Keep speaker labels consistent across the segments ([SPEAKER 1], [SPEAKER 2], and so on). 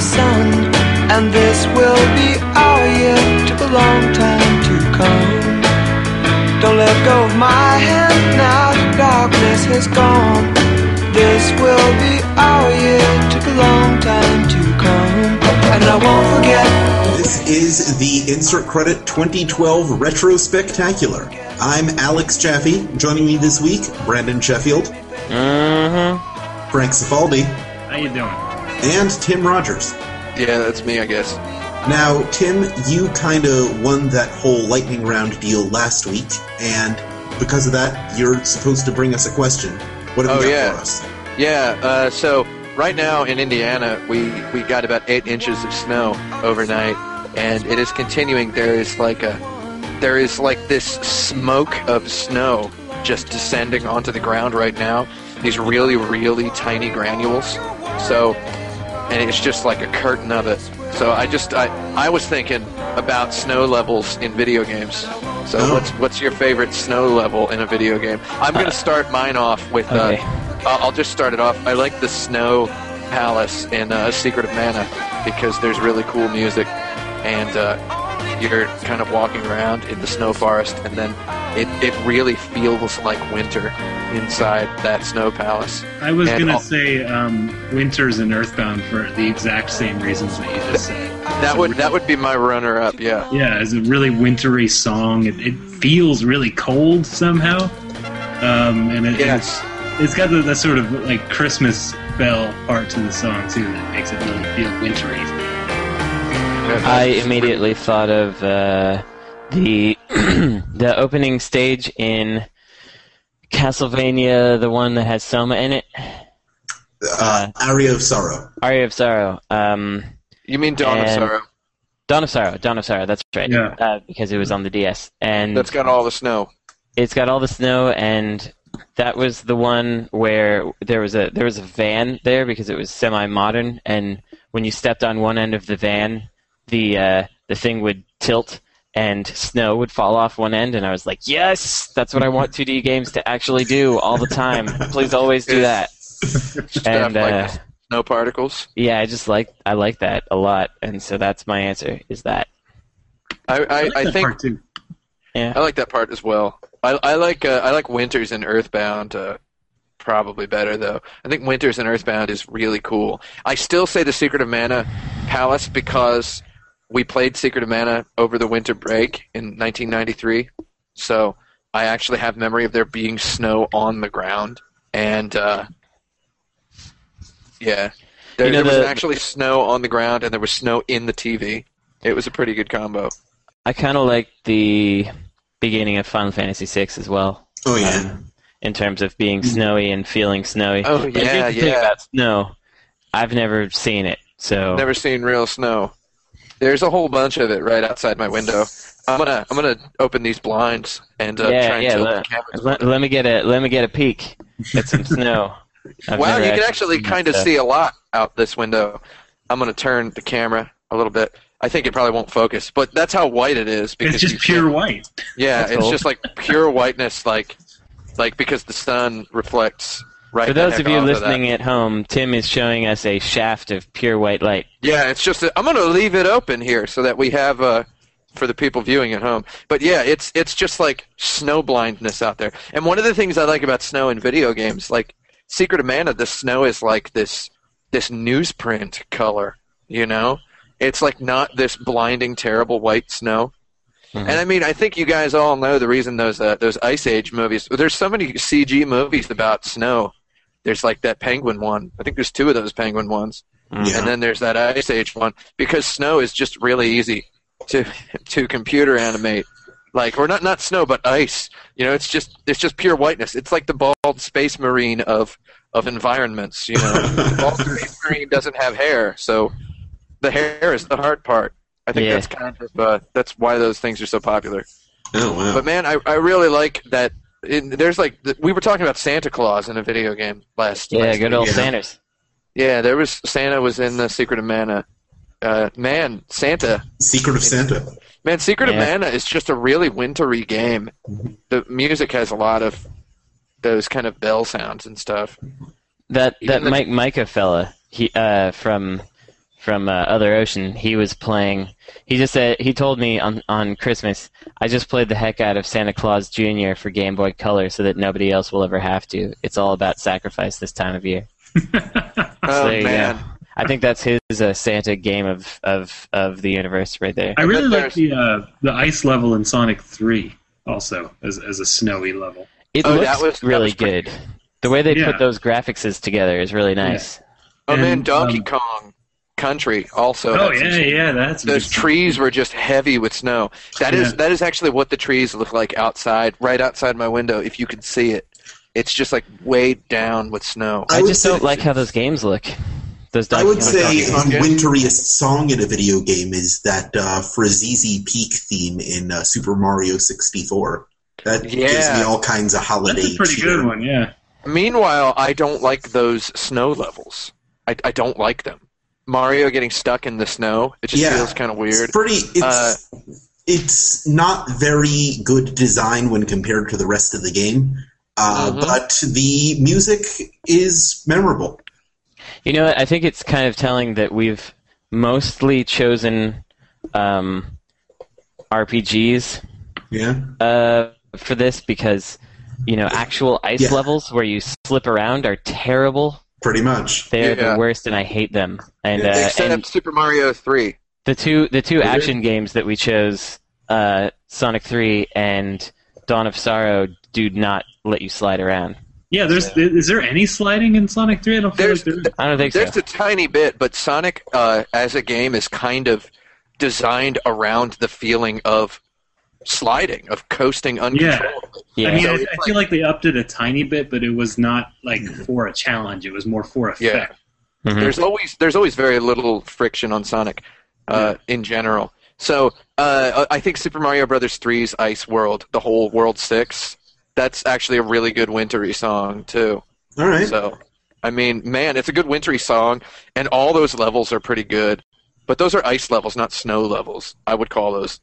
[SPEAKER 1] sun, and this will be our year. Took a long time to come. Don't let go of my hand now, the darkness has gone. This will be our year. Took a long time to come, and I won't forget.
[SPEAKER 2] This is the Insert Credit 2012 Retro Spectacular. I'm Alex Chaffee. Joining me this week, Brandon Sheffield,
[SPEAKER 3] Mm-hmm.
[SPEAKER 2] Frank Cifaldi,
[SPEAKER 4] How you doing?
[SPEAKER 2] and Tim Rogers.
[SPEAKER 3] Yeah, that's me, I guess.
[SPEAKER 2] Now, Tim, you kind of won that whole lightning round deal last week, and because of that, you're supposed to bring us a question. What have
[SPEAKER 3] Oh,
[SPEAKER 2] you got
[SPEAKER 3] yeah.
[SPEAKER 2] for us?
[SPEAKER 3] Yeah. Uh, so right now in Indiana, we we got about eight inches of snow overnight, and it is continuing. There is like a there is like this smoke of snow just descending onto the ground right now. These really really tiny granules. So and it's just like a curtain of it. So I just I, I was thinking about snow levels in video games. So
[SPEAKER 2] Oh.
[SPEAKER 3] what's what's your favorite snow level in a video game? I'm gonna start mine off with
[SPEAKER 5] Okay.
[SPEAKER 3] uh, I'll I'll just start it off. I like the snow palace in uh, Secret of Mana because there's really cool music and uh, you're kind of walking around in the snow forest and then it, it really feels like winter inside that snow palace.
[SPEAKER 4] I was
[SPEAKER 3] And
[SPEAKER 4] gonna
[SPEAKER 3] I'll-
[SPEAKER 4] say um, Winters and Earthbound for the exact same reasons that you just said.
[SPEAKER 3] That would that would be my runner up, yeah.
[SPEAKER 4] Yeah, it's a really wintry song. It, it feels really cold somehow, um, and it,
[SPEAKER 3] Yes.
[SPEAKER 4] it's, it's got the, that sort of like Christmas bell part to the song too that makes it really feel wintry.
[SPEAKER 5] I immediately thought of uh, the the opening stage in Castlevania, the one that has Soma in it,
[SPEAKER 2] Uh, Aria of Sorrow.
[SPEAKER 5] Aria of Sorrow, um,
[SPEAKER 3] You mean Dawn of
[SPEAKER 5] And-
[SPEAKER 3] Sorrow?
[SPEAKER 5] Dawn of Sorrow, Dawn of Sorrow. That's right.
[SPEAKER 4] Yeah.
[SPEAKER 5] Uh, because it was on the DS, and
[SPEAKER 3] That's got all the snow.
[SPEAKER 5] it's got all the snow, and that was the one where there was a there was a van there because it was semi modern, and when you stepped on one end of the van, the uh, the thing would tilt. And snow would fall off one end, and I was like, "Yes, that's what I want 2D games to actually do all the time. Please always do that." And
[SPEAKER 3] like
[SPEAKER 5] uh,
[SPEAKER 3] this. Snow particles.
[SPEAKER 5] yeah, I just like I like that a lot, and so that's my answer. Is that
[SPEAKER 3] I, I, I
[SPEAKER 4] That
[SPEAKER 3] think
[SPEAKER 4] part too.
[SPEAKER 3] I like that part as well. I, I like uh, I like Winters and Earthbound uh, probably better though. I think Winters and Earthbound is really cool. I still say the Secret of Mana Palace because we played Secret of Mana over the winter break in 1993. So I actually have memory of there being snow on the ground and uh, yeah, there,
[SPEAKER 5] You know,
[SPEAKER 3] there was
[SPEAKER 5] the-
[SPEAKER 3] actually snow on the ground and there was snow in the TV. It was a pretty good combo.
[SPEAKER 5] I kind of like the beginning of Final Fantasy VI as well,
[SPEAKER 2] Oh, yeah.
[SPEAKER 5] in terms of being snowy and feeling snowy.
[SPEAKER 3] Mm-hmm. Oh,
[SPEAKER 5] But here's
[SPEAKER 3] yeah,
[SPEAKER 5] the thing
[SPEAKER 3] yeah.
[SPEAKER 5] about snow, I've never seen it, so
[SPEAKER 3] Never seen real snow. There's a whole bunch of it right outside my window. I'm gonna I'm gonna open these blinds and uh, try
[SPEAKER 5] yeah,
[SPEAKER 3] and
[SPEAKER 5] yeah.
[SPEAKER 3] tilt the
[SPEAKER 5] Let,
[SPEAKER 3] camera.
[SPEAKER 5] let, let me get a let me get a peek at some snow. I've
[SPEAKER 3] Wow,
[SPEAKER 5] never
[SPEAKER 3] you can actually
[SPEAKER 5] seen
[SPEAKER 3] kind of
[SPEAKER 5] that.
[SPEAKER 3] see a lot out this window. I'm gonna turn the camera a little bit. I think it probably won't focus, but that's how white it is. Because
[SPEAKER 4] It's just
[SPEAKER 3] you
[SPEAKER 4] pure
[SPEAKER 3] can't-
[SPEAKER 4] white.
[SPEAKER 3] Yeah,
[SPEAKER 5] That's
[SPEAKER 3] it's
[SPEAKER 5] cool.
[SPEAKER 3] just like pure whiteness, like like because the sun reflects right.
[SPEAKER 5] For
[SPEAKER 3] the
[SPEAKER 5] those
[SPEAKER 3] heck
[SPEAKER 5] of you
[SPEAKER 3] off that.
[SPEAKER 5] listening at home, Tim is showing us a shaft of pure white light.
[SPEAKER 3] Yeah, it's just that I'm going to leave it open here so that we have uh, for the people viewing at home. But yeah, it's it's just like snow blindness out there. And one of the things I like about snow in video games, like Secret of Mana, the snow is like this this newsprint color. You know, it's like not this blinding, terrible white snow. And I mean, I think you guys all know the reason those uh, those Ice Age movies. There's so many CG movies about snow. There's like that penguin one. I think there's two of those penguin ones
[SPEAKER 2] Yeah.
[SPEAKER 3] and then there's that Ice Age one because snow is just really easy to to computer animate. Like or not not snow but ice. You know, it's just it's just pure whiteness. It's like the bald space marine of of environments. You know, The bald space marine doesn't have hair, so the hair is the hard part. I think
[SPEAKER 5] Yeah.
[SPEAKER 3] that's kind of uh, that's why those things are so popular.
[SPEAKER 2] Oh, wow.
[SPEAKER 3] But man, I, I really like that. In, there's like th- we were talking about Santa Claus in a video game last.
[SPEAKER 5] Yeah,
[SPEAKER 3] last
[SPEAKER 5] good
[SPEAKER 3] week.
[SPEAKER 5] old
[SPEAKER 2] yeah.
[SPEAKER 5] Sanders.
[SPEAKER 3] Yeah, there was Santa was in the Secret of Mana. Uh, man, Santa,
[SPEAKER 2] Secret of Santa.
[SPEAKER 3] man, Secret of
[SPEAKER 5] Yeah.
[SPEAKER 3] Mana is just a really wintry game. The music has a lot of those kind of bell sounds and stuff.
[SPEAKER 5] That that
[SPEAKER 3] the-
[SPEAKER 5] Mike Micah fella, he uh, from from uh, Other Ocean, he was playing. He just said he told me on on Christmas, I just played the heck out of Santa Claus Jr. for Game Boy Color, so that nobody else will ever have to. It's all about sacrifice this time of year.
[SPEAKER 3] Oh
[SPEAKER 5] there you go.
[SPEAKER 3] man,
[SPEAKER 5] I think that's his uh, Santa game of, of of the universe right there.
[SPEAKER 4] I
[SPEAKER 3] bet
[SPEAKER 4] really like
[SPEAKER 3] there's-
[SPEAKER 4] the uh, the ice level in Sonic Three also as as a snowy level.
[SPEAKER 5] It
[SPEAKER 3] Oh,
[SPEAKER 5] looks
[SPEAKER 3] that was- that
[SPEAKER 5] really
[SPEAKER 3] was pretty
[SPEAKER 5] good. The way they
[SPEAKER 4] Yeah.
[SPEAKER 5] put those graphics is together is really nice.
[SPEAKER 3] oh man,
[SPEAKER 4] And,
[SPEAKER 3] Donkey
[SPEAKER 4] um,
[SPEAKER 3] Kong Country also.
[SPEAKER 4] Oh
[SPEAKER 3] had some
[SPEAKER 4] yeah, yeah, that's
[SPEAKER 3] those
[SPEAKER 4] good.
[SPEAKER 3] trees were just heavy with snow. That is
[SPEAKER 4] Yeah.
[SPEAKER 3] that is actually what the trees look like outside, right outside my window. If you can see it, it's just like weighed down with snow.
[SPEAKER 2] I
[SPEAKER 5] I
[SPEAKER 2] would
[SPEAKER 5] just don't
[SPEAKER 2] say-
[SPEAKER 5] like how those games look. Those
[SPEAKER 2] I
[SPEAKER 5] Donkey
[SPEAKER 2] would
[SPEAKER 5] Kong
[SPEAKER 2] say
[SPEAKER 5] games.
[SPEAKER 2] um,
[SPEAKER 3] Yeah.
[SPEAKER 2] winteriest song in a video game is that uh, Frazizi Peak theme in uh, Super Mario 64. That gives
[SPEAKER 3] Yeah.
[SPEAKER 2] me all kinds of holiday.
[SPEAKER 4] That's a pretty
[SPEAKER 2] cheer.
[SPEAKER 4] good one. Yeah.
[SPEAKER 3] Meanwhile, I don't like those snow levels. I, I don't like them. Mario getting stuck in the snow. It just
[SPEAKER 2] Yeah.
[SPEAKER 3] feels kind of
[SPEAKER 2] It's
[SPEAKER 3] weird.
[SPEAKER 2] pretty. It's
[SPEAKER 3] Uh,
[SPEAKER 2] it's not very good design when compared to the rest of the game, uh,
[SPEAKER 3] Mhm.
[SPEAKER 2] but the music is memorable.
[SPEAKER 5] You know what? I think it's kind of telling that we've mostly chosen um, RPGs
[SPEAKER 2] Yeah.
[SPEAKER 5] uh, for this because you know actual ice
[SPEAKER 2] Yeah.
[SPEAKER 5] levels where you slip around are terrible.
[SPEAKER 2] Pretty much.
[SPEAKER 5] They're
[SPEAKER 3] Yeah.
[SPEAKER 5] the worst, and I hate them. And, uh,
[SPEAKER 3] Except
[SPEAKER 5] and
[SPEAKER 3] Super Mario Three.
[SPEAKER 5] the two the two
[SPEAKER 2] Really?
[SPEAKER 5] action games that we chose, uh, Sonic Three and Dawn of Sorrow, do not let you slide around.
[SPEAKER 4] Yeah, there's is there any sliding in Sonic 3? I don't feel
[SPEAKER 3] There's-
[SPEAKER 4] like there is.
[SPEAKER 5] I don't think so.
[SPEAKER 3] There's a tiny bit, but Sonic uh, as a game is kind of designed around the feeling of sliding, of coasting uncontrollably.
[SPEAKER 5] yeah.
[SPEAKER 4] I mean,
[SPEAKER 3] So
[SPEAKER 4] I,
[SPEAKER 3] it's
[SPEAKER 4] I feel like they upped it a tiny bit, but it was not like for a challenge. It was more for effect.
[SPEAKER 2] Hmm.
[SPEAKER 5] Mhm.
[SPEAKER 3] There's always there's always very little friction on Sonic,
[SPEAKER 2] Hmm.
[SPEAKER 3] uh, in general. So uh, I think Super Mario Brothers 3's Ice World, the whole World Six, that's actually a really good wintry song too.
[SPEAKER 2] All right.
[SPEAKER 3] So I mean, man, it's a good wintry song, and all those levels are pretty good. But those are ice levels, not snow levels. I would call those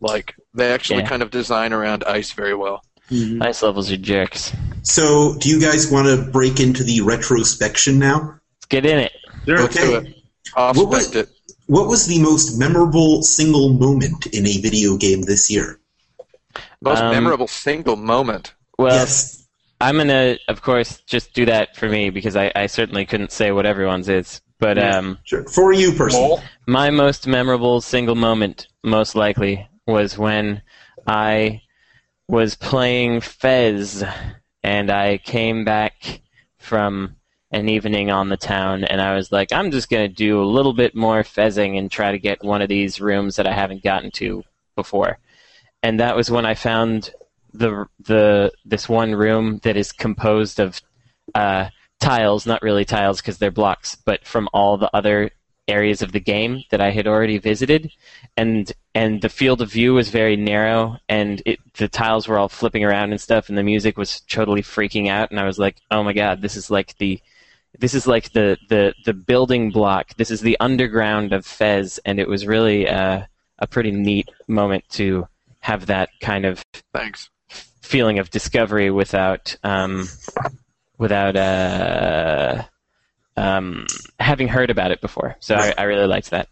[SPEAKER 3] like they actually
[SPEAKER 5] Yeah.
[SPEAKER 3] kind of design around ice very well.
[SPEAKER 4] Mm-hmm.
[SPEAKER 5] Ice levels are jerks.
[SPEAKER 2] So, do you guys want to break into the retrospection now?
[SPEAKER 5] Let's get in it.
[SPEAKER 4] There-
[SPEAKER 2] Okay.
[SPEAKER 3] it. Off
[SPEAKER 2] What was-
[SPEAKER 3] it.
[SPEAKER 2] What was the most memorable single moment in a video game this year?
[SPEAKER 3] Most
[SPEAKER 5] Um,
[SPEAKER 3] memorable single moment.
[SPEAKER 5] Well,
[SPEAKER 2] yes.
[SPEAKER 5] I'm gonna, of course, just do that for me because I, I certainly couldn't say what everyone's is. But um,
[SPEAKER 2] Sure. For you personally.
[SPEAKER 5] my most memorable single moment, most likely, was when I was playing Fez, and I came back from an evening on the town, and I was like, I'm just gonna do a little bit more Fezzing and try to get one of these rooms that I haven't gotten to before. And that was when I found the the this one room that is composed of uh, tiles, not really tiles because they're blocks, but from all the other areas of the game that I had already visited, and and the field of view was very narrow, and it, the tiles were all flipping around and stuff, and the music was totally freaking out, and I was like, oh my god, this is like the this is like the, the, the building block. This is the underground of Fez, and it was really uh, a pretty neat moment to have that kind of
[SPEAKER 3] Thanks.
[SPEAKER 5] feeling of discovery without um, without uh, um, having heard about it before. So I, I really liked that.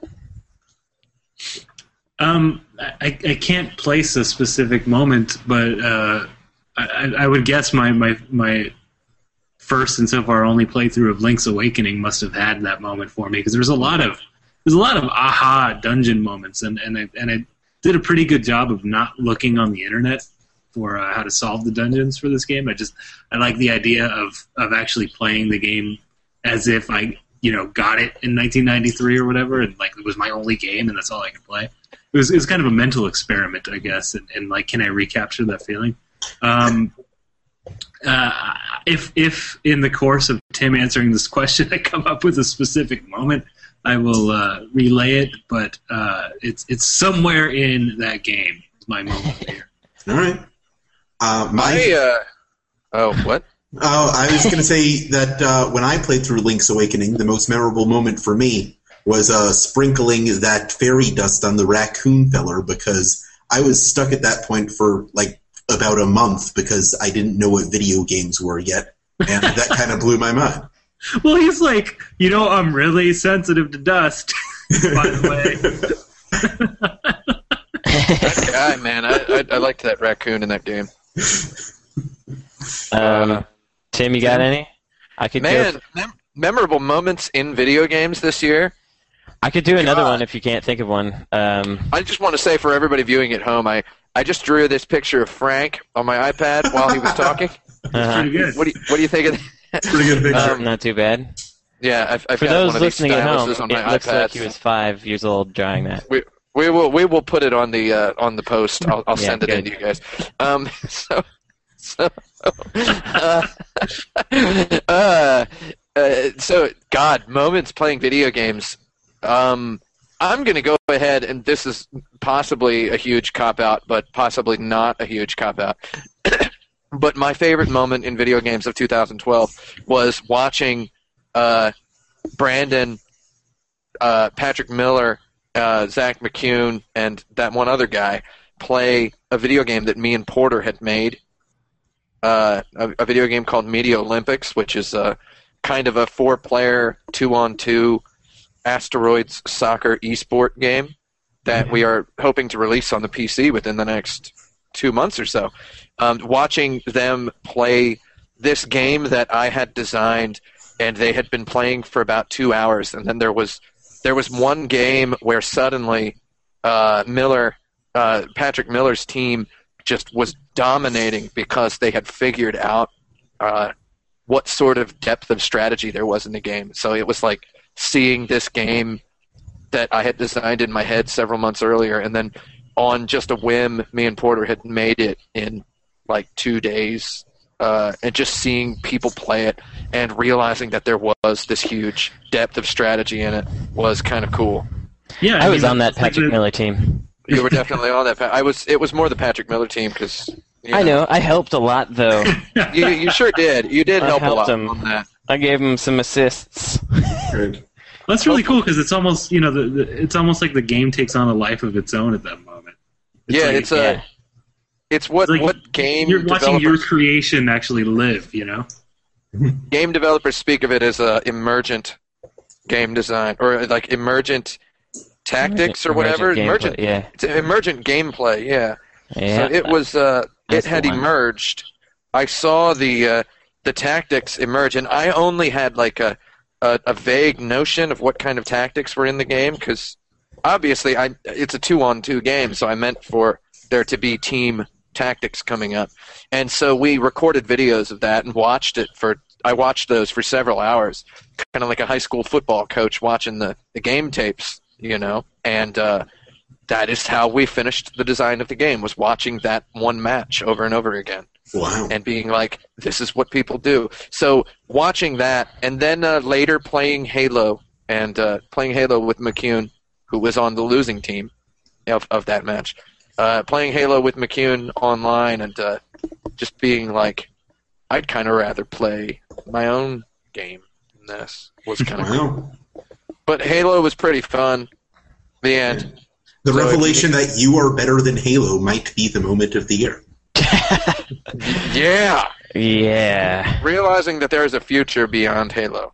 [SPEAKER 4] Um, I, I can't place a specific moment, but uh, I- I, I would guess my, my my first and so far only playthrough of Link's Awakening must have had that moment for me because there's a lot of there's a lot of aha dungeon moments, and and I, and I did a pretty good job of not looking on the internet for uh, how to solve the dungeons for this game. I just I like the idea of of actually playing the game as if I you know got it in 1993 or whatever, and like it was my only game, and that's all I could play it was, it was kind of a mental experiment, I guess, and, and like, can I recapture that feeling? Um, uh, if if in the course of Tim answering this question, I come up with a specific moment, I will uh, relay it. But uh, it's it's somewhere in that game. is My moment here.
[SPEAKER 2] All right. Uh, my.
[SPEAKER 3] I uh, oh what?
[SPEAKER 2] Oh, I was going to say that uh, when I played through Link's Awakening, the most memorable moment for me was uh, sprinkling that fairy dust on the raccoon feller because I was stuck at that point for like about a month because I didn't know what video games were yet, and that kind of blew my mind.
[SPEAKER 4] Well, he's like, you know, I'm really sensitive to dust. By the
[SPEAKER 3] That guy, man, I, I, I liked that raccoon in that game.
[SPEAKER 5] um, Tim, you got any? I could go,
[SPEAKER 3] Uh, Man, mem- memorable moments in video games this year.
[SPEAKER 5] I could do another
[SPEAKER 3] God.
[SPEAKER 5] one if you can't think of one. Um,
[SPEAKER 3] I just want to say for everybody viewing at home, I, I just drew this picture of Frank on my iPad while he was talking.
[SPEAKER 5] uh-huh.
[SPEAKER 4] Pretty good.
[SPEAKER 3] What do you, what do you think of
[SPEAKER 2] It's
[SPEAKER 3] that?
[SPEAKER 2] a pretty good picture.
[SPEAKER 5] Um, not too bad.
[SPEAKER 3] yeah, I've, I've
[SPEAKER 5] For
[SPEAKER 3] got
[SPEAKER 5] those
[SPEAKER 3] one of these
[SPEAKER 5] listening at home,
[SPEAKER 3] styluses
[SPEAKER 5] it
[SPEAKER 3] on my
[SPEAKER 5] looks
[SPEAKER 3] iPad.
[SPEAKER 5] like he was five years old drawing that.
[SPEAKER 3] we, we will we will put it on the uh, on the post. I'll, I'll
[SPEAKER 5] Yeah,
[SPEAKER 3] send it in
[SPEAKER 5] good.
[SPEAKER 3] to you guys. Um, so so uh, uh, uh, so God moments playing video games. Um, I'm going to go ahead and this is possibly a huge cop out, but possibly not a huge cop out. but my favorite moment in video games of 2012 was watching uh, Brandon, uh, Patrick Miller, uh, Zach McCune, and that one other guy play a video game that me and Porter had made. Uh, a, a video game called Media Olympics, which is a kind of a four-player, two-on-two asteroids soccer esport game that we are hoping to release on the PC within the next two months or so. Um, watching them play this game that I had designed, and they had been playing for about two hours, and then there was there was one game where suddenly uh, Miller, uh, Patrick Miller's team, just was dominating because they had figured out uh, what sort of depth of strategy there was in the game. So it was like seeing this game that I had designed in my head several months earlier, and then on just a whim, me and Porter had made it in like two days, uh, and just seeing people play it and realizing that there was this huge depth of strategy in it was kind of cool.
[SPEAKER 4] yeah,
[SPEAKER 5] I was
[SPEAKER 4] mean,
[SPEAKER 5] on that
[SPEAKER 4] it's like
[SPEAKER 5] Patrick
[SPEAKER 4] the-
[SPEAKER 5] Miller team.
[SPEAKER 3] You were definitely on that. Pa- I was. It was more the Patrick Miller team because
[SPEAKER 5] I know. I helped a lot though.
[SPEAKER 3] you, you sure did. You did
[SPEAKER 5] I
[SPEAKER 3] help a
[SPEAKER 5] helped
[SPEAKER 3] lot
[SPEAKER 5] him.
[SPEAKER 3] on that.
[SPEAKER 5] I gave him some assists.
[SPEAKER 2] Good.
[SPEAKER 4] That's really cool because it's almost you know the, the, it's almost like the game takes on a life of its own at that moment.
[SPEAKER 3] yeah,
[SPEAKER 4] like-
[SPEAKER 3] it's a.
[SPEAKER 5] yeah.
[SPEAKER 3] It's what
[SPEAKER 4] It's like
[SPEAKER 3] what game
[SPEAKER 4] You're watching your
[SPEAKER 3] developers-
[SPEAKER 4] creation actually live. You know,
[SPEAKER 3] game developers speak of it as uh, emergent game design or uh, like emergent tactics or whatever.
[SPEAKER 5] Emergent
[SPEAKER 3] Emergent,
[SPEAKER 5] gameplay, yeah.
[SPEAKER 3] it's emergent gameplay. Yeah.
[SPEAKER 5] Yeah.
[SPEAKER 3] So it was. Uh, it
[SPEAKER 5] That's the
[SPEAKER 3] had
[SPEAKER 5] one.
[SPEAKER 3] emerged. I saw the uh, the tactics emerge, and I only had like a, a a vague notion of what kind of tactics were in the game because obviously I it's a two on two game, so I meant for there to be team tactics coming up, and so we recorded videos of that and watched it for. I watched those for several hours, kind of like a high school football coach watching the, the game tapes, you know, and uh, that is how we finished the design of the game was watching that one match over and over again
[SPEAKER 2] Wow.
[SPEAKER 3] and being like this is what people do so watching that and then uh, later playing halo and uh, playing halo with mccune who was on the losing team of, of that match uh, playing halo with mccune online and uh, just being like i'd kind of rather play my own game than this was kind of cool
[SPEAKER 2] Wow.
[SPEAKER 3] but halo was pretty fun the end
[SPEAKER 2] The
[SPEAKER 3] So if you-
[SPEAKER 2] revelation that you are better than Halo might be the moment of the year.
[SPEAKER 3] yeah
[SPEAKER 5] yeah.
[SPEAKER 3] realizing that there is a future beyond Halo.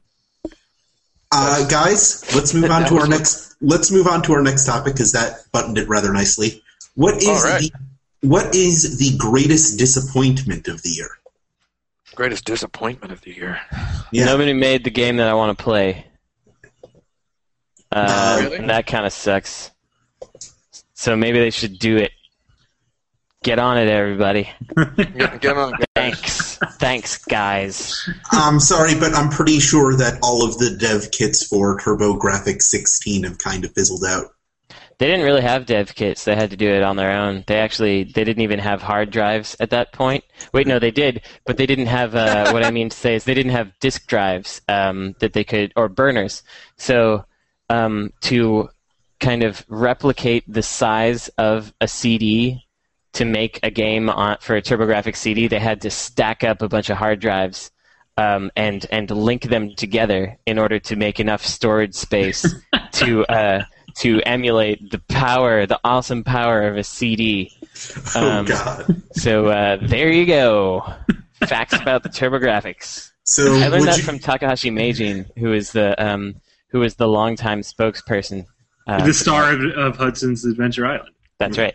[SPEAKER 2] Uh, guys, let's move on to our next. Let's move on to our next topic because that buttoned it rather nicely. What is
[SPEAKER 3] All right.
[SPEAKER 2] the What is the greatest disappointment of the year?
[SPEAKER 3] Greatest disappointment of the year.
[SPEAKER 2] Yeah,
[SPEAKER 5] Nobody made the game that I want to play. Uh,
[SPEAKER 3] Really?
[SPEAKER 5] and that kind of sucks. So maybe they should do it. Get on it, everybody.
[SPEAKER 3] Get, get on.
[SPEAKER 5] Thanks. Thanks, guys.
[SPEAKER 2] I'm sorry, but I'm pretty sure that all of the dev kits for TurboGrafx 16 have kind of fizzled out.
[SPEAKER 5] They didn't really have dev kits. They had to do it on their own. They actually they didn't even have hard drives at that point. Wait, no, they did, but they didn't have uh, what I mean to say is they didn't have disk drives um, that they could or burners. So um, to kind of replicate the size of a CD to make a game on, for a TurboGrafx CD, they had to stack up a bunch of hard drives um, and and link them together in order to make enough storage space to uh, to emulate the power, the awesome power of a CD.
[SPEAKER 2] Oh
[SPEAKER 5] Um,
[SPEAKER 2] God!
[SPEAKER 5] So uh, there you go. Facts about the TurboGrafx.
[SPEAKER 2] So
[SPEAKER 5] I learned
[SPEAKER 2] would
[SPEAKER 5] that
[SPEAKER 2] you-
[SPEAKER 5] from Takahashi Meijin, who is the um, who is the longtime spokesperson. Uh,
[SPEAKER 4] the star of, of Hudson's Adventure Island.
[SPEAKER 5] that's right.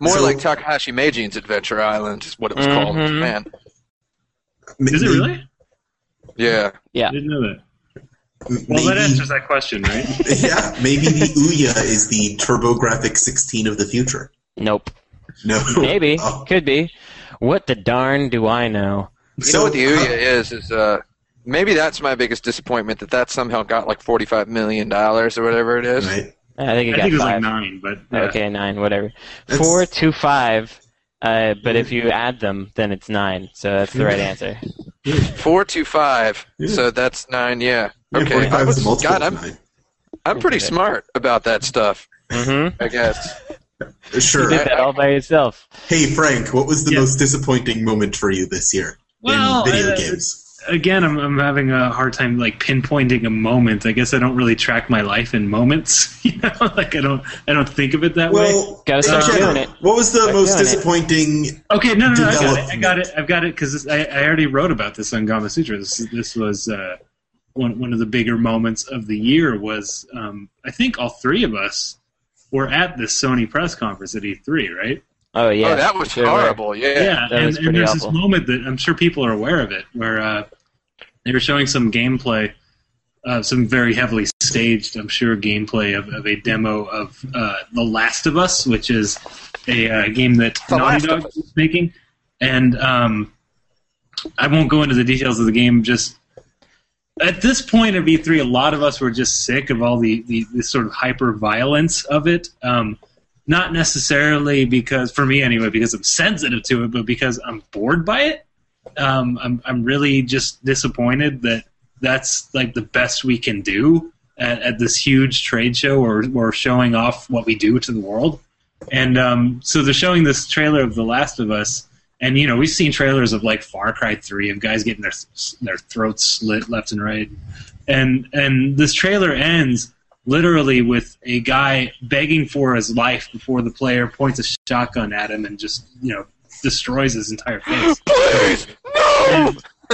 [SPEAKER 3] More
[SPEAKER 2] So- Mm-hmm.
[SPEAKER 3] like Takahashi Meijin's Adventure Island is what it was called in
[SPEAKER 5] Mhm.
[SPEAKER 3] Japan.
[SPEAKER 4] Is it really?
[SPEAKER 3] Yeah.
[SPEAKER 5] Yeah.
[SPEAKER 4] I didn't know that.
[SPEAKER 2] M-
[SPEAKER 4] Well, that
[SPEAKER 2] maybe-
[SPEAKER 4] answers that question, right?
[SPEAKER 2] yeah, maybe the Ouya is the TurboGrafx 16 of the future.
[SPEAKER 5] Nope.
[SPEAKER 2] No,
[SPEAKER 5] Maybe.
[SPEAKER 2] Oh.
[SPEAKER 5] Could be. What the darn do I know?
[SPEAKER 3] You know what the Ouya is? Is uh, maybe that's my biggest disappointment that that somehow got like forty-five million dollars or whatever it is.
[SPEAKER 2] Right.
[SPEAKER 5] I think it
[SPEAKER 4] I
[SPEAKER 5] got
[SPEAKER 4] think it was
[SPEAKER 5] five. Oh,
[SPEAKER 4] like nine, but yeah.
[SPEAKER 5] Okay, nine, whatever.
[SPEAKER 2] That's-
[SPEAKER 5] Four, two, five. Uh, but if you add them, then it's nine. So that's the right answer.
[SPEAKER 3] Four two five.
[SPEAKER 2] Yeah.
[SPEAKER 3] So that's nine. Yeah.
[SPEAKER 2] Yeah,
[SPEAKER 3] Okay.
[SPEAKER 2] 45
[SPEAKER 3] I
[SPEAKER 2] is
[SPEAKER 3] was-
[SPEAKER 2] a multiple
[SPEAKER 3] God,
[SPEAKER 2] of
[SPEAKER 3] I'm
[SPEAKER 2] nine.
[SPEAKER 3] I'm pretty smart about that stuff.
[SPEAKER 5] Mm-hmm.
[SPEAKER 3] I guess. Oh,
[SPEAKER 2] Sure.
[SPEAKER 5] Did that all by yourself.
[SPEAKER 2] Hey, Frank, what was the
[SPEAKER 4] Yeah.
[SPEAKER 2] most disappointing moment for you this year
[SPEAKER 4] Well,
[SPEAKER 2] in video
[SPEAKER 4] uh,
[SPEAKER 2] games?
[SPEAKER 4] again, I'm, I'm having a hard time like pinpointing a moment. I guess I don't really track my life in moments. you know, like I don't I don't think of it that way.
[SPEAKER 2] Well,
[SPEAKER 5] Gotta start
[SPEAKER 2] in general,
[SPEAKER 5] doing it.
[SPEAKER 2] what was the
[SPEAKER 5] Start
[SPEAKER 2] most
[SPEAKER 5] doing it.
[SPEAKER 2] disappointing?
[SPEAKER 4] Okay, no, no, no, I got it. I
[SPEAKER 2] development.
[SPEAKER 4] got it. I've got it because I, I already wrote about this on Gama Sutra. This, this was uh, one one of the bigger moments of the year. Was um, I think all three of us were at this Sony press conference at E3, right?
[SPEAKER 5] Oh yeah.
[SPEAKER 3] oh, that was
[SPEAKER 5] sure were.
[SPEAKER 3] horrible. Yeah.
[SPEAKER 4] yeah,
[SPEAKER 5] that
[SPEAKER 4] and,
[SPEAKER 5] was
[SPEAKER 4] and
[SPEAKER 5] pretty
[SPEAKER 4] there's
[SPEAKER 5] awful.
[SPEAKER 4] this moment that I'm sure people are aware of it, where uh, they were showing some gameplay, uh, some very heavily staged, I'm sure, gameplay of, of a demo of uh, The Last of Us, which is a uh, game that
[SPEAKER 3] The
[SPEAKER 4] Naughty
[SPEAKER 3] Last of
[SPEAKER 4] Dog is making, and um, I won't go into the details of the game. Just at this point of E3, a lot of us were just sick of all the the, the sort of hyper violence of it. Um, not necessarily because, for me anyway, because I'm sensitive to it, but because I'm bored by it. Um, I'm I'm really just disappointed that that's like the best we can do at, at this huge trade show, or or showing off what we do to the world. And um, so they're showing this trailer of The Last of Us, and you know we've seen trailers of like Far Cry Three of guys getting their their throats slit left and right, and and this trailer ends literally with a guy begging for his life before the player points a shotgun at him and just you know destroys his entire face
[SPEAKER 3] Please no.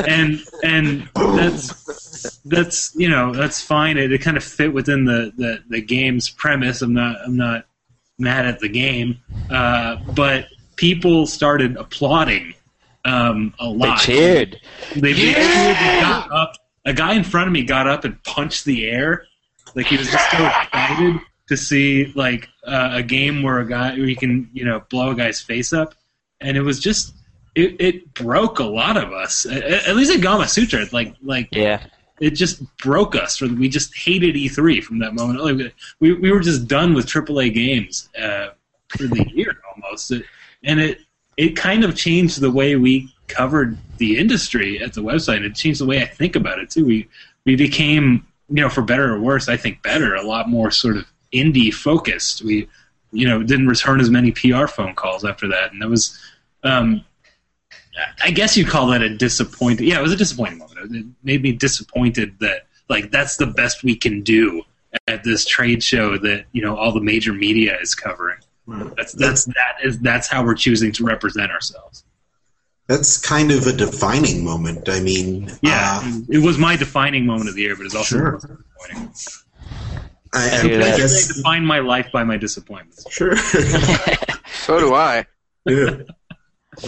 [SPEAKER 4] and and, and that's that's you know that's fine. It, it kind of fit within the, the, the game's premise. I'm not I'm not mad at the game, uh, but people started applauding um, a
[SPEAKER 5] They
[SPEAKER 4] lot.
[SPEAKER 5] cheered.
[SPEAKER 4] They, they cheered. They got up. A guy in front of me got up and punched the air, like he was just so excited to see like uh, a game where a guy where you can you know blow a guy's face up, and it was just it, it broke a lot of us. At, at least at Gama Sutra, like like
[SPEAKER 5] Yeah.
[SPEAKER 4] it just broke us. For we just hated E3 from that moment. on. Like, We we were just done with AAA games uh, for the year almost, It- and it it kind of changed the way we covered the industry at the website. It changed the way I think about it too. We we became you know for better or worse, I think better, a lot more sort of indie focused. We you know didn't return as many PR phone calls after that, and that was. Um, I guess you'd call that a disappointing. Yeah, it was a disappointing moment. It made me disappointed that like that's the best we can do at this trade show that you know all the major media is covering. That's that's that is that's how we're choosing to represent ourselves.
[SPEAKER 2] That's kind of a defining moment. I mean,
[SPEAKER 4] Yeah,
[SPEAKER 2] uh,
[SPEAKER 4] it was my defining moment of the year, but it's also
[SPEAKER 2] Sure.
[SPEAKER 4] disappointing.
[SPEAKER 2] I,
[SPEAKER 5] I
[SPEAKER 2] I,
[SPEAKER 5] hear
[SPEAKER 2] I
[SPEAKER 5] that.
[SPEAKER 4] I
[SPEAKER 2] guess
[SPEAKER 4] define my life by my disappointments.
[SPEAKER 2] sure.
[SPEAKER 3] So do I.
[SPEAKER 2] Yeah.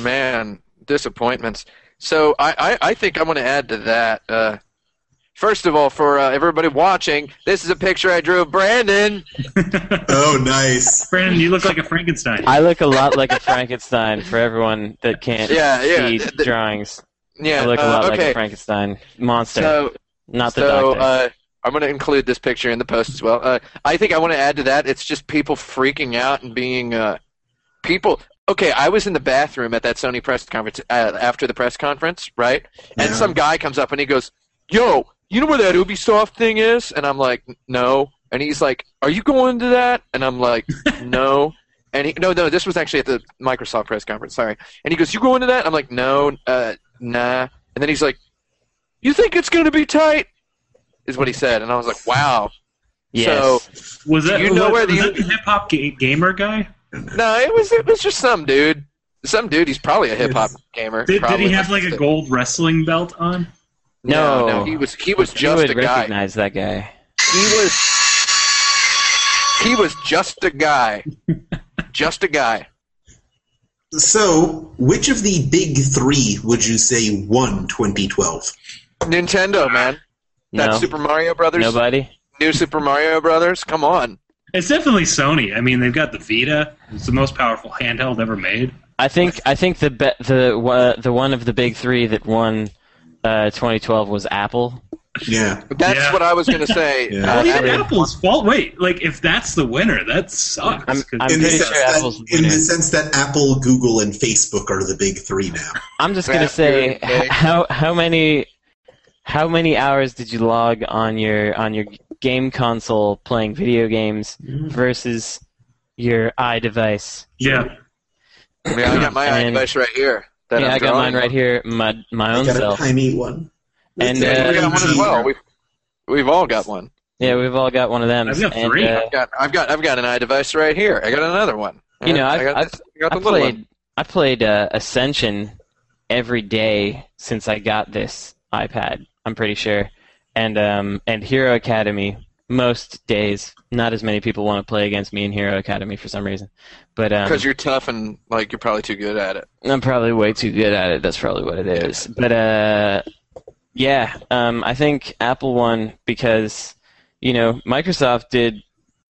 [SPEAKER 3] Man, disappointments. So I, I, I think I'm going to add to that. Uh, first of all, for uh, everybody watching, this is a picture I drew of Brandon.
[SPEAKER 2] Oh, nice.
[SPEAKER 4] Brandon, you look like a Frankenstein.
[SPEAKER 5] I look a lot like a Frankenstein for everyone that can't
[SPEAKER 3] Yeah, yeah,
[SPEAKER 5] see
[SPEAKER 3] th- th-
[SPEAKER 5] drawings.
[SPEAKER 3] Yeah.
[SPEAKER 5] I look a
[SPEAKER 3] uh,
[SPEAKER 5] lot like
[SPEAKER 3] okay.
[SPEAKER 5] a Frankenstein monster,
[SPEAKER 3] so
[SPEAKER 5] not the
[SPEAKER 3] so
[SPEAKER 5] doctor.
[SPEAKER 3] uh, I'm going to include this picture in the post as well. Uh, I think I want to add to that. It's just people freaking out and being uh, people. Okay, I was in the bathroom at that Sony press conference uh, after the press conference, right? And
[SPEAKER 2] Yeah.
[SPEAKER 3] some guy comes up and he goes, "Yo, you know where that Ubisoft thing is?" And I'm like, "No." And he's like, "Are you going to that?" And I'm like, "No." And he, no, no, this was actually at the Microsoft press conference. Sorry. And he goes, "You going to that?" I'm like, "No, uh, nah." And then he's like, "You think it's going to be tight?" Is what he said, and I was like, "Wow."
[SPEAKER 5] yes.
[SPEAKER 4] Was that
[SPEAKER 3] you know
[SPEAKER 4] was-
[SPEAKER 3] where the-
[SPEAKER 4] was that the hip hop ga- gamer guy?
[SPEAKER 3] No, it was it was just some dude. Some dude. He's probably a hip hop gamer.
[SPEAKER 4] Did, did
[SPEAKER 3] probably.
[SPEAKER 4] he have like a gold wrestling belt on?
[SPEAKER 5] No.
[SPEAKER 3] no, he was he was just
[SPEAKER 5] you would
[SPEAKER 3] a guy.
[SPEAKER 5] recognize that guy.
[SPEAKER 3] he was he was just a guy just a guy
[SPEAKER 2] So, which of the big three would you say won 2012?
[SPEAKER 3] nintendo man that
[SPEAKER 5] no,
[SPEAKER 3] super mario brothers
[SPEAKER 5] nobody.
[SPEAKER 3] new super mario brothers come on
[SPEAKER 4] It's definitely Sony. I mean, they've got the Vita. It's the most powerful handheld ever made.
[SPEAKER 5] I think I think the be- the uh, the one of the big three that won uh, 2012 was Apple.
[SPEAKER 2] Yeah.
[SPEAKER 3] that's
[SPEAKER 4] Yeah.
[SPEAKER 3] what i was going to say
[SPEAKER 2] Yeah.
[SPEAKER 3] Uh,
[SPEAKER 4] Well, even
[SPEAKER 3] Apple-
[SPEAKER 4] Apple's fault. Wait, like if that's the winner, that sucks.
[SPEAKER 5] I'm-
[SPEAKER 4] 'cause-
[SPEAKER 5] I'm
[SPEAKER 2] In the,
[SPEAKER 5] pretty
[SPEAKER 2] sense
[SPEAKER 5] sure Apple's
[SPEAKER 2] that, in the
[SPEAKER 5] winning.
[SPEAKER 2] sense that Apple, Google, and Facebook are the big three now.
[SPEAKER 5] I'm just gonna
[SPEAKER 3] Crap,
[SPEAKER 5] say
[SPEAKER 3] dude, okay.
[SPEAKER 5] how how many how many hours did you log on your on your game console playing video games versus your iDevice?
[SPEAKER 4] yeah,
[SPEAKER 3] yeah, i got my
[SPEAKER 5] And-
[SPEAKER 3] device right here that
[SPEAKER 5] Yeah,
[SPEAKER 3] I'm
[SPEAKER 5] I got
[SPEAKER 3] drawing.
[SPEAKER 5] mine right here, my my
[SPEAKER 2] I
[SPEAKER 5] own
[SPEAKER 2] got
[SPEAKER 5] self.
[SPEAKER 2] a tiny one.
[SPEAKER 5] And,
[SPEAKER 2] Look at
[SPEAKER 5] uh,
[SPEAKER 3] i
[SPEAKER 2] it.
[SPEAKER 3] got one as well we've, we've all got one
[SPEAKER 5] Yeah, we've all got one of them.
[SPEAKER 4] I've got
[SPEAKER 5] And,
[SPEAKER 4] three.
[SPEAKER 5] uh,
[SPEAKER 3] I've got, I've got i've got an iDevice right here i got another one
[SPEAKER 5] You know,
[SPEAKER 3] I
[SPEAKER 5] I've-
[SPEAKER 3] got,
[SPEAKER 5] I've-
[SPEAKER 3] this- I got the
[SPEAKER 5] I
[SPEAKER 3] little
[SPEAKER 5] played
[SPEAKER 3] one.
[SPEAKER 5] I played uh, Ascension every day since I got this iPad. I'm pretty sure, and um, and Hero Academy most days. Not as many people want to play against me in Hero Academy for some reason, but um,
[SPEAKER 3] because you're tough and like you're probably too good at it
[SPEAKER 5] I'm probably way too good at it. That's probably what it is. But uh, yeah, um, I think Apple won because you know Microsoft did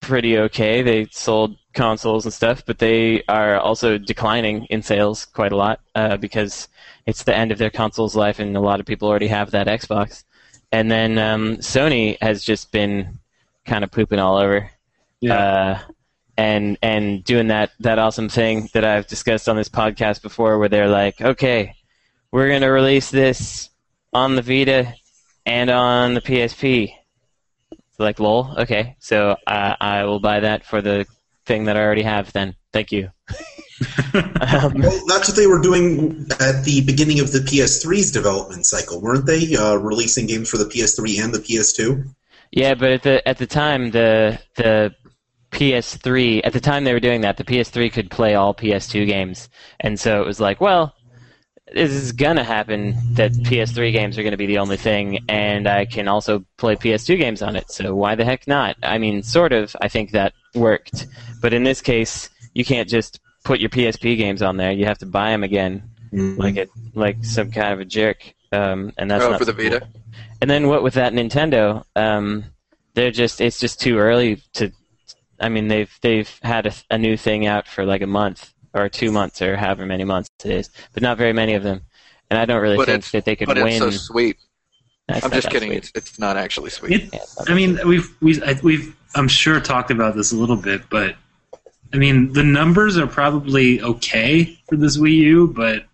[SPEAKER 5] pretty okay. They sold consoles and stuff, but they are also declining in sales quite a lot uh, because it's the end of their console's life, and a lot of people already have that Xbox. And then um, Sony has just been kind of pooping all over
[SPEAKER 4] yeah.
[SPEAKER 5] uh, and and doing that that awesome thing that I've discussed on this podcast before, where they're like, okay, we're gonna release this on the Vita and on the PSP. So like, lol, okay, so uh, I will buy that for the thing that I already have. Then, thank you. um,
[SPEAKER 2] Well, that's what they were doing at the beginning of the PS3's development cycle, weren't they? Uh, releasing games for the PS3 and the PS2?
[SPEAKER 5] yeah, but at the at the time the the PS3 at the time they were doing that, the PS3 could play all PS2 games, and so it was like, well, this is gonna happen that PS3 games are gonna be the only thing, and I can also play PS2 games on it. So why the heck not? I mean, sort of. I think that worked, but in this case, you can't just put your PSP games on there. You have to buy them again,
[SPEAKER 2] Mm.
[SPEAKER 5] like it, like some kind of a jerk. Um, and that's
[SPEAKER 3] oh
[SPEAKER 5] not
[SPEAKER 3] for the
[SPEAKER 5] so cool.
[SPEAKER 3] vita
[SPEAKER 5] And then what with that Nintendo, um, they're just it's just too early to. I mean, they've they've had a, a new thing out for like a month or two months or however many months it is, but not very many of them. And I don't really
[SPEAKER 3] But
[SPEAKER 5] think
[SPEAKER 3] it's-
[SPEAKER 5] that they could
[SPEAKER 3] but
[SPEAKER 5] win.
[SPEAKER 3] it's so sweet
[SPEAKER 5] That's
[SPEAKER 3] i'm
[SPEAKER 5] not
[SPEAKER 3] just
[SPEAKER 5] that
[SPEAKER 3] kidding
[SPEAKER 5] sweet.
[SPEAKER 3] it's, it's not actually sweet
[SPEAKER 4] It- I mean, we've we I- we've I'm sure talked about this a little bit, but I mean, the numbers are probably okay for this Wii U, but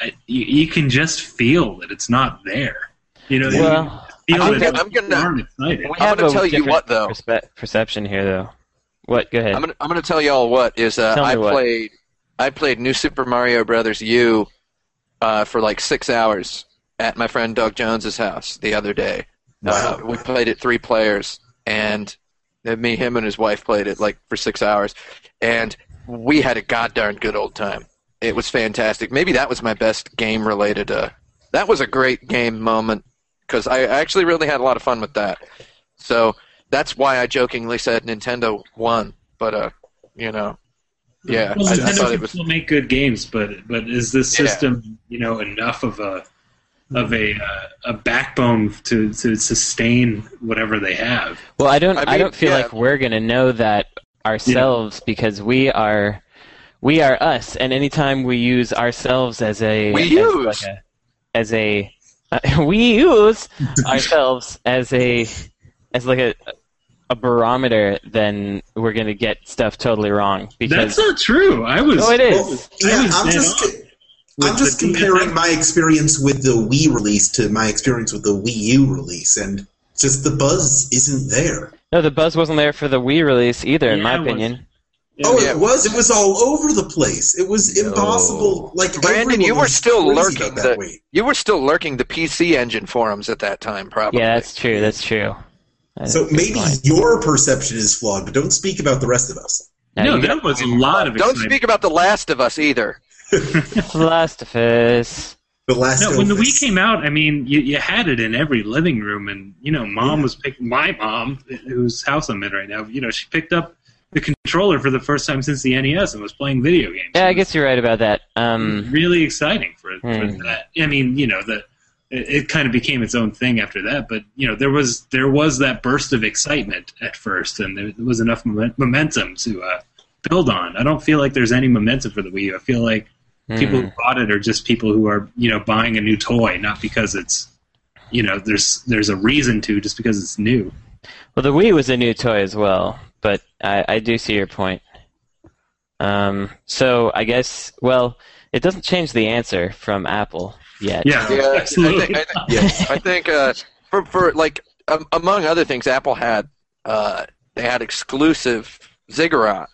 [SPEAKER 4] I, you, you can just feel that it's not there. You know,
[SPEAKER 5] Well,
[SPEAKER 4] you feel
[SPEAKER 5] I think
[SPEAKER 4] that
[SPEAKER 3] that- I'm
[SPEAKER 4] people
[SPEAKER 3] gonna-
[SPEAKER 4] aren't excited.
[SPEAKER 5] we
[SPEAKER 3] I'm
[SPEAKER 5] have
[SPEAKER 3] gonna
[SPEAKER 5] a
[SPEAKER 3] tell you
[SPEAKER 5] different
[SPEAKER 3] what, though.
[SPEAKER 5] perspe- perception here, though. What? Go ahead.
[SPEAKER 3] I'm gonna I'm gonna tell y'all what is uh,
[SPEAKER 5] Tell me
[SPEAKER 3] I
[SPEAKER 5] what.
[SPEAKER 3] played I played New Super Mario Brothers U uh, for like six hours at my friend Doug Jones's house the other day. Uh,
[SPEAKER 2] Wow.
[SPEAKER 3] we played it three players, and then me, him, and his wife played it like for six hours, and we had a goddamn good old time. It was fantastic. Maybe that was my best game related. Uh, that was a great game moment because I actually really had a lot of fun with that. So that's why I jokingly said Nintendo won. But uh, you know, yeah,
[SPEAKER 4] Well,
[SPEAKER 3] I, I
[SPEAKER 4] Nintendo
[SPEAKER 3] thought it
[SPEAKER 4] can
[SPEAKER 3] was.
[SPEAKER 4] still make good games, but but is this
[SPEAKER 3] Yeah.
[SPEAKER 4] system you know enough of a of a uh, a backbone to to sustain whatever they have?
[SPEAKER 5] Well, I don't. I,
[SPEAKER 3] I mean,
[SPEAKER 5] don't feel
[SPEAKER 3] yeah.
[SPEAKER 5] like we're gonna know that ourselves because we are, we are us. And anytime we use ourselves as a
[SPEAKER 3] We
[SPEAKER 5] as
[SPEAKER 3] use.
[SPEAKER 5] like a- as a uh, we use ourselves as a as like a a barometer, then we're gonna get stuff totally wrong because
[SPEAKER 4] That's not true. I was.
[SPEAKER 5] oh, it
[SPEAKER 2] Well,
[SPEAKER 5] is.
[SPEAKER 2] yeah,
[SPEAKER 4] I was
[SPEAKER 2] I'm
[SPEAKER 4] dead
[SPEAKER 2] just,
[SPEAKER 4] on
[SPEAKER 2] co-
[SPEAKER 4] with
[SPEAKER 2] I'm just
[SPEAKER 4] the DS.
[SPEAKER 2] comparing my experience with the Wii release to my experience with the Wii U release, and just the buzz isn't there.
[SPEAKER 5] No, the buzz wasn't there for the Wii release either, in my
[SPEAKER 4] Yeah, it was.
[SPEAKER 5] opinion.
[SPEAKER 2] Oh,
[SPEAKER 3] Yeah.
[SPEAKER 2] it was. It was all over the place. It was impossible. Like
[SPEAKER 3] Brandon,
[SPEAKER 2] everyone
[SPEAKER 3] you were
[SPEAKER 2] was
[SPEAKER 3] still
[SPEAKER 2] crazy
[SPEAKER 3] lurking
[SPEAKER 2] about that
[SPEAKER 3] the
[SPEAKER 2] way.
[SPEAKER 3] you were still lurking the PC engine forums at that time, probably.
[SPEAKER 5] Yeah, that's true. That's true. That's a
[SPEAKER 2] So
[SPEAKER 5] good
[SPEAKER 2] maybe
[SPEAKER 5] point.
[SPEAKER 2] your perception is flawed, but don't speak about the rest of us.
[SPEAKER 5] Now
[SPEAKER 4] no,
[SPEAKER 5] you
[SPEAKER 4] there was a lot of
[SPEAKER 3] Don't
[SPEAKER 4] excitement.
[SPEAKER 3] speak about The Last of Us either.
[SPEAKER 5] Last of Us.
[SPEAKER 2] The last
[SPEAKER 4] No, when the
[SPEAKER 2] Elvis.
[SPEAKER 4] Wii came out, I mean, you, you had it in every living room, and you know, mom was picking my mom, whose house I'm in right now. You know, she picked up the controller for the first time since the NES and was playing video games.
[SPEAKER 5] Yeah, I
[SPEAKER 4] It was
[SPEAKER 5] guess you're right about that. Um,
[SPEAKER 4] really exciting for,
[SPEAKER 5] Hmm.
[SPEAKER 4] for that. I mean, you know, the it, it kind of became its own thing after that. But you know, there was there was that burst of excitement at first, and there was enough momen- momentum to uh, build on. I don't feel like there's any momentum for the Wii U. I feel like people
[SPEAKER 5] hmm.
[SPEAKER 4] who bought it are just people who are you know buying a new toy, not because it's you know there's there's a reason to, just because it's new.
[SPEAKER 5] Well, the Wii was a new toy as well, but I, I do see your point. Um, so I guess, well, it doesn't change the answer from Apple yet.
[SPEAKER 4] Yeah,
[SPEAKER 3] Yeah, I
[SPEAKER 4] absolutely.
[SPEAKER 3] think, I think,
[SPEAKER 2] Yeah.
[SPEAKER 3] I think uh, for for like um, among other things, Apple had uh, they had exclusive Ziggurat.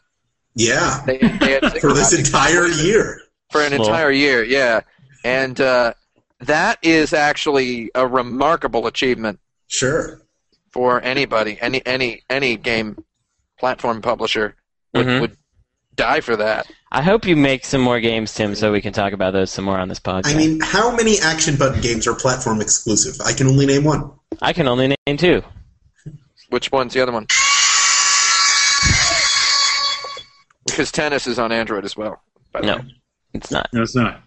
[SPEAKER 2] Yeah.
[SPEAKER 3] They, they had Ziggurat
[SPEAKER 2] For this entire year.
[SPEAKER 3] for an
[SPEAKER 5] Well.
[SPEAKER 3] entire year. Yeah, and uh, that is actually a remarkable achievement
[SPEAKER 2] Sure.
[SPEAKER 3] for anybody, any any any game platform publisher would,
[SPEAKER 5] Mhm.
[SPEAKER 3] would die for that.
[SPEAKER 5] I hope you make some more games, Tim, so we can talk about those some more on this podcast.
[SPEAKER 2] I mean, how many action button games are platform exclusive? I can only name one.
[SPEAKER 5] I can only name two.
[SPEAKER 3] Which one's the other one? Because tennis is on Android as well. by the
[SPEAKER 5] No,
[SPEAKER 3] way.
[SPEAKER 5] it's not
[SPEAKER 4] No, it's not.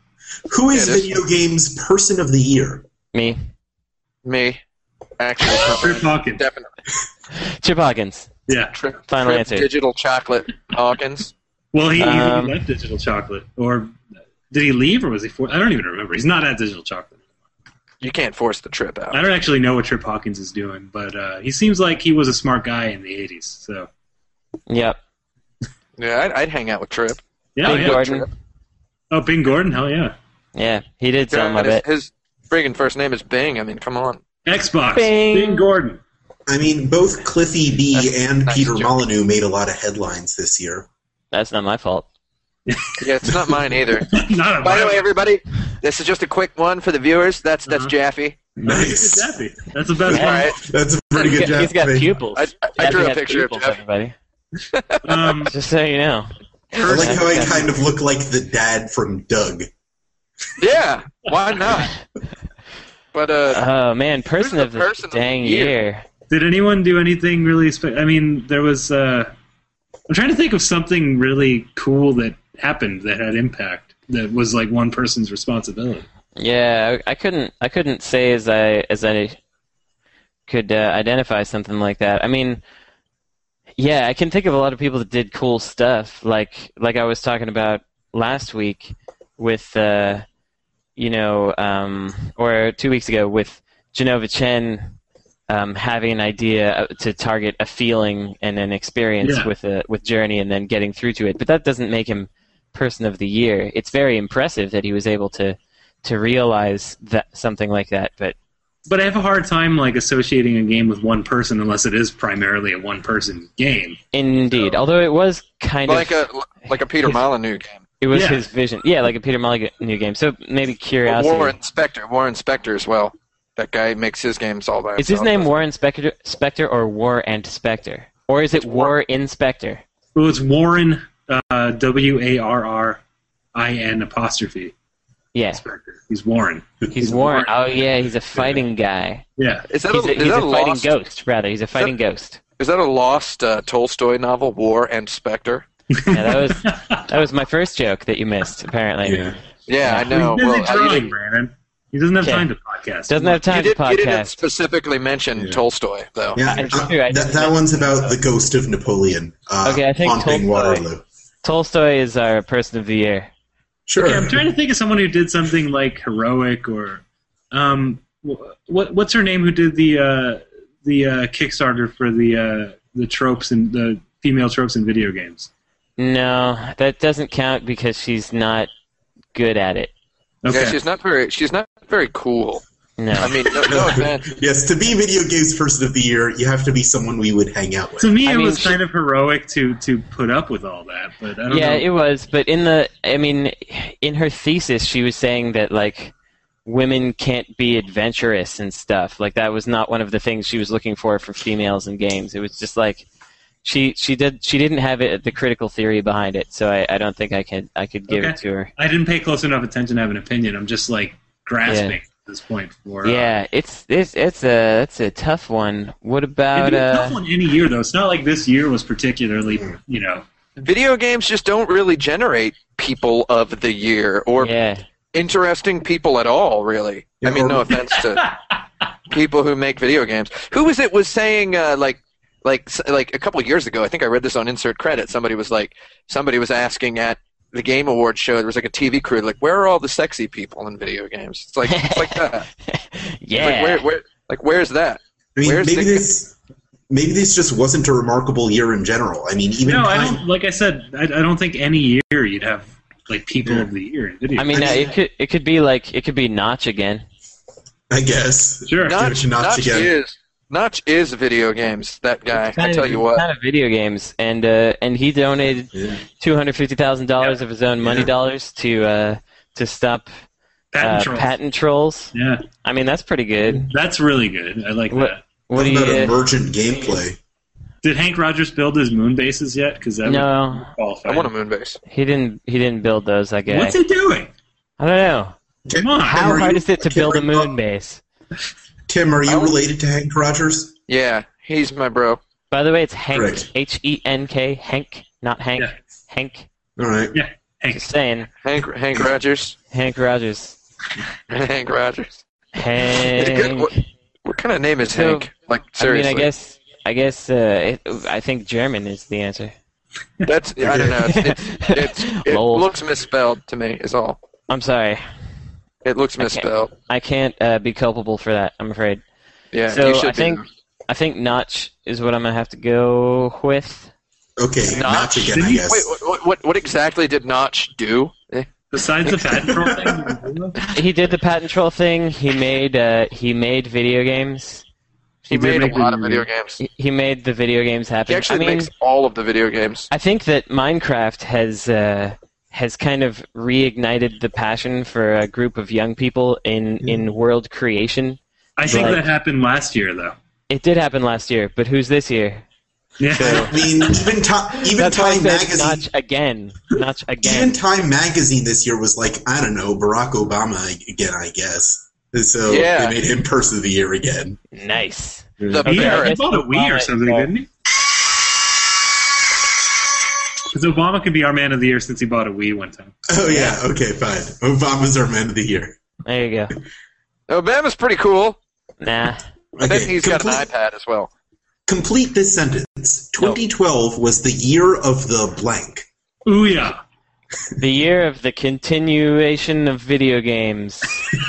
[SPEAKER 2] Who is
[SPEAKER 3] Yeah, it is.
[SPEAKER 2] video games person of the year?
[SPEAKER 5] me.
[SPEAKER 3] me, actually,
[SPEAKER 4] Trip Hawkins.
[SPEAKER 3] definitely.
[SPEAKER 5] Chip Hawkins.
[SPEAKER 4] Yeah.
[SPEAKER 3] Trip,
[SPEAKER 5] Final
[SPEAKER 3] Trip
[SPEAKER 5] answer.
[SPEAKER 3] Digital chocolate Hawkins.
[SPEAKER 4] Well, he, he-
[SPEAKER 5] Um,
[SPEAKER 4] he left Digital Chocolate, or did he leave, or was he? For- I don't even remember. He's not at Digital Chocolate.
[SPEAKER 3] You can't force the trip
[SPEAKER 4] I
[SPEAKER 3] out.
[SPEAKER 4] don't actually know what Trip Hawkins is doing, but uh, he seems like he was a smart guy in the '80s. So
[SPEAKER 5] Yep.
[SPEAKER 3] Yeah, I'd, I'd hang out with Trip.
[SPEAKER 4] yeah,
[SPEAKER 5] Big
[SPEAKER 4] yeah.
[SPEAKER 5] Gordon.
[SPEAKER 3] Trip.
[SPEAKER 4] Oh, Bing Gordon. Hell yeah.
[SPEAKER 5] Yeah, he did some
[SPEAKER 3] God,
[SPEAKER 5] of it.
[SPEAKER 3] his, his friggin' first name is Bing. I mean, come on.
[SPEAKER 4] Xbox.
[SPEAKER 5] Bing.
[SPEAKER 4] Bing Gordon.
[SPEAKER 2] I mean, both Cliffy B
[SPEAKER 3] That's-
[SPEAKER 2] and
[SPEAKER 3] that's
[SPEAKER 2] Peter
[SPEAKER 3] true.
[SPEAKER 2] Molyneux made a lot of headlines this year.
[SPEAKER 5] That's not my fault.
[SPEAKER 3] Yeah, it's not mine either.
[SPEAKER 4] not a
[SPEAKER 3] By the way, everybody, this is just a quick one for the viewers. That's that's
[SPEAKER 4] Uh-huh.
[SPEAKER 3] Jaffe.
[SPEAKER 2] Nice.
[SPEAKER 4] That's the best one.
[SPEAKER 3] Mm-hmm. All right.
[SPEAKER 2] That's a pretty
[SPEAKER 5] He's
[SPEAKER 2] good
[SPEAKER 5] got,
[SPEAKER 2] job.
[SPEAKER 5] he's got
[SPEAKER 2] Faye.
[SPEAKER 5] pupils.
[SPEAKER 3] I, I- I
[SPEAKER 5] Jeffy
[SPEAKER 3] drew a
[SPEAKER 5] has
[SPEAKER 3] picture of
[SPEAKER 5] pupils,
[SPEAKER 3] Jeff.
[SPEAKER 5] everybody.
[SPEAKER 4] Um,
[SPEAKER 5] Just so you know.
[SPEAKER 2] I like
[SPEAKER 5] Yeah.
[SPEAKER 2] how I kind of look like the dad from Doug.
[SPEAKER 3] Yeah, why not? But uh,
[SPEAKER 5] Oh man, person
[SPEAKER 3] the
[SPEAKER 5] of the
[SPEAKER 3] person of the
[SPEAKER 5] dang
[SPEAKER 3] year?
[SPEAKER 5] year.
[SPEAKER 4] Did anyone do anything really? Spe- I mean, there was. Uh, I'm trying to think of something really cool that happened that had impact. That was like one person's responsibility.
[SPEAKER 5] Yeah, I, I couldn't. I couldn't say as I as I could uh, identify something like that. I mean, yeah, I can think of a lot of people that did cool stuff, like like I was talking about last week with, uh, you know, um, or two weeks ago with Genova Chen um, having an idea uh, to target a feeling and an experience
[SPEAKER 4] Yeah.
[SPEAKER 5] with a with Journey, and then getting through to it. But that doesn't make him person of the year. It's very impressive that he was able to to realize that something like that. But
[SPEAKER 4] But I have a hard time like associating a game with one person unless it is primarily a one person game.
[SPEAKER 5] indeed, although it was kind
[SPEAKER 3] like
[SPEAKER 5] of
[SPEAKER 3] a like a Peter
[SPEAKER 5] His-
[SPEAKER 3] Molyneux game.
[SPEAKER 5] it was
[SPEAKER 4] yeah.
[SPEAKER 5] his vision. Yeah, like a Peter Molyneux game. So maybe
[SPEAKER 3] Or
[SPEAKER 5] curiosity.
[SPEAKER 3] Warren Spector. Warren Spector as well. That guy makes his games all by
[SPEAKER 5] is his
[SPEAKER 3] himself.
[SPEAKER 5] name Warren Spector, Spector or War and Spector, or is it War Inspector?
[SPEAKER 4] Well, it's Warren uh, W A R R I N apostrophe
[SPEAKER 5] Yeah,
[SPEAKER 4] Spector. He's Warren.
[SPEAKER 5] he's Warren. Oh yeah, he's a fighting guy.
[SPEAKER 4] Yeah.
[SPEAKER 3] Is that
[SPEAKER 5] He's a,
[SPEAKER 3] a, is
[SPEAKER 5] he's a
[SPEAKER 3] that a
[SPEAKER 5] fighting
[SPEAKER 3] lost,
[SPEAKER 5] ghost, rather. He's a fighting ghost.
[SPEAKER 3] is that a lost uh, Tolstoy novel, War and Spector?
[SPEAKER 5] Yeah, that was that was my first joke that you missed. Apparently,
[SPEAKER 2] Yeah.
[SPEAKER 3] Yeah, I know.
[SPEAKER 4] He's busy
[SPEAKER 3] Well, uh, you
[SPEAKER 4] drawing,
[SPEAKER 3] didn't-
[SPEAKER 4] Brandon. He doesn't have
[SPEAKER 5] Okay.
[SPEAKER 4] time to podcast.
[SPEAKER 5] doesn't have
[SPEAKER 3] you
[SPEAKER 5] time
[SPEAKER 3] did,
[SPEAKER 5] to
[SPEAKER 3] you didn't
[SPEAKER 5] podcast.
[SPEAKER 3] specifically mention
[SPEAKER 2] Yeah.
[SPEAKER 3] Tolstoy, though.
[SPEAKER 2] Yeah,
[SPEAKER 5] I-
[SPEAKER 2] uh,
[SPEAKER 5] I-
[SPEAKER 2] that, that one's about the ghost of Napoleon uh,
[SPEAKER 5] Okay, I think
[SPEAKER 2] haunting
[SPEAKER 5] Tolstoy.
[SPEAKER 2] Waterloo.
[SPEAKER 5] Tolstoy is our person of the year.
[SPEAKER 2] Sure.
[SPEAKER 4] Yeah, I'm trying to think of someone who did something like heroic or, um, wh- what what's her name who did the uh, the uh, Kickstarter for the uh, the tropes and the female tropes in video games?
[SPEAKER 5] No, that doesn't count because she's not good at it.
[SPEAKER 4] Okay,
[SPEAKER 3] Yeah, she's not very she's not very cool.
[SPEAKER 5] No.
[SPEAKER 3] I mean, no, no offense.
[SPEAKER 2] yes, to be video games person of the year, you have to be someone we would hang out with.
[SPEAKER 4] to me
[SPEAKER 5] I
[SPEAKER 4] it
[SPEAKER 5] mean,
[SPEAKER 4] was
[SPEAKER 5] she-
[SPEAKER 4] kind of heroic to to put up with all that, but I don't
[SPEAKER 5] yeah,
[SPEAKER 4] know.
[SPEAKER 5] it was, but in the I mean in her thesis she was saying that like women can't be adventurous and stuff. Like that was not one of the things she was looking for for females in games. It was just like she she did she didn't have it the critical theory behind it, so I, I don't think I could I could give
[SPEAKER 4] Okay.
[SPEAKER 5] it to her.
[SPEAKER 4] I didn't pay close enough attention to have an opinion. I'm just like grasping
[SPEAKER 5] Yeah.
[SPEAKER 4] at this point for. uh,
[SPEAKER 5] Yeah, it's it's it's a it's a tough one. What about
[SPEAKER 4] It'd be a tough
[SPEAKER 5] uh?
[SPEAKER 4] one any year though. It's not like this year was particularly, you know,
[SPEAKER 3] Video games just don't really generate people of the year or
[SPEAKER 5] Yeah,
[SPEAKER 3] interesting people at all, really. I
[SPEAKER 2] Yeah,
[SPEAKER 3] mean,
[SPEAKER 2] or-
[SPEAKER 3] no offense to people who make video games. Who was it was saying uh, like like s- like a couple of years ago? I think I read this on Insert Credit. Somebody was like somebody was asking at the Game Awards show. There was like a TV crew like, where are all the sexy people in video games? It's like it's like that. It's
[SPEAKER 5] yeah.
[SPEAKER 3] Like, where, where, like where's that?
[SPEAKER 2] I mean,
[SPEAKER 3] Where's
[SPEAKER 2] maybe
[SPEAKER 3] the-
[SPEAKER 2] this maybe this just wasn't a remarkable year in general. I mean, even
[SPEAKER 4] no, I
[SPEAKER 2] time-
[SPEAKER 4] don't. Like I said, I, I don't think any year you'd have like people
[SPEAKER 2] Yeah.
[SPEAKER 4] of the year in video.
[SPEAKER 5] I mean, uh,
[SPEAKER 2] I mean-
[SPEAKER 5] it could it could be like it could be Notch again.
[SPEAKER 2] I guess.
[SPEAKER 4] sure.
[SPEAKER 3] Notch,
[SPEAKER 2] Notch
[SPEAKER 3] Notch
[SPEAKER 2] again.
[SPEAKER 3] is Notch is video games. That guy.
[SPEAKER 5] It's
[SPEAKER 3] I
[SPEAKER 5] kind
[SPEAKER 3] tell
[SPEAKER 5] of,
[SPEAKER 3] you what.
[SPEAKER 5] kind of video games, and uh, and he donated
[SPEAKER 2] Yeah.
[SPEAKER 5] two hundred fifty thousand dollars of his own money
[SPEAKER 2] Yeah.
[SPEAKER 5] dollars to uh, to stop
[SPEAKER 4] patent
[SPEAKER 5] uh,
[SPEAKER 4] trolls.
[SPEAKER 5] patent trolls.
[SPEAKER 4] Yeah,
[SPEAKER 5] I mean, that's pretty good.
[SPEAKER 4] that's really good. I like
[SPEAKER 5] What-
[SPEAKER 4] that.
[SPEAKER 5] What do
[SPEAKER 2] about
[SPEAKER 5] you?
[SPEAKER 2] emergent gameplay?
[SPEAKER 4] Did Hank Rogers build his moon bases yet? Because that
[SPEAKER 5] No,
[SPEAKER 4] would qualify.
[SPEAKER 3] I want a moon base.
[SPEAKER 5] he didn't. He didn't build those. I guess.
[SPEAKER 4] What's it doing?
[SPEAKER 5] I don't know.
[SPEAKER 2] Tim,
[SPEAKER 4] Come on.
[SPEAKER 5] How
[SPEAKER 2] are
[SPEAKER 5] hard
[SPEAKER 2] you-
[SPEAKER 5] is it to
[SPEAKER 2] Tim,
[SPEAKER 5] build
[SPEAKER 2] are
[SPEAKER 5] a
[SPEAKER 2] you-
[SPEAKER 5] moon base?
[SPEAKER 2] Tim, are you
[SPEAKER 3] Oh.
[SPEAKER 2] related to Hank Rogers?
[SPEAKER 3] Yeah, he's my bro.
[SPEAKER 5] By the way, it's Hank.
[SPEAKER 2] Correct.
[SPEAKER 5] H E N K. Hank, not Hank.
[SPEAKER 4] Yeah.
[SPEAKER 5] Hank.
[SPEAKER 2] All right.
[SPEAKER 4] Hank.
[SPEAKER 5] Just saying.
[SPEAKER 3] Hank Hank Rogers.
[SPEAKER 5] Hank Rogers.
[SPEAKER 3] Hank Rogers. good-
[SPEAKER 5] Hank.
[SPEAKER 3] what- What kind of name is
[SPEAKER 5] So,
[SPEAKER 3] Hank? Like
[SPEAKER 5] I mean,
[SPEAKER 3] seriously,
[SPEAKER 5] I guess. I guess. Uh, it, I think German is the answer.
[SPEAKER 3] that's I don't know. It's, it's, it's, it
[SPEAKER 5] Lol.
[SPEAKER 3] looks misspelled to me. Is all.
[SPEAKER 5] I'm sorry.
[SPEAKER 3] It looks misspelled.
[SPEAKER 5] I can't uh, be culpable for that. I'm afraid.
[SPEAKER 3] Yeah,
[SPEAKER 5] So,
[SPEAKER 3] you should
[SPEAKER 5] I think-
[SPEAKER 3] be.
[SPEAKER 5] I think Notch is what I'm gonna have to go with.
[SPEAKER 2] Okay,
[SPEAKER 3] Notch?
[SPEAKER 2] Notch again,
[SPEAKER 4] Did
[SPEAKER 2] I
[SPEAKER 4] he-
[SPEAKER 2] guess.
[SPEAKER 3] Wait, what, what what exactly did Notch do? Eh,
[SPEAKER 4] Besides the patent troll thing,
[SPEAKER 5] He did the patent troll thing. He made. Uh, he made video games.
[SPEAKER 3] He,
[SPEAKER 4] did
[SPEAKER 3] made
[SPEAKER 4] make
[SPEAKER 3] a lot of
[SPEAKER 4] the-
[SPEAKER 3] video games.
[SPEAKER 5] He- He made the video games happen.
[SPEAKER 3] He actually
[SPEAKER 5] I mean,
[SPEAKER 3] makes all of the video games.
[SPEAKER 5] I think that Minecraft has uh, has kind of reignited the passion for a group of young people in
[SPEAKER 2] Hmm.
[SPEAKER 5] in world creation.
[SPEAKER 4] I think
[SPEAKER 5] Right.
[SPEAKER 4] that happened last year though.
[SPEAKER 5] It did happen last year, but who's this year?
[SPEAKER 4] Yeah.
[SPEAKER 2] I mean, even, ti- even
[SPEAKER 5] That's why I
[SPEAKER 2] Time
[SPEAKER 5] said
[SPEAKER 2] magazine.
[SPEAKER 5] Notch again. Notch
[SPEAKER 2] Even
[SPEAKER 5] again.
[SPEAKER 2] Time magazine this year was like I don't know Barack Obama again, I guess. And so
[SPEAKER 3] Yeah.
[SPEAKER 2] they made him person of the year again.
[SPEAKER 5] Nice.
[SPEAKER 3] The
[SPEAKER 5] Okay.
[SPEAKER 4] Yeah, he
[SPEAKER 3] parrot.
[SPEAKER 4] bought a Wii or something, didn't he? Because Obama could be our man of the year since he bought a Wii one time.
[SPEAKER 2] Oh yeah, okay, fine. Obama's our man of the year.
[SPEAKER 5] There you go.
[SPEAKER 3] Obama's pretty cool.
[SPEAKER 5] Nah.
[SPEAKER 3] I bet
[SPEAKER 2] Okay,
[SPEAKER 3] he's got an
[SPEAKER 2] complete-
[SPEAKER 3] iPad as well.
[SPEAKER 2] Complete this sentence. 2012 was the year of the blank.
[SPEAKER 4] Ooh yeah.
[SPEAKER 5] The year of the continuation of video games.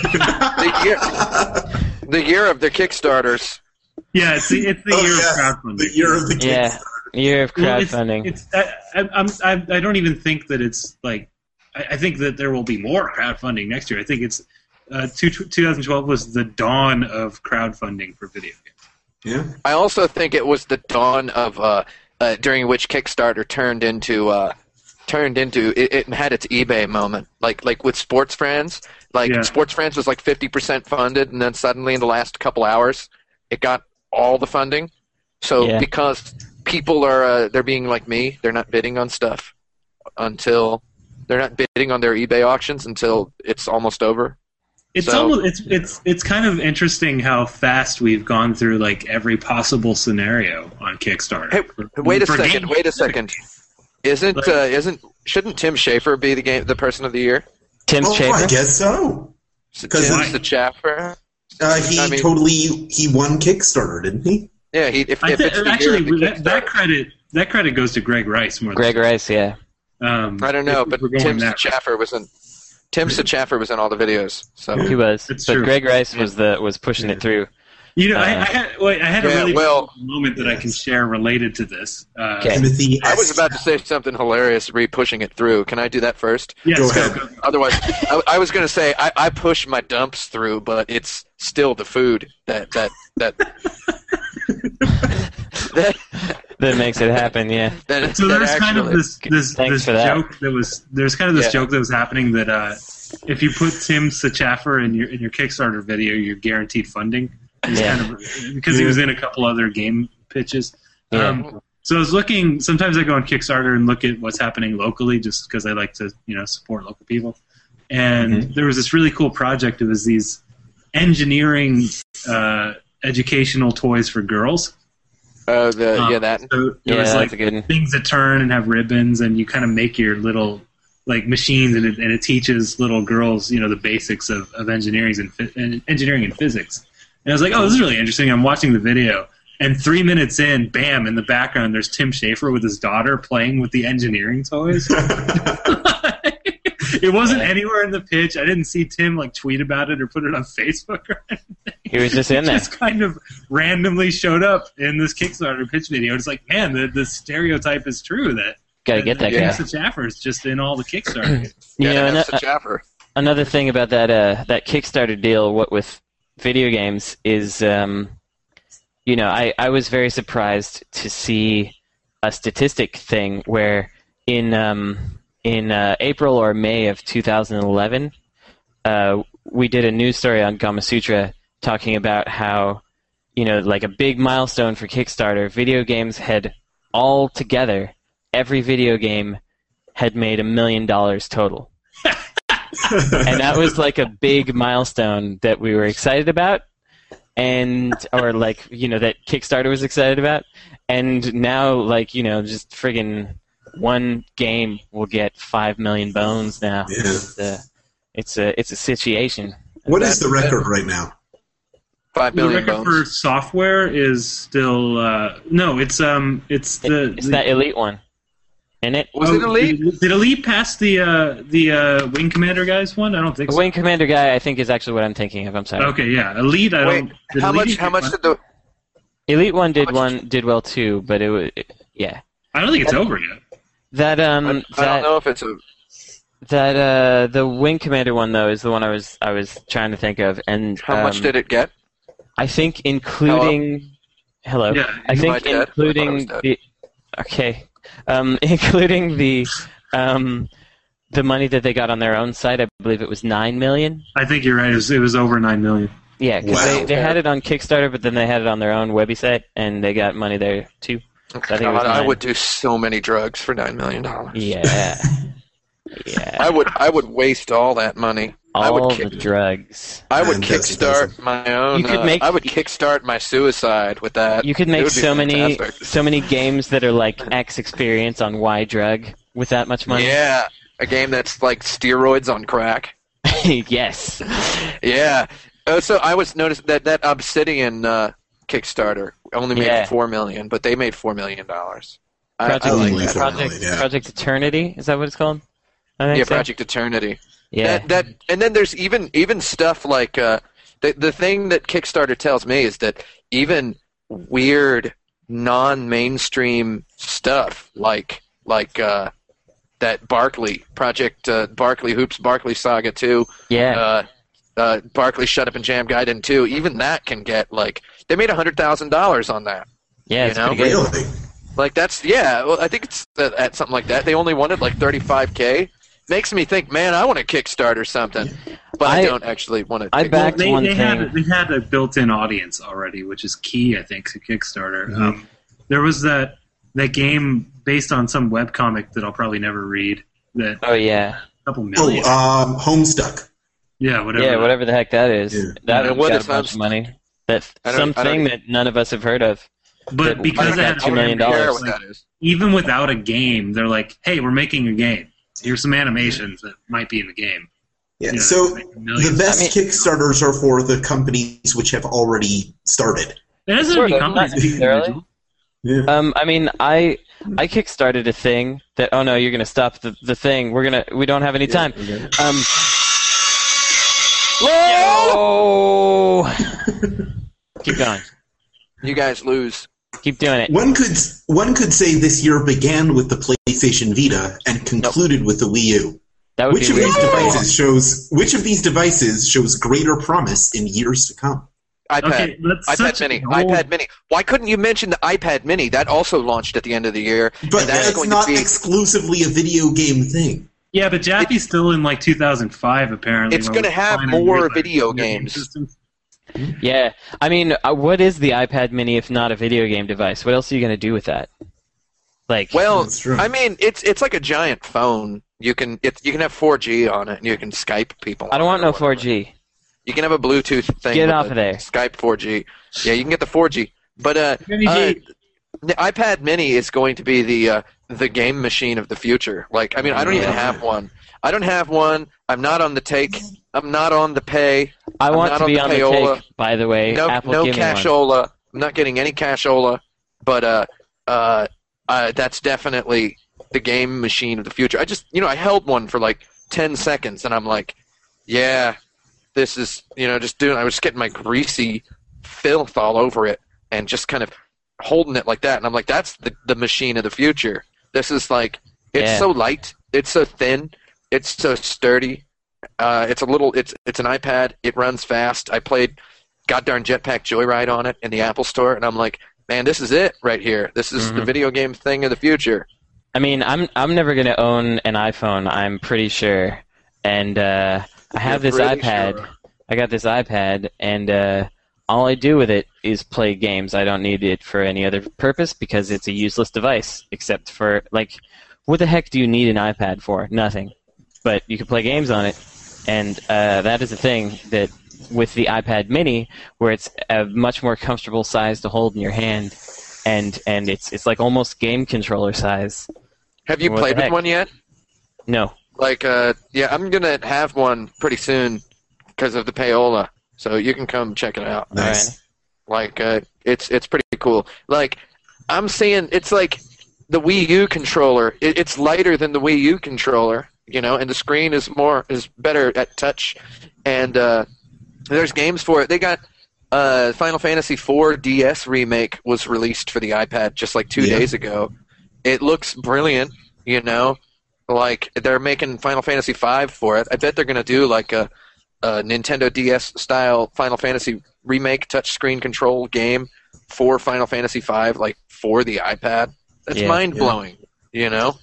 [SPEAKER 3] The year, the year of the Kickstarters.
[SPEAKER 4] Yeah, it's the, it's the
[SPEAKER 2] Oh,
[SPEAKER 4] year
[SPEAKER 2] yeah,
[SPEAKER 4] of crowdfunding.
[SPEAKER 2] The year of the
[SPEAKER 5] Yeah. Year of
[SPEAKER 4] Well, it's-
[SPEAKER 5] crowdfunding.
[SPEAKER 4] It's, I, I, I'm, I, I don't even think that it's like. I, I think that there will be more crowdfunding next year. I think it's. Uh, two, 2012 was the dawn of crowdfunding for video games.
[SPEAKER 2] Yeah.
[SPEAKER 3] I also think it was the dawn of uh, uh, during which Kickstarter turned into uh, turned into it, it had its eBay moment, like like with Sports Friends. Like
[SPEAKER 4] Yeah.
[SPEAKER 3] Sports Friends was like fifty percent funded, and then suddenly in the last couple hours, it got all the funding. So
[SPEAKER 5] Yeah.
[SPEAKER 3] because people are uh, they're being like me, they're not bidding on stuff until they're not bidding on their eBay auctions until it's almost over.
[SPEAKER 4] It's
[SPEAKER 3] So-
[SPEAKER 4] almost it's it's it's kind of interesting how fast we've gone through like every possible scenario on Kickstarter.
[SPEAKER 3] Hey,
[SPEAKER 4] For-
[SPEAKER 3] Wait a
[SPEAKER 4] Mm, for
[SPEAKER 3] second.
[SPEAKER 4] games.
[SPEAKER 3] Wait a second. Isn't uh, isn't shouldn't Tim Schafer be the game the person of the year?
[SPEAKER 5] Tim
[SPEAKER 2] Oh, I
[SPEAKER 5] Schafer.
[SPEAKER 2] guess so.
[SPEAKER 3] S-
[SPEAKER 2] 'Cause
[SPEAKER 3] Tim's
[SPEAKER 4] why?
[SPEAKER 3] the Chaffer.
[SPEAKER 2] Uh, he
[SPEAKER 3] I mean-
[SPEAKER 2] totally he won Kickstarter, didn't he?
[SPEAKER 3] Yeah, he, if,
[SPEAKER 4] I
[SPEAKER 3] if
[SPEAKER 4] thi-
[SPEAKER 3] it's the
[SPEAKER 4] actually,
[SPEAKER 3] year of
[SPEAKER 4] that,
[SPEAKER 3] the
[SPEAKER 4] that
[SPEAKER 3] Kickstarter.
[SPEAKER 4] credit that credit goes to Greg Rice more.
[SPEAKER 5] Greg Rice, yeah.
[SPEAKER 4] Than, um,
[SPEAKER 3] I don't know,
[SPEAKER 4] if
[SPEAKER 3] but
[SPEAKER 4] we're going
[SPEAKER 3] Tim
[SPEAKER 4] that
[SPEAKER 3] Chaffer was in. Tim Chaffer was in all the videos. So
[SPEAKER 5] He was.
[SPEAKER 4] It's
[SPEAKER 5] but
[SPEAKER 4] true.
[SPEAKER 5] Greg Rice was the was pushing it through.
[SPEAKER 4] You know, I,
[SPEAKER 5] Uh,
[SPEAKER 4] I had, wait, I had a
[SPEAKER 3] yeah,
[SPEAKER 4] really
[SPEAKER 3] well-
[SPEAKER 4] cool moment that I can share related to this. Uh,
[SPEAKER 5] Okay.
[SPEAKER 2] Timothy.
[SPEAKER 3] I was
[SPEAKER 2] S.
[SPEAKER 3] about to say something hilarious, re pushing it through. Can I do that first?
[SPEAKER 4] Yes,
[SPEAKER 2] Go
[SPEAKER 4] go,
[SPEAKER 2] ahead.
[SPEAKER 4] go, go.
[SPEAKER 3] Otherwise, I, I was going to say I, I push my dumps through, but it's still the food that that that that,
[SPEAKER 5] That makes it happen, yeah.
[SPEAKER 3] that,
[SPEAKER 4] So
[SPEAKER 3] that
[SPEAKER 4] there's
[SPEAKER 3] actually,
[SPEAKER 4] kind of this this,
[SPEAKER 5] Thanks
[SPEAKER 4] this
[SPEAKER 5] for that.
[SPEAKER 4] joke that was there's kind of this
[SPEAKER 3] Yeah.
[SPEAKER 4] joke that was happening that uh, if you put Tim Sachaffer in your in your Kickstarter video, you're guaranteed funding. He's
[SPEAKER 5] Yeah.
[SPEAKER 4] kind of because he was in a couple other game pitches.
[SPEAKER 5] Yeah.
[SPEAKER 4] Um, so I was looking. Sometimes I go on Kickstarter and look at what's happening locally, just because I like to you know support local people. and
[SPEAKER 5] Mm-hmm.
[SPEAKER 4] there was this really cool project. It was these engineering uh, educational toys for girls.
[SPEAKER 3] Oh, the
[SPEAKER 4] Um,
[SPEAKER 3] yeah that.
[SPEAKER 4] So it
[SPEAKER 5] Yeah,
[SPEAKER 4] was
[SPEAKER 5] that's
[SPEAKER 4] like
[SPEAKER 5] a good one.
[SPEAKER 4] things that turn and have ribbons, and you kind of make your little like machines, and it, and it teaches little girls, you know, the basics of, of engineering and, phy- and engineering and physics. And I was like, oh, this is really interesting. I'm watching the video, and three minutes in, bam! In the background, there's Tim Schafer with his daughter playing with the engineering toys. it wasn't anywhere in the pitch. I didn't see Tim like tweet about it or put it on Facebook or
[SPEAKER 5] He was just in there.
[SPEAKER 4] just kind of randomly showed up in this Kickstarter pitch video. It's like, man, the, the stereotype is true that
[SPEAKER 5] Got to get that guy.
[SPEAKER 4] Jason Schaffer is just in all the Kickstarter.
[SPEAKER 5] You
[SPEAKER 3] yeah,
[SPEAKER 5] know, uh, ano-
[SPEAKER 3] that's
[SPEAKER 4] uh,
[SPEAKER 3] a chopper.
[SPEAKER 5] another thing about that uh, that Kickstarter deal, what with video games, is um, you know I, I was very surprised to see a statistic thing where in um, in uh, April or May of 2011, uh, we did a news story on Gama Sutra talking about how you know like a big milestone for Kickstarter, video games had all together every video game had made a million dollars total and that was like a big milestone that we were excited about and or like you know that kickstarter was excited about and now like you know just friggin one game will get five million bones now
[SPEAKER 2] Yeah.
[SPEAKER 5] it's, a, it's a it's a situation
[SPEAKER 2] What is the record right now?
[SPEAKER 3] Five
[SPEAKER 4] the
[SPEAKER 3] million
[SPEAKER 4] record
[SPEAKER 3] bones.
[SPEAKER 4] for software is still uh, no. It's um, it's the
[SPEAKER 5] it's
[SPEAKER 4] the-
[SPEAKER 5] that elite one and it
[SPEAKER 3] Was
[SPEAKER 4] oh,
[SPEAKER 3] it elite?
[SPEAKER 4] Did, did elite pass the uh, the uh, wing commander guys one? I don't think
[SPEAKER 5] the
[SPEAKER 4] so.
[SPEAKER 5] wing commander guy i think is actually what i'm thinking of i'm sorry
[SPEAKER 4] Okay, yeah, elite. I
[SPEAKER 3] Wait,
[SPEAKER 4] don't. did
[SPEAKER 3] how
[SPEAKER 4] Elite
[SPEAKER 3] much? How
[SPEAKER 4] get
[SPEAKER 3] much
[SPEAKER 4] one?
[SPEAKER 3] did the?
[SPEAKER 5] elite one did
[SPEAKER 3] much-
[SPEAKER 5] one did well too but it was yeah
[SPEAKER 4] I don't think it's over yet.
[SPEAKER 5] that um
[SPEAKER 3] I, I
[SPEAKER 5] that,
[SPEAKER 3] don't know if it's a.
[SPEAKER 5] That uh, the Wing Commander one though is the one I was I was trying to think of, and
[SPEAKER 3] How much
[SPEAKER 5] um,
[SPEAKER 3] did it get?
[SPEAKER 5] I think including hello.
[SPEAKER 4] Yeah,
[SPEAKER 5] I
[SPEAKER 4] am
[SPEAKER 5] think
[SPEAKER 3] I dead? I thought I was
[SPEAKER 5] including
[SPEAKER 3] dead.
[SPEAKER 5] the okay, um, including the um, the money that they got on their own site. I believe it was nine million.
[SPEAKER 4] I think you're right. It was, it was over nine million.
[SPEAKER 5] Yeah, because
[SPEAKER 2] Wow.
[SPEAKER 5] they, they had it on Kickstarter, but then they had it on their own website, and they got money there too. So I think it was
[SPEAKER 3] God, I
[SPEAKER 5] nine.
[SPEAKER 3] would do so many drugs for nine million dollars.
[SPEAKER 5] Yeah, yeah.
[SPEAKER 3] I would. I would waste all that money. I
[SPEAKER 5] All
[SPEAKER 3] would.
[SPEAKER 5] the
[SPEAKER 3] Kick,
[SPEAKER 5] drugs.
[SPEAKER 3] I would
[SPEAKER 2] And that's-
[SPEAKER 3] kickstart my own.
[SPEAKER 5] You could
[SPEAKER 3] uh,
[SPEAKER 5] make-
[SPEAKER 3] I would kickstart my suicide with that.
[SPEAKER 5] You could
[SPEAKER 3] Uh, It
[SPEAKER 5] make
[SPEAKER 3] would be
[SPEAKER 5] so many
[SPEAKER 3] fantastic.
[SPEAKER 5] so many games that are like X experience on Y drug with that much money.
[SPEAKER 3] Yeah, a game that's like steroids on crack.
[SPEAKER 5] yes.
[SPEAKER 3] Yeah. Uh, so I was noticed that that Obsidian uh, Kickstarter only made
[SPEAKER 5] Yeah.
[SPEAKER 3] four million, but they made four million dollars. I,
[SPEAKER 5] Project,
[SPEAKER 3] I like
[SPEAKER 2] Only
[SPEAKER 3] that.
[SPEAKER 2] four
[SPEAKER 5] Project,
[SPEAKER 2] million, yeah.
[SPEAKER 5] Project Eternity, is that what it's called? I think
[SPEAKER 3] Yeah,
[SPEAKER 5] so.
[SPEAKER 3] Project Eternity.
[SPEAKER 5] Yeah.
[SPEAKER 3] That, that and then there's even even stuff like uh, the the thing that Kickstarter tells me is that even weird non-mainstream stuff like like uh, that Barkley Project uh, Barkley Hoops Barkley Saga two
[SPEAKER 5] yeah.
[SPEAKER 3] uh, uh, Barkley Shut Up and Jam Guide in two even that can get like they made hundred thousand dollars on that
[SPEAKER 5] yeah,
[SPEAKER 3] you
[SPEAKER 5] it's
[SPEAKER 3] know,
[SPEAKER 5] pretty good.
[SPEAKER 2] Really?
[SPEAKER 3] like that's yeah well I think it's at, at something like that they only wanted like thirty five k makes me think man I want to Kickstarter something but I,
[SPEAKER 5] I-
[SPEAKER 3] don't actually want to
[SPEAKER 5] I
[SPEAKER 3] Kickstarter.
[SPEAKER 5] back- That's
[SPEAKER 4] they,
[SPEAKER 5] one
[SPEAKER 4] they
[SPEAKER 5] thing.
[SPEAKER 4] Had, they had a built-in audience already, which is key, I think, to Kickstarter. Um, there was that that game based on some webcomic that I'll probably never read. That a
[SPEAKER 5] Oh yeah.
[SPEAKER 4] couple
[SPEAKER 2] Oh,
[SPEAKER 4] million,
[SPEAKER 3] uh,
[SPEAKER 2] um, Homestuck.
[SPEAKER 4] yeah, whatever.
[SPEAKER 5] Yeah, whatever the heck that is.
[SPEAKER 2] Yeah.
[SPEAKER 5] That
[SPEAKER 3] And what
[SPEAKER 5] got
[SPEAKER 3] is
[SPEAKER 5] a bunch
[SPEAKER 3] Homestuck?
[SPEAKER 5] of money. That
[SPEAKER 3] I don't- I don't
[SPEAKER 5] something
[SPEAKER 3] even-
[SPEAKER 5] that none of us have heard of.
[SPEAKER 4] But
[SPEAKER 5] that-
[SPEAKER 3] I
[SPEAKER 4] because
[SPEAKER 3] don't
[SPEAKER 4] they had
[SPEAKER 5] $2
[SPEAKER 3] even
[SPEAKER 5] million
[SPEAKER 3] care
[SPEAKER 5] dollars.
[SPEAKER 3] what that is.
[SPEAKER 4] even without a game, they're like, "Hey, we're making a game. Here's some animations that might be in the game."
[SPEAKER 2] Yeah.
[SPEAKER 4] You know,
[SPEAKER 2] So
[SPEAKER 4] they make
[SPEAKER 2] the
[SPEAKER 4] millions.
[SPEAKER 2] best
[SPEAKER 5] I mean-
[SPEAKER 2] Kickstarters are for the companies which have already started.
[SPEAKER 4] it doesn't have to
[SPEAKER 5] Sort
[SPEAKER 4] be
[SPEAKER 5] of,
[SPEAKER 4] companies,
[SPEAKER 5] not
[SPEAKER 4] it could be
[SPEAKER 5] necessarily.
[SPEAKER 4] individual.
[SPEAKER 2] Yeah.
[SPEAKER 5] Um, I mean, I I kickstarted a thing that oh no, you're gonna stop the, the thing. We're gonna we don't have any time. Um, Yo! Keep going.
[SPEAKER 3] You guys lose.
[SPEAKER 5] Keep doing it.
[SPEAKER 2] One could one could say this year began with the PlayStation Vita and concluded with the Wii U.
[SPEAKER 5] That would
[SPEAKER 2] Which
[SPEAKER 5] be
[SPEAKER 2] of
[SPEAKER 5] weird.
[SPEAKER 2] these devices shows which of these devices shows greater promise in years to come?
[SPEAKER 3] iPad.
[SPEAKER 4] Okay, that's
[SPEAKER 3] iPad
[SPEAKER 4] such
[SPEAKER 3] Mini.
[SPEAKER 4] an old-
[SPEAKER 3] iPad Mini. Why couldn't you mention the iPad Mini? That also launched at the end of the year.
[SPEAKER 2] But
[SPEAKER 3] and that's,
[SPEAKER 2] that's
[SPEAKER 3] going
[SPEAKER 2] not
[SPEAKER 3] to be.
[SPEAKER 2] exclusively a video game thing.
[SPEAKER 4] Yeah, but Jaffe's still in like 2005 apparently.
[SPEAKER 3] It's
[SPEAKER 4] when
[SPEAKER 3] gonna
[SPEAKER 4] we
[SPEAKER 3] have
[SPEAKER 4] finally
[SPEAKER 3] more
[SPEAKER 4] realized
[SPEAKER 3] video
[SPEAKER 4] the game
[SPEAKER 3] games.
[SPEAKER 4] system.
[SPEAKER 5] Yeah. I mean, uh, what is the iPad Mini if not a video game device? What else are you gonna do with that? Like,
[SPEAKER 3] well,
[SPEAKER 2] That's true.
[SPEAKER 3] I mean, it's it's like a giant phone. You can it, you can have 4G on it, and you can Skype people.
[SPEAKER 5] I don't
[SPEAKER 3] on
[SPEAKER 5] want
[SPEAKER 3] it or
[SPEAKER 5] no
[SPEAKER 3] whatever.
[SPEAKER 5] 4G.
[SPEAKER 3] You can have a Bluetooth thing.
[SPEAKER 5] Get
[SPEAKER 3] with
[SPEAKER 5] off
[SPEAKER 3] a
[SPEAKER 5] of there.
[SPEAKER 3] Skype 4G. Yeah, you can get the 4G. But uh,
[SPEAKER 4] Mini
[SPEAKER 3] uh,
[SPEAKER 4] G.
[SPEAKER 3] the iPad Mini is going to be the uh, the game machine of the future. Like, I mean, I don't even have one. I don't have one. I'm not on the take. I'm not on the pay.
[SPEAKER 5] I
[SPEAKER 3] I'm
[SPEAKER 5] want
[SPEAKER 3] not
[SPEAKER 5] to
[SPEAKER 3] on
[SPEAKER 5] be
[SPEAKER 3] the
[SPEAKER 5] on the
[SPEAKER 3] payola.
[SPEAKER 5] take. By the way,
[SPEAKER 3] No,
[SPEAKER 5] Apple
[SPEAKER 3] no
[SPEAKER 5] give me one.
[SPEAKER 3] cashola. I'm not getting any cashola. But uh, uh, uh, that's definitely the game machine of the future. I just, you know, I held one for like ten seconds, and I'm like, yeah, this is, you know, just doing. I was getting my greasy filth all over it, and just kind of holding it like that. And I'm like, that's the the machine of the future. This is like, it's
[SPEAKER 5] Yeah.
[SPEAKER 3] so light, it's so thin, it's so sturdy. Uh, it's a little, it's it's an iPad. It runs fast. I played goddamn Jetpack Joyride on it in the Apple Store, and I'm like, man, this is it right here. This is the
[SPEAKER 5] Mhm.
[SPEAKER 3] video game thing of the future.
[SPEAKER 5] I mean, I'm I'm never gonna own an iPhone. I'm pretty sure, and uh, I have
[SPEAKER 3] You're
[SPEAKER 5] this
[SPEAKER 3] pretty
[SPEAKER 5] iPad.
[SPEAKER 3] sure.
[SPEAKER 5] I got this iPad, and uh, all I do with it is play games. I don't need it for any other purpose because it's a useless device, except for like, what the heck do you need an iPad for? Nothing. But you can play games on it, and uh, that is a thing that with the iPad Mini, where it's a much more comfortable size to hold in your hand, and and it's it's like almost game controller size.
[SPEAKER 3] Have you
[SPEAKER 5] What the
[SPEAKER 3] played with
[SPEAKER 5] heck?
[SPEAKER 3] one yet?
[SPEAKER 5] No,
[SPEAKER 3] Like, uh, yeah, I'm gonna have one pretty soon because of the payola. So you can come check it out.
[SPEAKER 2] Nice.
[SPEAKER 5] Alright.
[SPEAKER 3] Like uh, it's it's pretty cool. Like I'm seeing it's like the Wii U controller. It, it's lighter than the Wii U controller, you know, and the screen is more is better at touch. And uh, there's games for it. They got uh, Final Fantasy IV DS remake was released for the iPad just like two
[SPEAKER 2] Yeah.
[SPEAKER 3] days ago. It looks brilliant, you know. Like they're making Final Fantasy V for it. I bet they're gonna do like a a Nintendo DS style Final Fantasy remake touchscreen control game for Final Fantasy V, like for the iPad. That's
[SPEAKER 5] Yeah.
[SPEAKER 3] mind blowing. You know,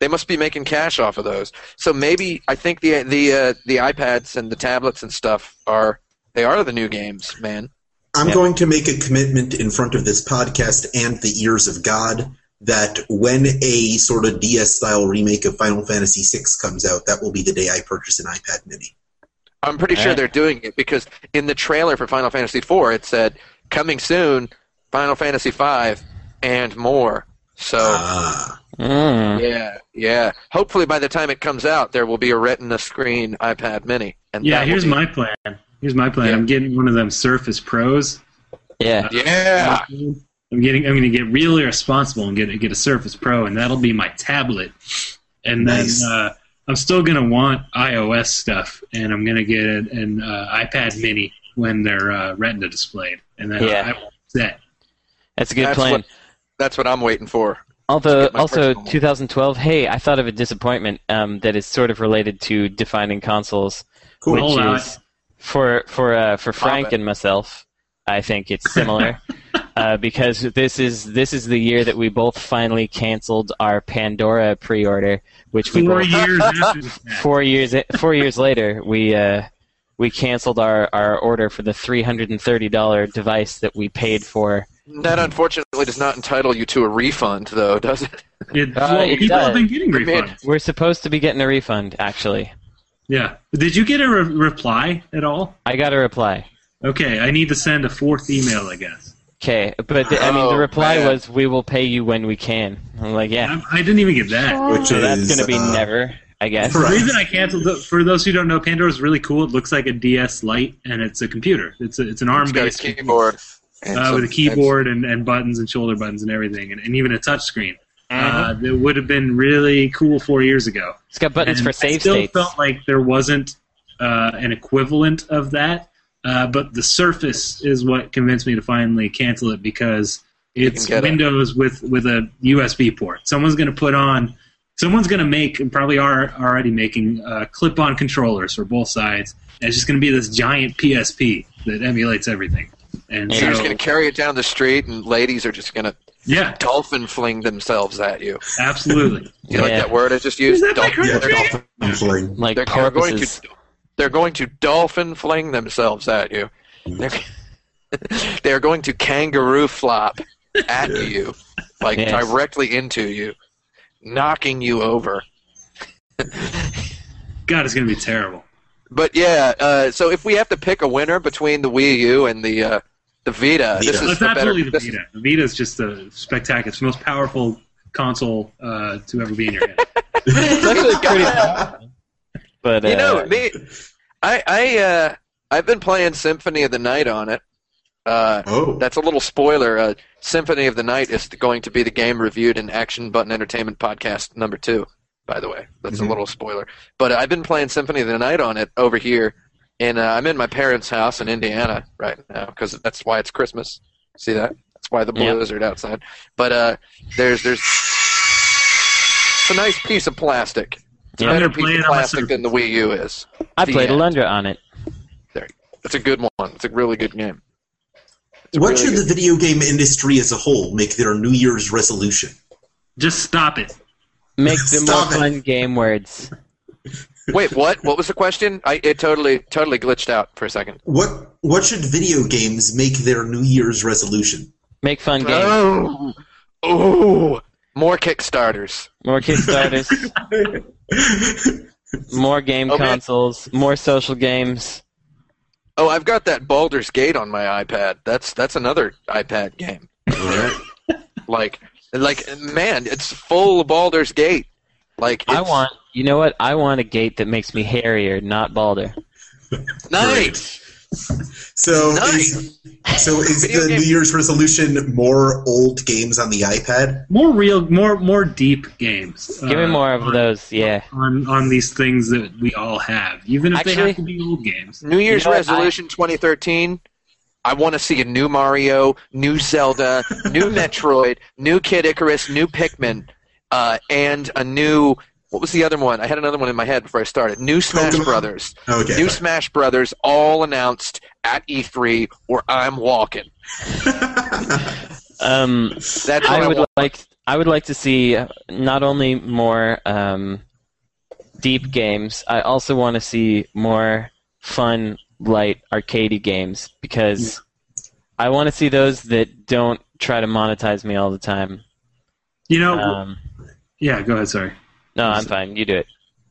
[SPEAKER 3] they must be making cash off of those. So maybe I think the the uh, the iPads and the tablets and stuff are they are the new games, man.
[SPEAKER 2] I'm
[SPEAKER 5] Yeah.
[SPEAKER 2] going to make a commitment in front of this podcast and the ears of God that when a sort of DS style remake of Final Fantasy VI comes out, that will be the day I purchase an iPad mini.
[SPEAKER 3] I'm pretty sure
[SPEAKER 5] Alright.
[SPEAKER 3] they're doing it because in the trailer for Final Fantasy IV it said coming soon Final Fantasy V and more. So.
[SPEAKER 2] Ah,
[SPEAKER 5] Uh-huh. Mm.
[SPEAKER 3] Yeah, yeah. Hopefully, by the time it comes out, there will be a Retina screen iPad Mini. And
[SPEAKER 4] Yeah,
[SPEAKER 3] that will
[SPEAKER 4] here's
[SPEAKER 3] be-
[SPEAKER 4] my plan. Here's my plan.
[SPEAKER 3] Yeah.
[SPEAKER 4] I'm getting one of them Surface Pros.
[SPEAKER 5] yeah.
[SPEAKER 3] Yeah,
[SPEAKER 4] I'm getting. I'm going to get really responsible and get get a Surface Pro, and that'll be my tablet. And
[SPEAKER 2] Nice.
[SPEAKER 4] then uh, I'm still going to want iOS stuff, and I'm going to get an, an uh, iPad Mini when they're uh, Retina displayed, and then
[SPEAKER 5] Yeah.
[SPEAKER 4] I, I will set.
[SPEAKER 5] That's a good
[SPEAKER 3] That's
[SPEAKER 5] plan.
[SPEAKER 3] what- that's what I'm waiting for.
[SPEAKER 5] Although,
[SPEAKER 3] get my
[SPEAKER 5] also
[SPEAKER 3] personal one.
[SPEAKER 5] 2012. Hey, I thought of a disappointment um, that is sort of related to defining consoles,
[SPEAKER 2] cool.
[SPEAKER 4] Well,
[SPEAKER 5] which
[SPEAKER 4] uh,
[SPEAKER 5] is for for uh, for Frank
[SPEAKER 3] Hobbit.
[SPEAKER 5] and myself. I think it's similar uh, because this is this is the year that we both finally canceled our Pandora pre-order, which we
[SPEAKER 4] Four
[SPEAKER 5] both,
[SPEAKER 4] years after the fact.
[SPEAKER 5] four years four years later we uh, we canceled our, our order for the three hundred and thirty dollar device that we paid for.
[SPEAKER 3] That unfortunately does not entitle you to a refund, though, does it?
[SPEAKER 4] It,
[SPEAKER 5] Uh,
[SPEAKER 4] well,
[SPEAKER 5] it
[SPEAKER 4] people
[SPEAKER 5] does.
[SPEAKER 4] have been getting
[SPEAKER 3] It made-
[SPEAKER 4] refunds.
[SPEAKER 5] We're supposed to be getting a refund, actually.
[SPEAKER 4] Yeah. Did you get a re- reply at all?
[SPEAKER 5] I got a reply.
[SPEAKER 4] Okay, I need to send a fourth email, I guess.
[SPEAKER 5] Okay, but the, I mean,
[SPEAKER 3] Oh,
[SPEAKER 5] the reply
[SPEAKER 3] man.
[SPEAKER 5] was, "We will pay you when we can." I'm like, yeah,
[SPEAKER 4] I, I didn't even get that.
[SPEAKER 2] Which
[SPEAKER 5] so that's
[SPEAKER 2] is,
[SPEAKER 5] gonna be
[SPEAKER 2] uh,
[SPEAKER 5] never, I guess.
[SPEAKER 4] The
[SPEAKER 2] Right.
[SPEAKER 4] reason I canceled it, for those who don't know, Pandora's really cool. It looks like a DS Lite, and it's a computer. It's a, it's an ARM
[SPEAKER 3] It's got a
[SPEAKER 4] based
[SPEAKER 3] keyboard. and
[SPEAKER 4] uh,
[SPEAKER 3] some-
[SPEAKER 4] with a keyboard and, and buttons and shoulder buttons and everything, and, and even a touch screen.
[SPEAKER 3] Mm-hmm.
[SPEAKER 4] Uh, that would have been really cool four years ago.
[SPEAKER 5] It's got buttons
[SPEAKER 4] And
[SPEAKER 5] for
[SPEAKER 4] I
[SPEAKER 5] save
[SPEAKER 4] still
[SPEAKER 5] states.
[SPEAKER 4] felt like there wasn't uh, an equivalent of that, uh, but the Surface is what convinced me to finally cancel it because it's
[SPEAKER 3] can get it.
[SPEAKER 4] Windows with with a USB port. Someone's going to put on. Someone's going to make, and probably are already making, uh, clip-on controllers for both sides. And it's just going to be this giant PSP that emulates everything. And
[SPEAKER 5] Yeah.
[SPEAKER 3] So you're just
[SPEAKER 4] so,
[SPEAKER 3] gonna carry it down the street, and ladies are just gonna
[SPEAKER 4] yeah,
[SPEAKER 3] dolphin fling themselves at you.
[SPEAKER 4] absolutely.
[SPEAKER 3] You like
[SPEAKER 5] Yeah.
[SPEAKER 3] that word I just
[SPEAKER 4] Is
[SPEAKER 3] used?
[SPEAKER 4] that my
[SPEAKER 3] Dolphin-
[SPEAKER 4] Chrono
[SPEAKER 2] Yeah,
[SPEAKER 3] they're
[SPEAKER 4] Trigger?
[SPEAKER 3] dolphin-
[SPEAKER 2] dolphin fling.
[SPEAKER 5] like
[SPEAKER 3] they're- they're going
[SPEAKER 5] porpoises.
[SPEAKER 3] to they're going to dolphin fling themselves at you. They're, they're going to kangaroo flop at you, like
[SPEAKER 5] Yes.
[SPEAKER 3] directly into you, knocking you over.
[SPEAKER 4] God, it's going to be terrible.
[SPEAKER 3] But yeah, uh, so if we have to pick a winner between the Wii U and the uh, the Vita, this
[SPEAKER 2] Vita.
[SPEAKER 3] is
[SPEAKER 4] It's
[SPEAKER 3] the
[SPEAKER 4] not
[SPEAKER 3] better.
[SPEAKER 4] really the
[SPEAKER 3] this-
[SPEAKER 4] Vita. The Vita is just a spectacular. It's the most powerful console uh, to ever be in your hand.
[SPEAKER 5] It's actually pretty powerful. But uh,
[SPEAKER 3] you know me, I I uh, I've been playing Symphony of the Night on it. Uh,
[SPEAKER 2] Oh,
[SPEAKER 3] that's a little spoiler. Uh, Symphony of the Night is going to be the game reviewed in Action Button Entertainment Podcast number two. By the way, that's a
[SPEAKER 2] Mhm.
[SPEAKER 3] little spoiler. But I've been playing Symphony of the Night on it over here, and uh, I'm in my parents' house in Indiana right now because that's why it's Christmas. See that? That's why the
[SPEAKER 5] Yeah.
[SPEAKER 3] blizzard outside. But uh, there's there's it's a nice piece of plastic. It's a
[SPEAKER 5] Yeah.
[SPEAKER 4] I'm
[SPEAKER 3] better
[SPEAKER 4] gonna
[SPEAKER 3] piece
[SPEAKER 4] play
[SPEAKER 3] of
[SPEAKER 4] it on my
[SPEAKER 3] plastic than the Wii U is.
[SPEAKER 5] I played
[SPEAKER 3] Yeah.
[SPEAKER 5] Alundra on it.
[SPEAKER 3] It's a good one. It's a really good game. It's a
[SPEAKER 2] what
[SPEAKER 3] really
[SPEAKER 2] should
[SPEAKER 3] good
[SPEAKER 2] the video game industry as a whole make their New Year's resolution?
[SPEAKER 4] Just stop it.
[SPEAKER 5] Make the more
[SPEAKER 2] Stop it.
[SPEAKER 5] fun game words.
[SPEAKER 3] Wait, what? What was the question? I it totally totally glitched out for a second.
[SPEAKER 2] What What should video games make their New Year's resolution?
[SPEAKER 5] Make fun games.
[SPEAKER 3] Oh, oh, more Kickstarters.
[SPEAKER 5] More Kickstarters. more game
[SPEAKER 3] Oh, man.
[SPEAKER 5] consoles. More social games.
[SPEAKER 3] Oh, I've got that Baldur's Gate on my iPad. That's that's another iPad game.
[SPEAKER 2] All right.
[SPEAKER 3] Like like man, it's full of Baldur's Gate. Like
[SPEAKER 5] I
[SPEAKER 3] it's
[SPEAKER 5] want. You know what? I want a gate that makes me hairier, not balder.
[SPEAKER 3] nice.
[SPEAKER 2] So
[SPEAKER 3] Nice.
[SPEAKER 2] is so is
[SPEAKER 3] Video
[SPEAKER 2] the
[SPEAKER 3] game-
[SPEAKER 2] New Year's resolution more old games on the iPad?
[SPEAKER 4] More real, more more deep games.
[SPEAKER 5] Give me
[SPEAKER 4] uh,
[SPEAKER 5] more of those. Yeah.
[SPEAKER 4] on on these things that we all have, even if they
[SPEAKER 5] Actually-
[SPEAKER 4] have to be old games.
[SPEAKER 3] New Year's
[SPEAKER 5] You know what, I-
[SPEAKER 3] resolution 2013. I want to see a new Mario, new Zelda, new Metroid, new Kid Icarus, new Pikmin, uh, and a new. What was the other one? I had another one in my head before I started. New Smash
[SPEAKER 2] Pokemon?
[SPEAKER 3] Brothers.
[SPEAKER 2] Okay.
[SPEAKER 3] New Smash Brothers, all announced at E3, or I'm walking.
[SPEAKER 5] Um,
[SPEAKER 3] That's what I,
[SPEAKER 5] I would
[SPEAKER 3] want.
[SPEAKER 5] like. I would like to see not only more um, deep games. I also want to see more fun, light, arcadey games because I want to see those that don't try to monetize me all the time.
[SPEAKER 4] You
[SPEAKER 3] Oh,
[SPEAKER 4] know,
[SPEAKER 5] Um,
[SPEAKER 4] yeah. Go ahead. Sorry.
[SPEAKER 5] no, I'm fine. You do it.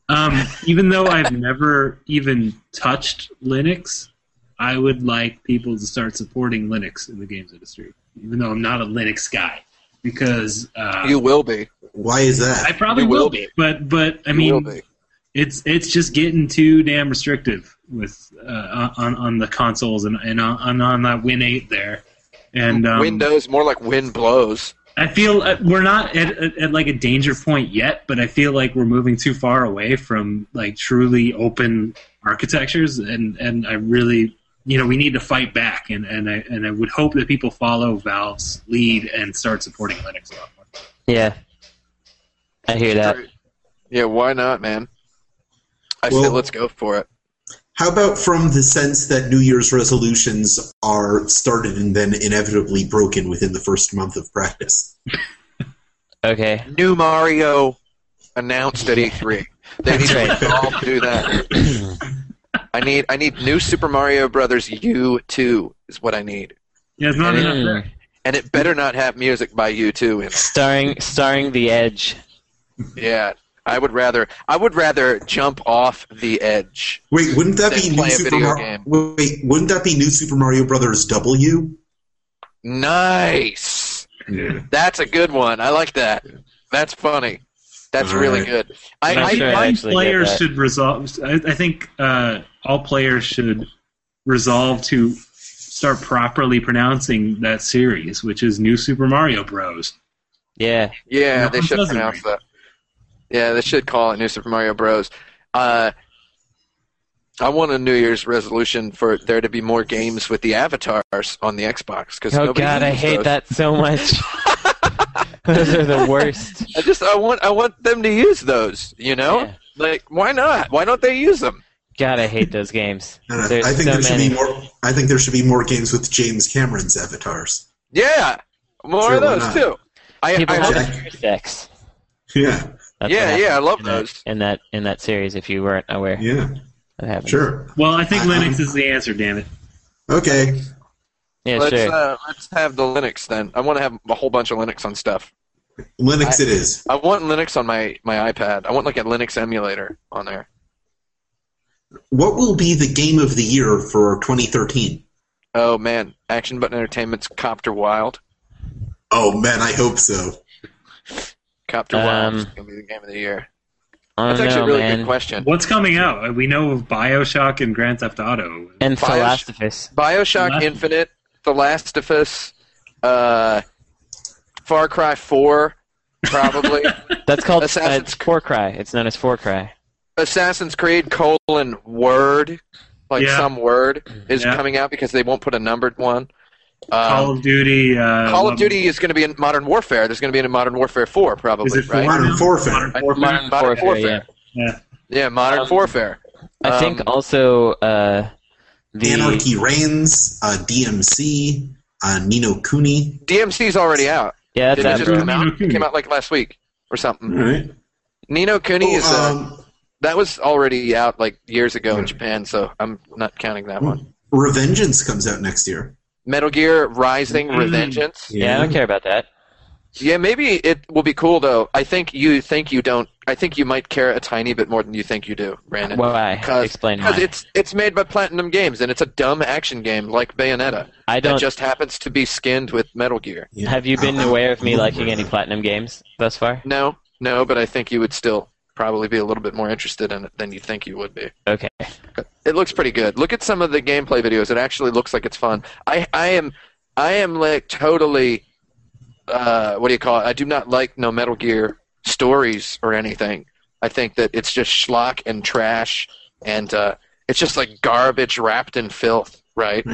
[SPEAKER 4] Um, even though I've never even touched Linux, I would like people to start supporting Linux in the games industry. Even though I'm not a Linux guy, because uh,
[SPEAKER 3] You will be.
[SPEAKER 2] Why is
[SPEAKER 4] I
[SPEAKER 2] that?
[SPEAKER 4] probably
[SPEAKER 3] you will
[SPEAKER 4] will be. But but I
[SPEAKER 3] You
[SPEAKER 4] mean,
[SPEAKER 3] will be.
[SPEAKER 4] it's it's just getting too damn restrictive with uh, on on the consoles and and on, on that Win eight there. And um,
[SPEAKER 3] Windows, more like wind blows.
[SPEAKER 4] I feel uh, we're not at, at, at like a danger point yet, but I feel like we're moving too far away from like truly open architectures, and and I really, you know, we need to fight back, and and I and I would hope that people follow Valve's lead and start supporting Linux a lot more.
[SPEAKER 5] Yeah, I hear that.
[SPEAKER 3] Yeah, why not, man? I say
[SPEAKER 2] Well-
[SPEAKER 3] let's go for it.
[SPEAKER 2] How about from the sense that New Year's resolutions are started and then inevitably broken within the first month of practice?
[SPEAKER 5] Okay.
[SPEAKER 3] new Mario announced at E3. They need
[SPEAKER 5] That's
[SPEAKER 3] to all do that. I need I need new Super Mario Brothers U2 is what I need,
[SPEAKER 4] Yeah, it's not
[SPEAKER 3] And
[SPEAKER 4] enough.
[SPEAKER 5] Mm.
[SPEAKER 4] there.
[SPEAKER 3] and it better not have music by U2 in it.
[SPEAKER 5] Starring, starring the Edge.
[SPEAKER 3] Yeah, I would rather I would rather jump off the edge.
[SPEAKER 2] Wait, wouldn't that
[SPEAKER 3] Then
[SPEAKER 2] be new
[SPEAKER 3] play a
[SPEAKER 2] Super
[SPEAKER 3] video
[SPEAKER 2] Mario?
[SPEAKER 3] game.
[SPEAKER 2] Wait, wouldn't that be new Super Mario Brothers W?
[SPEAKER 3] Nice. That's a good one. I like that. That's funny. That's
[SPEAKER 2] All
[SPEAKER 3] really
[SPEAKER 2] right.
[SPEAKER 3] good. I,
[SPEAKER 5] Not
[SPEAKER 3] I,
[SPEAKER 5] sure
[SPEAKER 3] I-
[SPEAKER 5] I'd
[SPEAKER 4] I think
[SPEAKER 5] actually get
[SPEAKER 4] players
[SPEAKER 5] that.
[SPEAKER 4] should resolve. I, I think uh, all players should resolve to start properly pronouncing that series, which is New Super Mario Bros.
[SPEAKER 5] Yeah.
[SPEAKER 3] Yeah,
[SPEAKER 4] No
[SPEAKER 3] they
[SPEAKER 4] one
[SPEAKER 3] should
[SPEAKER 4] does it
[SPEAKER 3] pronounce
[SPEAKER 4] right.
[SPEAKER 3] that. Yeah, they should call it New Super Mario Bros. Uh, I want a New Year's resolution for there to be more games with the avatars on the Xbox. Cause
[SPEAKER 5] Oh
[SPEAKER 3] nobody
[SPEAKER 5] God, I
[SPEAKER 3] uses
[SPEAKER 5] hate
[SPEAKER 3] those.
[SPEAKER 5] that so much. those are the worst.
[SPEAKER 3] I just I want I want them to use those. You know,
[SPEAKER 5] Yeah.
[SPEAKER 3] like why not? Why don't they use them?
[SPEAKER 5] God, I hate those games.
[SPEAKER 2] I, don't know.
[SPEAKER 5] There's
[SPEAKER 2] Uh, I think
[SPEAKER 5] so
[SPEAKER 2] there should
[SPEAKER 5] many.
[SPEAKER 2] be more. I think there should be more games with James Cameron's avatars.
[SPEAKER 3] Yeah, more
[SPEAKER 2] Sure,
[SPEAKER 3] of
[SPEAKER 2] why
[SPEAKER 3] those
[SPEAKER 2] not?
[SPEAKER 3] too. I,
[SPEAKER 5] People
[SPEAKER 3] I
[SPEAKER 5] love
[SPEAKER 3] hope,
[SPEAKER 2] Jack.
[SPEAKER 5] intersex.
[SPEAKER 2] Yeah,
[SPEAKER 5] That's
[SPEAKER 3] Yeah,
[SPEAKER 5] what
[SPEAKER 3] yeah, I
[SPEAKER 5] happened
[SPEAKER 3] love
[SPEAKER 5] in that-
[SPEAKER 3] those.
[SPEAKER 5] in that in that series, if you weren't aware,
[SPEAKER 2] yeah,
[SPEAKER 5] that happened.
[SPEAKER 2] sure.
[SPEAKER 4] Well, I think
[SPEAKER 2] Uh-huh.
[SPEAKER 4] Linux is the answer. Damn it!
[SPEAKER 2] Okay,
[SPEAKER 5] Yeah,
[SPEAKER 3] let's
[SPEAKER 5] sure.
[SPEAKER 3] uh, let's have the Linux then. I want to have a whole bunch of Linux on stuff.
[SPEAKER 2] Linux it is.
[SPEAKER 3] I want Linux on my my iPad. I want like a Linux emulator on there.
[SPEAKER 2] What will be the game of the year for 2013?
[SPEAKER 3] Oh man, Action Button Entertainment's Copter Wild.
[SPEAKER 2] Oh man, I hope so.
[SPEAKER 3] Copter Wild is
[SPEAKER 5] Um,
[SPEAKER 3] gonna be the game of the year.
[SPEAKER 5] I don't
[SPEAKER 3] That's actually
[SPEAKER 5] know,
[SPEAKER 3] a really
[SPEAKER 5] Oh, man.
[SPEAKER 3] good question.
[SPEAKER 4] What's coming out? We know of Bioshock and Grand Theft Auto.
[SPEAKER 5] And
[SPEAKER 3] Bios-
[SPEAKER 5] Philosophus.
[SPEAKER 3] Bioshock
[SPEAKER 4] Last-
[SPEAKER 3] Infinite, The Last of Us, uh, Far Cry Four, probably
[SPEAKER 5] That's called uh,
[SPEAKER 3] Assassin's
[SPEAKER 5] it's Four Cry. It's known as Four Cry.
[SPEAKER 3] Assassin's Creed colon word, like
[SPEAKER 4] Yeah.
[SPEAKER 3] some word is
[SPEAKER 4] Yeah.
[SPEAKER 3] coming out because they won't put a numbered one.
[SPEAKER 4] Call
[SPEAKER 3] Um,
[SPEAKER 4] of Duty. Uh,
[SPEAKER 3] Call
[SPEAKER 4] what-
[SPEAKER 3] of Duty is going to be in Modern Warfare. There's going to be in a Modern Warfare Four, probably.
[SPEAKER 4] Is it four
[SPEAKER 3] right?
[SPEAKER 2] Modern
[SPEAKER 4] now?
[SPEAKER 2] Warfare.
[SPEAKER 4] Modern Warfare?
[SPEAKER 3] Modern Warfare,
[SPEAKER 4] Yeah.
[SPEAKER 3] Yeah, Modern
[SPEAKER 5] Um,
[SPEAKER 3] Warfare.
[SPEAKER 5] I think
[SPEAKER 3] Um,
[SPEAKER 5] also uh, the
[SPEAKER 2] Anarchy reigns. Uh, DMC. Uh, Nino Cooney.
[SPEAKER 3] DMC's already out.
[SPEAKER 5] yeah
[SPEAKER 3] Did it
[SPEAKER 5] that's
[SPEAKER 3] just
[SPEAKER 5] out,
[SPEAKER 3] come
[SPEAKER 5] bro.
[SPEAKER 3] out?
[SPEAKER 4] Nino Kuni.
[SPEAKER 3] It came out like last week or something.
[SPEAKER 2] right.
[SPEAKER 3] Nino Kuni is uh,
[SPEAKER 2] Oh, um,
[SPEAKER 3] that was already out like years ago in Japan, so I'm not counting
[SPEAKER 2] Hmm.
[SPEAKER 3] that one.
[SPEAKER 2] Revengeance comes out next year.
[SPEAKER 3] Metal Gear Rising
[SPEAKER 2] Hmm.
[SPEAKER 3] Revengeance.
[SPEAKER 5] yeah I don't care about that
[SPEAKER 3] Yeah, maybe it will be cool though. I think you think you don't. I think you might care a tiny bit more than you think you do, Brandon.
[SPEAKER 5] why
[SPEAKER 3] Because-
[SPEAKER 5] explain
[SPEAKER 3] because
[SPEAKER 5] why
[SPEAKER 3] it's it's made by Platinum Games and it's a dumb action game like Bayonetta
[SPEAKER 5] I
[SPEAKER 3] that
[SPEAKER 5] don't
[SPEAKER 3] just happens to be skinned with Metal Gear.
[SPEAKER 2] Yeah.
[SPEAKER 5] have you been
[SPEAKER 2] Uh,
[SPEAKER 5] aware of me
[SPEAKER 2] I'm
[SPEAKER 5] liking
[SPEAKER 2] over
[SPEAKER 5] any
[SPEAKER 2] that.
[SPEAKER 5] platinum games thus far
[SPEAKER 3] No, no, but I think you would still probably be a little bit more interested in it than you think you would be.
[SPEAKER 5] okay
[SPEAKER 3] It looks pretty good. Look at some of the gameplay videos. It actually looks like it's fun. I, I am I am like totally uh, what do you call it? I do not like no Metal Gear stories or anything. I think that it's just schlock and trash and uh, it's just like garbage wrapped in filth, right?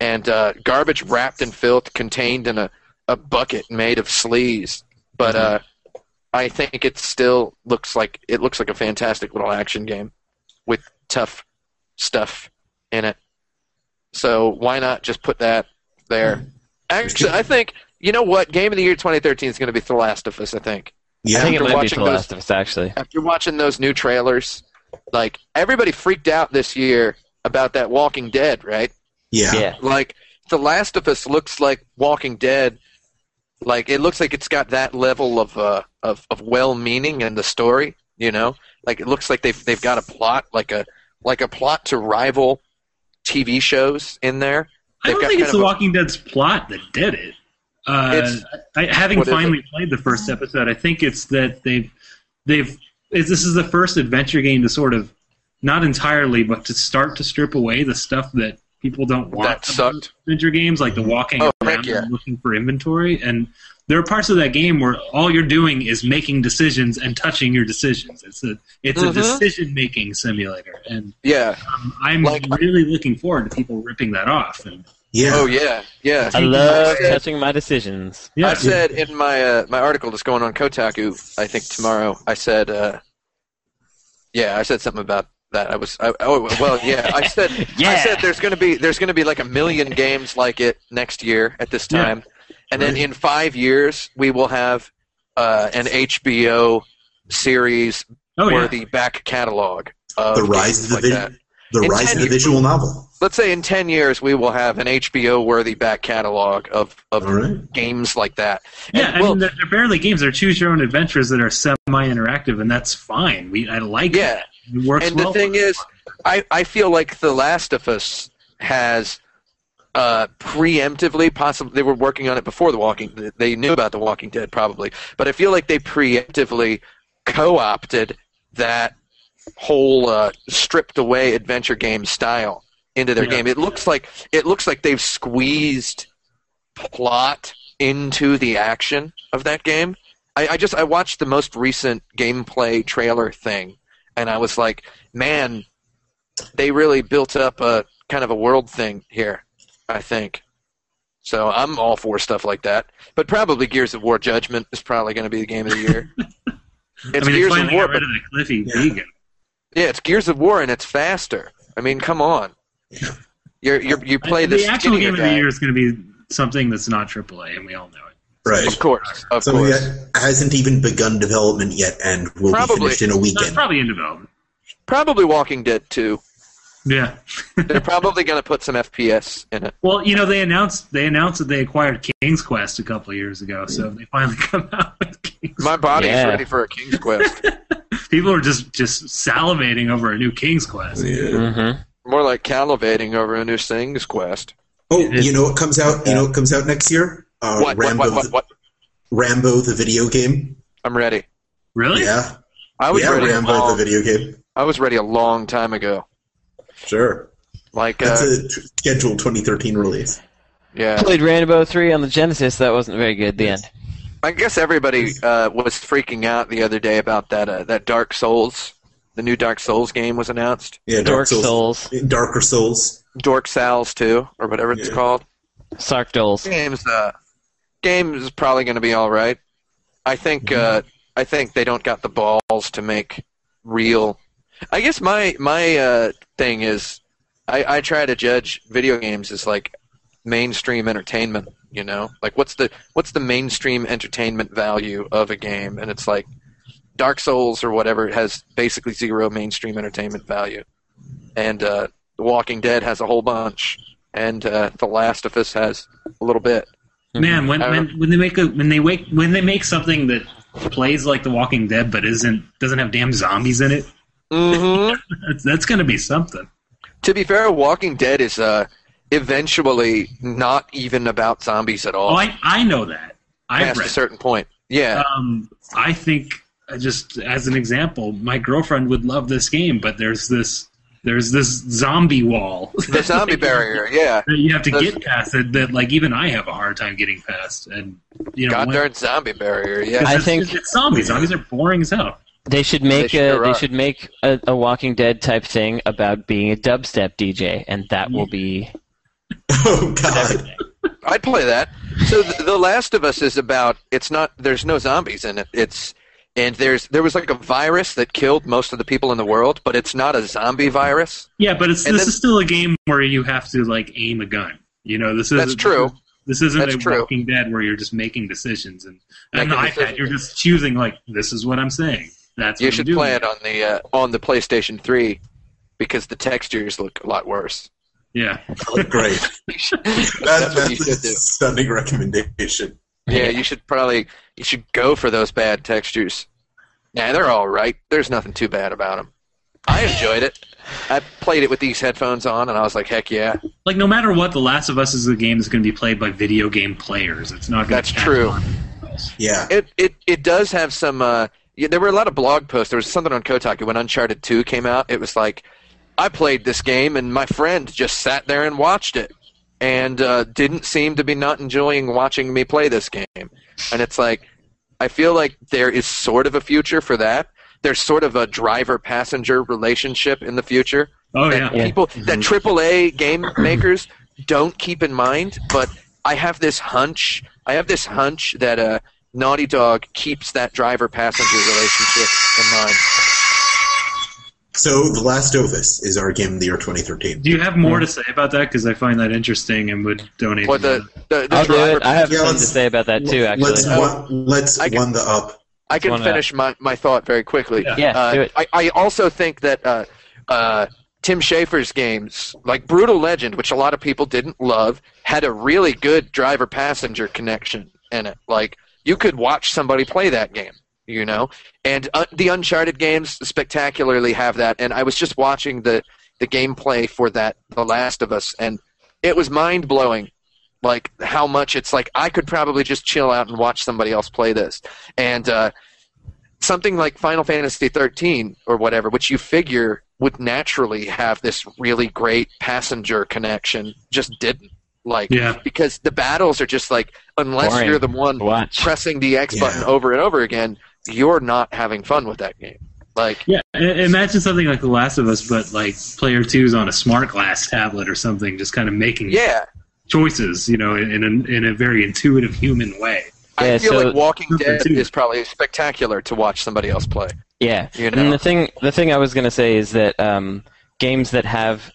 [SPEAKER 3] And uh, garbage wrapped in filth contained in a, a bucket made of sleaze. But uh, I think it still looks like it looks like a fantastic little action game with tough stuff in it. So why not just put that there? Actually, I think you know what game of the year 2013 is going to be The Last of Us. I think
[SPEAKER 5] I
[SPEAKER 2] Yeah.
[SPEAKER 5] think it
[SPEAKER 3] After
[SPEAKER 5] might be
[SPEAKER 3] watching
[SPEAKER 5] The
[SPEAKER 3] those-
[SPEAKER 5] Last of Us actually
[SPEAKER 3] after watching those new trailers, like everybody freaked out this year about that Walking Dead, right?
[SPEAKER 2] yeah.
[SPEAKER 5] yeah
[SPEAKER 3] Like The Last of Us looks like Walking Dead. Like it looks like it's got that level of uh, of of well meaning in the story, you know. Like it looks like they've they've got a plot, like a like a plot to rival TV shows in there.
[SPEAKER 4] I
[SPEAKER 3] They've
[SPEAKER 4] don't
[SPEAKER 3] got
[SPEAKER 4] think
[SPEAKER 3] kind
[SPEAKER 4] it's
[SPEAKER 3] of
[SPEAKER 4] The
[SPEAKER 3] a-
[SPEAKER 4] Walking Dead's plot that did it. Uh,
[SPEAKER 3] It's-
[SPEAKER 4] I, having
[SPEAKER 3] what is
[SPEAKER 4] finally played the first episode, I think it's that they've they've it's, this is the first adventure game to sort of not entirely, but to start to strip away the stuff that people don't want.
[SPEAKER 3] That
[SPEAKER 4] about
[SPEAKER 3] sucked.
[SPEAKER 4] Adventure games like the walking
[SPEAKER 3] Oh, heck
[SPEAKER 4] around
[SPEAKER 3] yeah.
[SPEAKER 4] and looking for inventory, and there are parts of that game where all you're doing is making decisions and touching your decisions. It's a it's
[SPEAKER 3] Mhm.
[SPEAKER 4] a decision making simulator, and
[SPEAKER 3] Yeah.
[SPEAKER 4] um, I'm
[SPEAKER 3] Like-
[SPEAKER 4] really looking forward to people ripping that off. And
[SPEAKER 2] Yeah.
[SPEAKER 3] Oh yeah. Yeah.
[SPEAKER 5] I
[SPEAKER 4] you.
[SPEAKER 5] love
[SPEAKER 3] Yeah.
[SPEAKER 5] touching my decisions
[SPEAKER 4] yeah,
[SPEAKER 3] I said in my uh, my article that's going on Kotaku, I think tomorrow. I said, uh, yeah, I said something about that. I was, I, oh well, yeah, I said, I
[SPEAKER 5] Yeah.
[SPEAKER 3] said there's gonna be there's gonna be like a million games like it next year at this
[SPEAKER 4] Yeah.
[SPEAKER 3] time, and then in five years we will have uh, an HBO series
[SPEAKER 4] oh, yeah.
[SPEAKER 3] worthy back catalog. Of
[SPEAKER 2] The rise of
[SPEAKER 3] games
[SPEAKER 2] the vi-
[SPEAKER 3] Oh, like that
[SPEAKER 2] the
[SPEAKER 3] In
[SPEAKER 2] rise
[SPEAKER 3] ten
[SPEAKER 2] of the
[SPEAKER 3] years.
[SPEAKER 2] visual novel.
[SPEAKER 3] let's say in 10 years we will have an HBO worthy back catalog of, of
[SPEAKER 2] All right.
[SPEAKER 3] games like that.
[SPEAKER 4] Yeah,
[SPEAKER 3] And
[SPEAKER 4] I
[SPEAKER 3] we'll-
[SPEAKER 4] mean, they're, they're barely games. They're choose your own adventures that are semi-interactive, and that's fine. We I like
[SPEAKER 3] Yeah.
[SPEAKER 4] that. It works
[SPEAKER 3] and the
[SPEAKER 4] well.
[SPEAKER 3] thing is, I, I feel like The Last of Us has uh, preemptively, possibly they were working on it before The Walking. They knew about The Walking Dead probably, but I feel like they preemptively co-opted that whole uh, stripped away adventure game style into their
[SPEAKER 4] Yeah.
[SPEAKER 3] game. It looks like it looks like they've squeezed plot into the action of that game. I, I just I watched the most recent gameplay trailer thing, and I was like, man, they really built up a kind of a world thing here. I think. So I'm all for stuff like that, but probably Gears of War Judgment is probably going to be the game of the year.
[SPEAKER 4] I
[SPEAKER 3] it's
[SPEAKER 4] mean, they
[SPEAKER 3] Gears of
[SPEAKER 4] finally
[SPEAKER 3] War,
[SPEAKER 4] got
[SPEAKER 3] but
[SPEAKER 4] rid of the Cliffy
[SPEAKER 2] Yeah.
[SPEAKER 4] vegan.
[SPEAKER 3] yeah, it's Gears of War and it's faster. I mean, come on. You're, you're, you play
[SPEAKER 4] I-
[SPEAKER 3] this
[SPEAKER 4] the actual
[SPEAKER 3] skinnier
[SPEAKER 4] game of
[SPEAKER 3] guy.
[SPEAKER 4] the year is going to be something that's not AAA, and we all know it.
[SPEAKER 2] Right.
[SPEAKER 3] Of course, of
[SPEAKER 2] Something
[SPEAKER 3] course.
[SPEAKER 2] that hasn't even begun development yet and will
[SPEAKER 3] Probably.
[SPEAKER 2] be finished in a
[SPEAKER 4] So it's
[SPEAKER 2] weekend.
[SPEAKER 4] probably in development.
[SPEAKER 3] Probably Walking Dead 2.
[SPEAKER 4] Yeah.
[SPEAKER 3] They're probably going to put some FPS in it.
[SPEAKER 4] Well, you know, they announced they announced that they acquired King's Quest a couple of years ago, so they finally come out with
[SPEAKER 3] My body's
[SPEAKER 5] Yeah.
[SPEAKER 3] ready for a King's Quest.
[SPEAKER 4] People are just just salivating over a new King's Quest.
[SPEAKER 5] Mm-hmm.
[SPEAKER 3] More like calivating over a new Sing's Quest.
[SPEAKER 2] Oh,
[SPEAKER 4] It is-
[SPEAKER 2] you know what comes out? You know what comes out next year? Uh,
[SPEAKER 3] What, what,
[SPEAKER 2] Rambo,
[SPEAKER 3] what, what, what?
[SPEAKER 2] Rambo the video game.
[SPEAKER 3] I'm ready.
[SPEAKER 4] Really?
[SPEAKER 2] Yeah,
[SPEAKER 3] I was
[SPEAKER 2] yeah,
[SPEAKER 3] ready. a
[SPEAKER 2] Rambo the
[SPEAKER 3] long,
[SPEAKER 2] video game.
[SPEAKER 3] I was ready a long time ago.
[SPEAKER 2] Sure,
[SPEAKER 3] Like, uh,
[SPEAKER 2] that's a t- scheduled 2013 release.
[SPEAKER 3] yeah.
[SPEAKER 5] Played Rainbow Three on the Genesis. That wasn't very good. The end.
[SPEAKER 3] I guess everybody uh, was freaking out the other day about that uh, that Dark Souls. The new Dark Souls game was announced.
[SPEAKER 2] Yeah, Dark,
[SPEAKER 5] Dork
[SPEAKER 2] Souls.
[SPEAKER 5] Souls.
[SPEAKER 2] Darker Souls.
[SPEAKER 3] Dork Sals too, or whatever it's
[SPEAKER 2] Yeah.
[SPEAKER 3] called.
[SPEAKER 5] Sark Doles.
[SPEAKER 3] Game's uh, game is probably going to be all right. I think uh, I think they don't got the balls to make real. I guess my my uh, thing is I, I try to judge video games as like mainstream entertainment. You know, like what's the what's the mainstream entertainment value of a game? And it's like Dark Souls or whatever it has basically zero mainstream entertainment value, and uh, The Walking Dead has a whole bunch, and uh, The Last of Us has a little bit.
[SPEAKER 4] Man, when,
[SPEAKER 3] I don't-
[SPEAKER 4] when when they make a when they wake when they make something that plays like The Walking Dead but isn't doesn't have damn zombies in it,
[SPEAKER 3] hmm
[SPEAKER 4] Mm-hmm. that's, that's gonna be something.
[SPEAKER 3] To be fair, Walking Dead is uh, eventually not even about zombies at all.
[SPEAKER 4] Oh, I I know that. I
[SPEAKER 3] past a
[SPEAKER 4] read.
[SPEAKER 3] certain point. Yeah,
[SPEAKER 4] Um, I think uh, just as an example, my girlfriend would love this game, but there's this there's this zombie wall
[SPEAKER 3] the zombie barrier. Yeah,
[SPEAKER 4] that you have to
[SPEAKER 3] That's-
[SPEAKER 4] get past that, that like even I have a hard time getting past. And you know,
[SPEAKER 3] god
[SPEAKER 4] one-
[SPEAKER 3] darn zombie barrier. Yeah,
[SPEAKER 5] I
[SPEAKER 4] it's-
[SPEAKER 5] think-
[SPEAKER 4] it's, zombies. Zombies are boring as hell.
[SPEAKER 5] They should make
[SPEAKER 3] They sure
[SPEAKER 5] a
[SPEAKER 3] are.
[SPEAKER 5] they should make a, a Walking Dead type thing about being a dubstep DJ, and that will be
[SPEAKER 2] Oh God,
[SPEAKER 3] I'd play that. So th- the Last of Us is about it's not there's no zombies in it. It's and there's there was like a virus that killed most of the people in the world, but it's not a zombie virus.
[SPEAKER 4] Yeah, but it's
[SPEAKER 3] And
[SPEAKER 4] this
[SPEAKER 3] then-
[SPEAKER 4] is still a game where you have to like aim a gun. You know, this is
[SPEAKER 3] That's true.
[SPEAKER 4] This isn't
[SPEAKER 3] That's
[SPEAKER 4] a
[SPEAKER 3] true.
[SPEAKER 4] Walking Dead where you're just making decisions and and
[SPEAKER 3] Making
[SPEAKER 4] on the
[SPEAKER 3] decisions.
[SPEAKER 4] iPad you're just choosing like this is what I'm saying. That's
[SPEAKER 3] You
[SPEAKER 4] what
[SPEAKER 3] should
[SPEAKER 4] I'm doing.
[SPEAKER 3] play it on the uh, on the PlayStation 3 because the textures look a lot worse.
[SPEAKER 4] Yeah,
[SPEAKER 2] great.
[SPEAKER 3] that's,
[SPEAKER 2] That,
[SPEAKER 3] what
[SPEAKER 2] that's a
[SPEAKER 3] you should do.
[SPEAKER 2] stunning recommendation.
[SPEAKER 3] Yeah, you should probably you should go for those bad textures. Nah, they're all right. There's nothing too bad about them. I enjoyed it. I played it with these headphones on, and I was like, heck yeah.
[SPEAKER 4] like no matter what, The Last of Us is a game that's going to be played by video game players. It's not. Gonna
[SPEAKER 3] That's
[SPEAKER 4] catch
[SPEAKER 3] true.
[SPEAKER 4] on to anyone else.
[SPEAKER 2] Yeah,
[SPEAKER 3] it it it does have some. Uh, yeah, there were a lot of blog posts. There was something on Kotaku when Uncharted Two came out. It was like, I played this game and my friend just sat there and watched it, and uh, didn't seem to be not enjoying watching me play this game. And it's like, I feel like there is sort of a future for that. There's sort of a driver passenger relationship in the future
[SPEAKER 4] Oh yeah.
[SPEAKER 3] that people that
[SPEAKER 5] Mm-hmm.
[SPEAKER 3] AAA game makers don't keep in mind. But I have this hunch. I have this hunch that uh, Naughty Dog keeps that driver passenger relationship in mind.
[SPEAKER 2] So, The Last of Us is our game of the year 2013.
[SPEAKER 4] Do you have more to say about that? Because I find that interesting and would donate.
[SPEAKER 3] What
[SPEAKER 4] to
[SPEAKER 3] the, the, the
[SPEAKER 5] I'll do
[SPEAKER 3] driver?
[SPEAKER 5] it. I have
[SPEAKER 2] Yeah,
[SPEAKER 5] something to
[SPEAKER 2] let's-
[SPEAKER 5] say about that too, actually.
[SPEAKER 2] Let's
[SPEAKER 3] Oh.
[SPEAKER 2] one, let's
[SPEAKER 3] I can-
[SPEAKER 2] one the up.
[SPEAKER 3] I can
[SPEAKER 5] one of
[SPEAKER 3] finish my, my thought very quickly.
[SPEAKER 4] Yeah.
[SPEAKER 5] Yeah,
[SPEAKER 3] Uh,
[SPEAKER 5] do it.
[SPEAKER 3] I, I also think that uh, uh, Tim Schafer's games, like Brutal Legend, which a lot of people didn't love, had a really good driver passenger connection in it. Like, you could watch somebody play that game, you know? And uh, the Uncharted games spectacularly have that. And I was just watching the, the gameplay for that, The Last of Us, and it was mind blowing. Like how much it's like I could probably just chill out and watch somebody else play this, and uh, something like Final Fantasy 13 or whatever, which you figure would naturally have this really great passenger connection, just didn't. Like,
[SPEAKER 4] Yeah.
[SPEAKER 3] because the battles are just like, unless
[SPEAKER 5] Boring.
[SPEAKER 3] you're the one
[SPEAKER 5] Watch.
[SPEAKER 3] pressing the X button
[SPEAKER 2] Yeah.
[SPEAKER 3] over and over again, you're not having fun with that game. Like,
[SPEAKER 4] Yeah, i- imagine something like The Last of Us, but like player two's on a smart glass tablet or something, just kind of making
[SPEAKER 3] yeah,
[SPEAKER 4] choices, you know, in, in, a, in a very intuitive human way.
[SPEAKER 3] I
[SPEAKER 5] Yeah,
[SPEAKER 3] feel
[SPEAKER 5] so-
[SPEAKER 3] like Walking Dead
[SPEAKER 4] Too.
[SPEAKER 3] is probably spectacular to watch somebody else play.
[SPEAKER 5] Yeah,
[SPEAKER 3] You know?
[SPEAKER 5] and the thing the thing I was gonna say is that um, games that have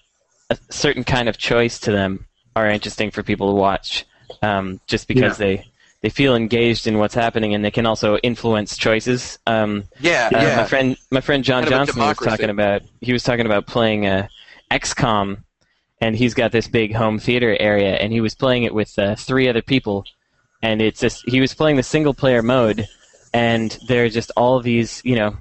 [SPEAKER 5] a certain kind of choice to them are interesting for people to watch, um, just because they they feel engaged in what's happening and they can also influence choices. Um,
[SPEAKER 3] Yeah,
[SPEAKER 5] uh,
[SPEAKER 3] yeah.
[SPEAKER 5] My friend, my friend John
[SPEAKER 3] Kind of a
[SPEAKER 5] Johnson was
[SPEAKER 3] democracy.
[SPEAKER 5] talking about. He was talking about playing uh, XCOM, and he's got this big home theater area, and he was playing it with uh, three other people, and it's just, he was playing the single player mode, and there are just all these, you know,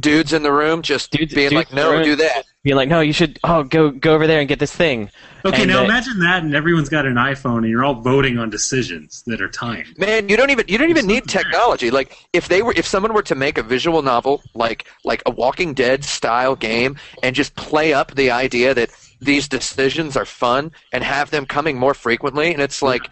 [SPEAKER 3] Dudes in the room just
[SPEAKER 5] Dudes-
[SPEAKER 3] being like,
[SPEAKER 5] dudes in the room.
[SPEAKER 3] no, do that.
[SPEAKER 5] being like, no, you should, oh, go go over there and get this thing.
[SPEAKER 4] Okay,
[SPEAKER 5] And
[SPEAKER 4] now
[SPEAKER 5] that-
[SPEAKER 4] imagine that, and everyone's got an iPhone, and you're all voting on decisions that are timed.
[SPEAKER 3] Man, you don't even you don't even need technology. Like if they were if someone were to make a visual novel like like a Walking Dead style game and just play up the idea that these decisions are fun and have them coming more frequently and it's like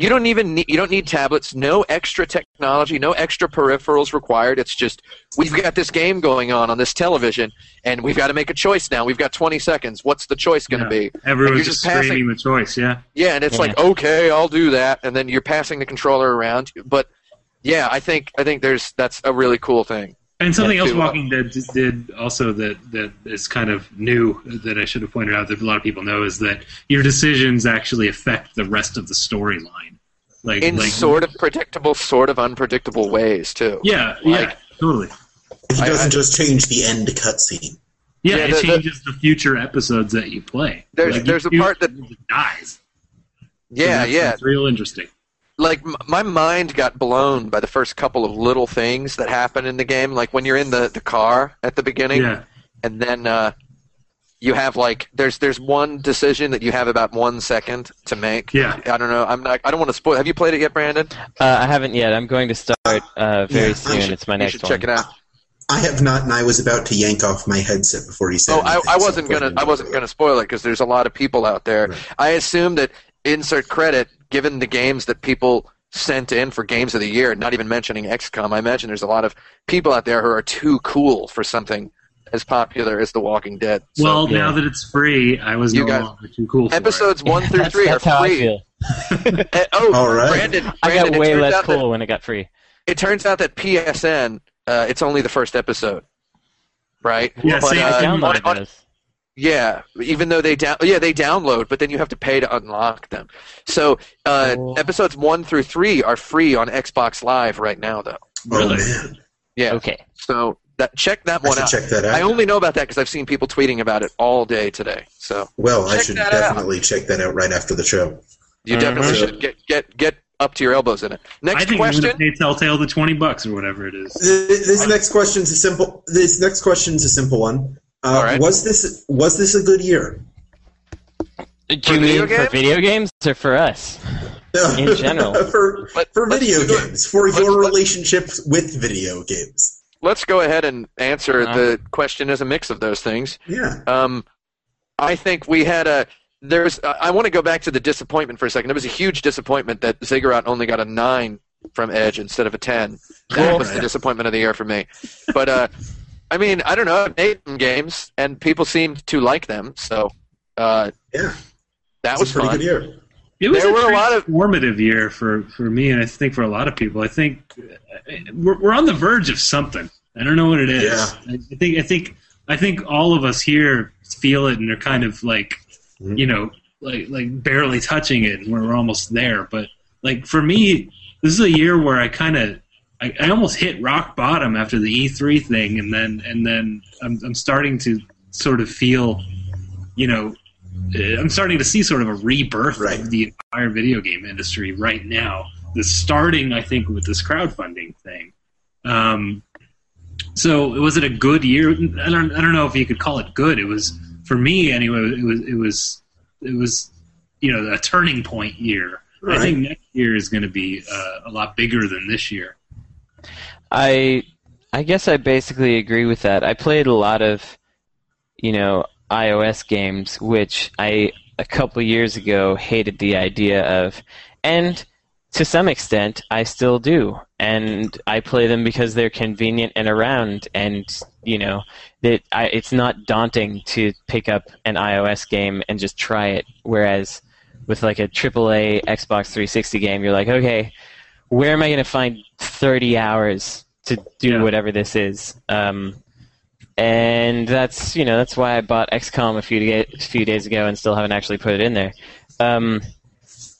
[SPEAKER 3] you don't even need you don't need tablets, no extra technology, no extra peripherals required. It's just we've got this game going on on this television and we've got to make a choice now. We've got 20 seconds. What's the choice going
[SPEAKER 4] Yeah.
[SPEAKER 3] to be? And
[SPEAKER 4] Everyone's
[SPEAKER 3] you're
[SPEAKER 4] just,
[SPEAKER 3] just passing-
[SPEAKER 4] screaming the choice. Yeah,
[SPEAKER 3] Yeah, and it's
[SPEAKER 5] Yeah.
[SPEAKER 3] like, okay, I'll do that, and then you're passing the controller around. But yeah, I think I think there's that's a really cool thing.
[SPEAKER 4] and something
[SPEAKER 3] Yeah,
[SPEAKER 4] else
[SPEAKER 3] too. uh,
[SPEAKER 4] Walking Dead just did also that that is kind of new that I should have pointed out that a lot of people know is that your decisions actually affect the rest of the storyline. Like,
[SPEAKER 3] In
[SPEAKER 4] like
[SPEAKER 3] sort of predictable, sort of unpredictable ways too.
[SPEAKER 4] yeah, yeah,
[SPEAKER 3] like-
[SPEAKER 4] totally.
[SPEAKER 2] It
[SPEAKER 3] I-
[SPEAKER 2] doesn't
[SPEAKER 3] I-
[SPEAKER 2] just change the end cutscene.
[SPEAKER 4] Yeah,
[SPEAKER 3] Yeah,
[SPEAKER 4] it
[SPEAKER 3] the- the-
[SPEAKER 4] changes the, future episodes that you play.
[SPEAKER 3] There's-
[SPEAKER 4] Like,
[SPEAKER 3] there's a
[SPEAKER 4] you-
[SPEAKER 3] part that-
[SPEAKER 4] you dies. So
[SPEAKER 3] Yeah,
[SPEAKER 4] that's-
[SPEAKER 3] yeah.
[SPEAKER 4] that's real interesting.
[SPEAKER 3] Like m- my mind got blown by the first couple of little things that happen in the game. Like when you're in the the car at the beginning,
[SPEAKER 4] Yeah,
[SPEAKER 3] and then uh, you have like there's there's one decision that you have about one second to make.
[SPEAKER 4] Yeah.
[SPEAKER 3] I don't know. I'm not. I don't want to spoil. Have you played it yet, Brandon?
[SPEAKER 5] Uh, I haven't yet. I'm going to start uh, very
[SPEAKER 2] Yeah, I
[SPEAKER 5] soon.
[SPEAKER 2] should-
[SPEAKER 5] it's my
[SPEAKER 3] You
[SPEAKER 5] next
[SPEAKER 3] should
[SPEAKER 5] one.
[SPEAKER 3] check it out.
[SPEAKER 2] I have not, and I was about to yank off my headset before you said.
[SPEAKER 3] Oh, I,
[SPEAKER 2] anything,
[SPEAKER 3] I
[SPEAKER 2] so
[SPEAKER 3] wasn't gonna. I wasn't gonna spoil it because there's a lot of people out there.
[SPEAKER 2] Right.
[SPEAKER 3] I assume that insert credit, given the games that people sent in for games of the year, not even mentioning XCOM. I imagine there's a lot of people out there who are too cool for something as popular as The Walking Dead. So,
[SPEAKER 4] well,
[SPEAKER 5] Yeah.
[SPEAKER 4] now that it's free, I was
[SPEAKER 3] You
[SPEAKER 4] no
[SPEAKER 3] guys-
[SPEAKER 4] longer too cool for it.
[SPEAKER 3] episodes one through
[SPEAKER 5] that's,
[SPEAKER 3] three
[SPEAKER 5] that's
[SPEAKER 3] are
[SPEAKER 5] how I
[SPEAKER 3] free.
[SPEAKER 5] feel.
[SPEAKER 3] Eh, oh,
[SPEAKER 2] All right.
[SPEAKER 3] Brandon,
[SPEAKER 5] I
[SPEAKER 3] Brandon,
[SPEAKER 5] got
[SPEAKER 3] it
[SPEAKER 5] way
[SPEAKER 3] turns
[SPEAKER 5] less
[SPEAKER 3] out
[SPEAKER 5] cool when it got free.
[SPEAKER 3] That, it turns out that PSN, uh, it's only the first episode, right?
[SPEAKER 4] Yeah,
[SPEAKER 3] But,
[SPEAKER 4] see,
[SPEAKER 5] I
[SPEAKER 3] uh,
[SPEAKER 5] downloaded
[SPEAKER 3] on-
[SPEAKER 5] those.
[SPEAKER 3] Yeah, even though they down, yeah, they download, but then you have to pay to unlock them. So uh,
[SPEAKER 5] Cool.
[SPEAKER 3] episodes one through three are free on Xbox Live right now, though.
[SPEAKER 2] Oh,
[SPEAKER 4] Really?
[SPEAKER 2] man.
[SPEAKER 3] Yeah,
[SPEAKER 5] Okay.
[SPEAKER 3] so that check that
[SPEAKER 2] I
[SPEAKER 3] one
[SPEAKER 2] should
[SPEAKER 3] out.
[SPEAKER 2] check that out.
[SPEAKER 3] I only know about that because I've seen people tweeting about it all day today. So
[SPEAKER 2] well, I
[SPEAKER 3] check
[SPEAKER 2] should
[SPEAKER 3] that out.
[SPEAKER 2] definitely check that out right after the show.
[SPEAKER 3] you
[SPEAKER 5] Mhm.
[SPEAKER 3] definitely should get get get up to your elbows in it.
[SPEAKER 4] I
[SPEAKER 3] Next
[SPEAKER 4] think I'm
[SPEAKER 3] question.
[SPEAKER 4] gonna pay Telltale the twenty bucks or whatever it is.
[SPEAKER 2] This, this next question's a simple. This next question's a simple one. Uh,
[SPEAKER 3] All right.
[SPEAKER 2] Was this was this a good year?
[SPEAKER 5] Do you
[SPEAKER 3] video
[SPEAKER 5] mean for
[SPEAKER 3] games?
[SPEAKER 5] video games or for us? In general.
[SPEAKER 2] for
[SPEAKER 3] Let-
[SPEAKER 2] for
[SPEAKER 3] let's
[SPEAKER 2] video
[SPEAKER 3] do it.
[SPEAKER 2] games, for
[SPEAKER 3] Let's-
[SPEAKER 2] your
[SPEAKER 3] let's-
[SPEAKER 2] relationships with video games.
[SPEAKER 3] Let's go ahead and answer
[SPEAKER 5] Uh-huh.
[SPEAKER 3] the question as a mix of those things.
[SPEAKER 2] Yeah.
[SPEAKER 3] Um, I think we had a there's. I I want to go back to the disappointment for a second. There was a huge disappointment that Ziggurat only got a nine from Edge instead of a ten. That was the disappointment of the year for me. But uh, I mean, I don't know. I made some games, and people seemed to like them, so uh,
[SPEAKER 2] Yeah.
[SPEAKER 3] that
[SPEAKER 2] It's
[SPEAKER 3] was
[SPEAKER 2] a pretty
[SPEAKER 3] fun.
[SPEAKER 2] good year.
[SPEAKER 4] It was
[SPEAKER 3] There
[SPEAKER 4] a
[SPEAKER 3] were a lot of-
[SPEAKER 4] formative year for, for me, and I think for a lot of people. I think uh, we're, we're on the verge of something. I don't know what it is.
[SPEAKER 2] Yeah.
[SPEAKER 4] I I think I think I think all of us here feel it, and are kind of like
[SPEAKER 3] Mm-hmm.
[SPEAKER 4] you know like like barely touching it, and we're, we're almost there. But like for me, this is a year where I kind of I, I almost hit rock bottom after the E3 thing, and then and then I'm, I'm starting to sort of feel, you know, eh, I'm starting to see sort of a rebirth
[SPEAKER 2] Right.
[SPEAKER 4] of the entire video game industry right now. The starting, I think, with this crowdfunding thing. Um, so was it a good year? I don't I don't know if you could call it good. It was for me anyway. It was it was it was you know a turning point year.
[SPEAKER 2] Right.
[SPEAKER 4] I think next year is going to be uh, a lot bigger than this year.
[SPEAKER 5] I I guess I basically agree with that. I played a lot of you know iOS games which I a couple years ago hated the idea of and to some extent I still do and I play them because they're convenient and around and you know that I, it's not daunting to pick up an iOS game and just try it whereas with like a AAA Xbox 360 game you're like okay where am I going to find 30 hours to do
[SPEAKER 4] Yeah.
[SPEAKER 5] whatever this is? Um, and that's you know that's why I bought XCOM a few da- few days ago and still haven't actually put it in there. Um,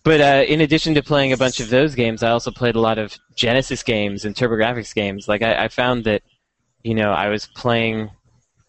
[SPEAKER 5] but uh, in addition to playing a bunch of those games, I also played a lot of Genesis games and TurboGrafx games. Like I, I found that you know I was playing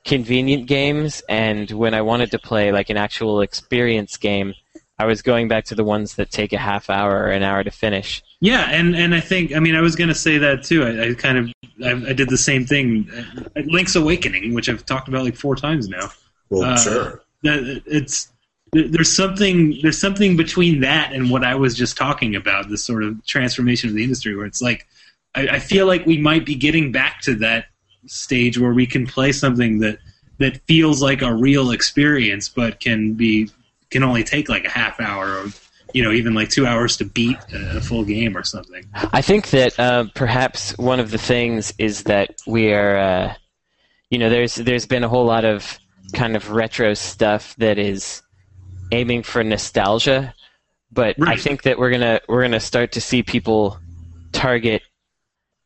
[SPEAKER 5] convenient games, and when I wanted to play like an actual experience game, I was going back to the ones that take a half hour or an hour to finish.
[SPEAKER 4] Yeah, and, and I think I mean I was going to say that too. I, I kind of I, I did the same thing. at Link's Awakening, which I've talked about like four times now.
[SPEAKER 2] Well,
[SPEAKER 4] Uh,
[SPEAKER 2] sure.
[SPEAKER 4] That it's there- there's something there's something between that and what I was just talking about. This sort of transformation of the industry, where it's like I, I feel like we might be getting back to that stage where we can play something that that feels like a real experience, but can be can only take like a half hour or you know even like two hours to beat a a full game or something.
[SPEAKER 5] I think that uh, perhaps one of the things is that we are, uh, you know, there's there's been a whole lot of kind of retro stuff that is aiming for nostalgia, but I
[SPEAKER 4] Right.
[SPEAKER 5] think that we're gonna we're gonna start to see people target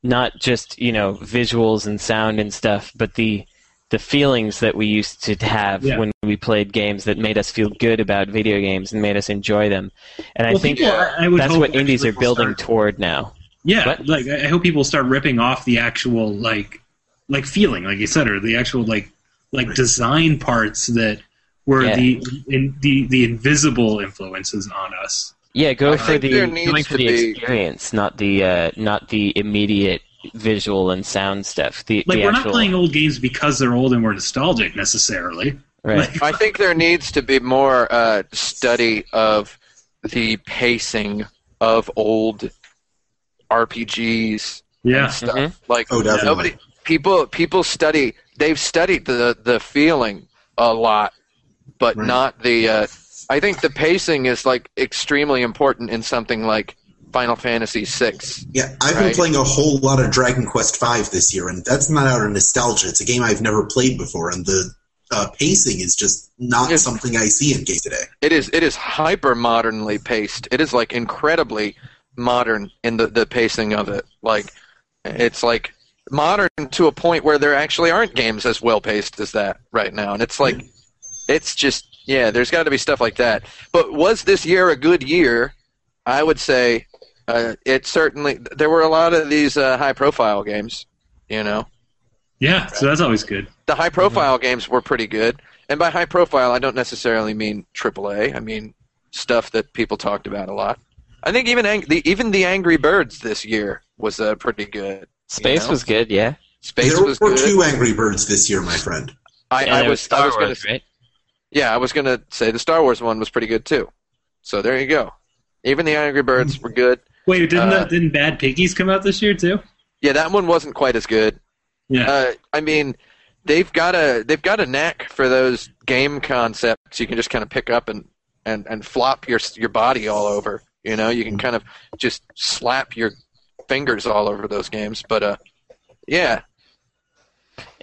[SPEAKER 5] not just you know visuals and sound and stuff, but the the feelings that we used to have
[SPEAKER 4] Yeah.
[SPEAKER 5] when we played games that made us feel good about video games and made us enjoy them, and I
[SPEAKER 4] Well,
[SPEAKER 5] think
[SPEAKER 4] people, I- I would
[SPEAKER 5] that's
[SPEAKER 4] hope
[SPEAKER 5] what indies
[SPEAKER 4] actually
[SPEAKER 5] are
[SPEAKER 4] will
[SPEAKER 5] building
[SPEAKER 4] start-
[SPEAKER 5] toward now.
[SPEAKER 4] Yeah,
[SPEAKER 5] What?
[SPEAKER 4] like I I hope people start ripping off the actual like like feeling, like you said, or the actual like like design parts that were
[SPEAKER 5] Yeah.
[SPEAKER 4] the in, the the invisible influences on us.
[SPEAKER 5] Yeah, go
[SPEAKER 3] I
[SPEAKER 5] for
[SPEAKER 3] think
[SPEAKER 5] the
[SPEAKER 3] there needs
[SPEAKER 5] going for
[SPEAKER 3] to
[SPEAKER 5] the
[SPEAKER 3] be-
[SPEAKER 5] experience, not the uh, not the immediate visual and sound stuff. The,
[SPEAKER 4] Like
[SPEAKER 5] the
[SPEAKER 4] we're
[SPEAKER 5] actual,
[SPEAKER 4] not playing old games because they're old and we're nostalgic necessarily.
[SPEAKER 5] right.
[SPEAKER 4] Like,
[SPEAKER 3] I think there needs to be more uh, study of the pacing of old RPGs
[SPEAKER 4] yeah,
[SPEAKER 3] and stuff.
[SPEAKER 5] Mhm.
[SPEAKER 3] Like
[SPEAKER 2] Oh, definitely.
[SPEAKER 3] nobody people people study they've studied the the feeling a lot, but
[SPEAKER 2] Right.
[SPEAKER 3] not the. Uh, I think the pacing is like extremely important in something like Final Fantasy VI.
[SPEAKER 2] Yeah, I've
[SPEAKER 3] Right.
[SPEAKER 2] been playing a whole lot of Dragon Quest V this year, and that's not out of nostalgia. It's a game I've never played before, and the uh, pacing is just not
[SPEAKER 3] Yes.
[SPEAKER 2] something I see in games today.
[SPEAKER 3] It is it is hyper modernly paced. It is like incredibly modern in the, the pacing of it. Like it's like modern to a point where there actually aren't games as well paced as that right now. And it's like it's just yeah, there's got to be stuff like that. But was this year a good year? I would say uh, it certainly. There were a lot of these uh, high profile games. You know,
[SPEAKER 4] yeah. So that's always good.
[SPEAKER 3] the
[SPEAKER 5] Mm-hmm.
[SPEAKER 3] high profile games were pretty good. And by high profile, I don't necessarily mean AAA. I mean stuff that people talked about a lot. I think even ang- the even the Angry Birds this year was uh, pretty good.
[SPEAKER 5] Space
[SPEAKER 3] know?
[SPEAKER 5] was good, yeah.
[SPEAKER 3] Space
[SPEAKER 2] there
[SPEAKER 3] was
[SPEAKER 2] were
[SPEAKER 3] good.
[SPEAKER 2] two Angry Birds this year, my friend.
[SPEAKER 3] I,
[SPEAKER 5] And
[SPEAKER 3] I
[SPEAKER 5] there
[SPEAKER 3] was,
[SPEAKER 5] Star
[SPEAKER 3] I was gonna
[SPEAKER 5] Wars, right?
[SPEAKER 3] yeah I was gonna say the Star Wars one was pretty good too. So there you go. Even the Angry
[SPEAKER 2] Mm-hmm.
[SPEAKER 3] Birds were good.
[SPEAKER 4] Wait, didn't
[SPEAKER 3] Uh,
[SPEAKER 4] that, didn't Bad Piggies come out this year too?
[SPEAKER 3] Yeah, that one wasn't quite as good.
[SPEAKER 4] Yeah,
[SPEAKER 3] Uh, I mean, they've got a they've got a knack for those game concepts. You can just kind of pick up and and and flop your your body all over. You know,
[SPEAKER 5] Mm-hmm.
[SPEAKER 3] you can kind of just slap your fingers all over those games. But uh, yeah,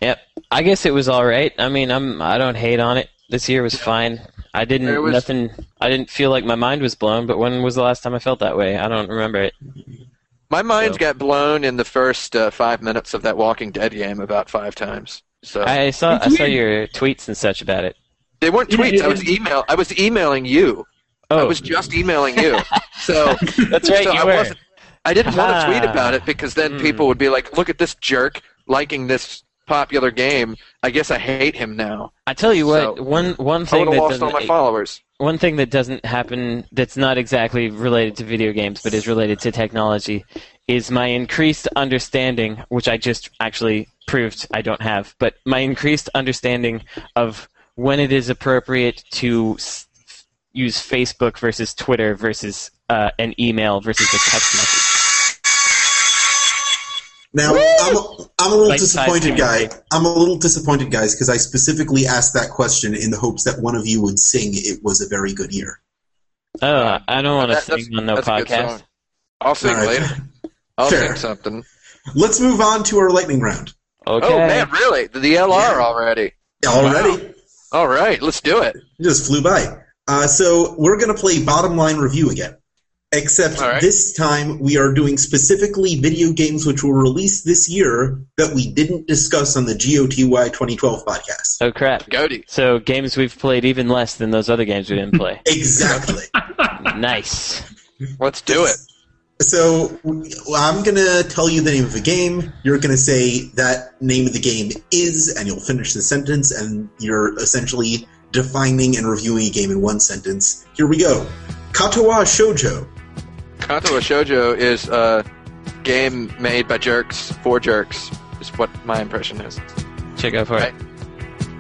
[SPEAKER 5] Yep. I guess it was all right. I mean, I'm I don't hate on it. This year was fine. I
[SPEAKER 3] There
[SPEAKER 5] didn't
[SPEAKER 3] was-
[SPEAKER 5] nothing. I didn't feel like my mind was blown. But when was the last time I felt that way? I don't remember it.
[SPEAKER 3] my mind
[SPEAKER 5] So-
[SPEAKER 3] got blown in the first uh, five minutes of that Walking Dead game about five times. So
[SPEAKER 5] I saw
[SPEAKER 4] It's
[SPEAKER 5] I saw
[SPEAKER 4] weird.
[SPEAKER 5] your tweets and such about it.
[SPEAKER 3] they weren't
[SPEAKER 4] Yeah,
[SPEAKER 3] tweets.
[SPEAKER 4] it-
[SPEAKER 3] I was
[SPEAKER 4] it-
[SPEAKER 3] email. I was emailing you. I
[SPEAKER 5] Oh,
[SPEAKER 3] was just emailing you. so
[SPEAKER 5] that's right.
[SPEAKER 3] so
[SPEAKER 5] you
[SPEAKER 3] I
[SPEAKER 5] were.
[SPEAKER 3] wasn't- I didn't want to tweet
[SPEAKER 5] Ah.
[SPEAKER 3] about it because then
[SPEAKER 5] Hmm.
[SPEAKER 3] people would be like, "Look at this jerk liking this popular game. I guess I hate him now."
[SPEAKER 5] I tell you what.
[SPEAKER 3] So-
[SPEAKER 5] one one
[SPEAKER 3] I
[SPEAKER 5] thing
[SPEAKER 3] would have
[SPEAKER 5] that
[SPEAKER 3] lost all
[SPEAKER 5] doesn't-
[SPEAKER 3] my followers.
[SPEAKER 5] one thing that doesn't happen that's not exactly related to video games but is related to technology is my increased understanding which i just actually proved i don't have but my increased understanding of when it is appropriate to s- use facebook versus twitter versus uh, an email versus a text message
[SPEAKER 2] Now I'm a, I'm a little
[SPEAKER 5] Bite-sized
[SPEAKER 2] disappointed, guy.
[SPEAKER 5] community.
[SPEAKER 2] I'm a little disappointed, guys, because I specifically asked that question in the hopes that one of you would sing. It was a very good year.
[SPEAKER 5] oh i don't want to
[SPEAKER 3] That- that's-
[SPEAKER 5] sing on no
[SPEAKER 3] that's a good
[SPEAKER 5] podcast
[SPEAKER 3] song. I'll sing
[SPEAKER 2] All right.
[SPEAKER 3] later. I'll
[SPEAKER 2] Fair.
[SPEAKER 3] sing something.
[SPEAKER 2] Let's move on to our lightning round.
[SPEAKER 5] okay
[SPEAKER 3] Oh man, really? The LR already?
[SPEAKER 2] Already,
[SPEAKER 3] All right, let's do it.
[SPEAKER 2] It just flew by. Uh, so we're going to play bottom line review again. Except
[SPEAKER 3] All right.
[SPEAKER 2] this time we are doing specifically video games which were released this year that we didn't discuss on the GOTY 2012 podcast.
[SPEAKER 5] oh crap
[SPEAKER 3] Goody.
[SPEAKER 5] so games we've played even less than those other games we didn't play
[SPEAKER 2] Exactly.
[SPEAKER 5] nice
[SPEAKER 3] Let's do it.
[SPEAKER 2] So w- I'm gonna tell you the name of the game. You're gonna say that name of the game is, and you'll finish the sentence. And you're essentially defining and reviewing a game in one sentence. Here we go. Katawa Shoujo.
[SPEAKER 3] Kanto Shoujo is a game made by jerks for jerks, is what my impression is.
[SPEAKER 5] Should go for it.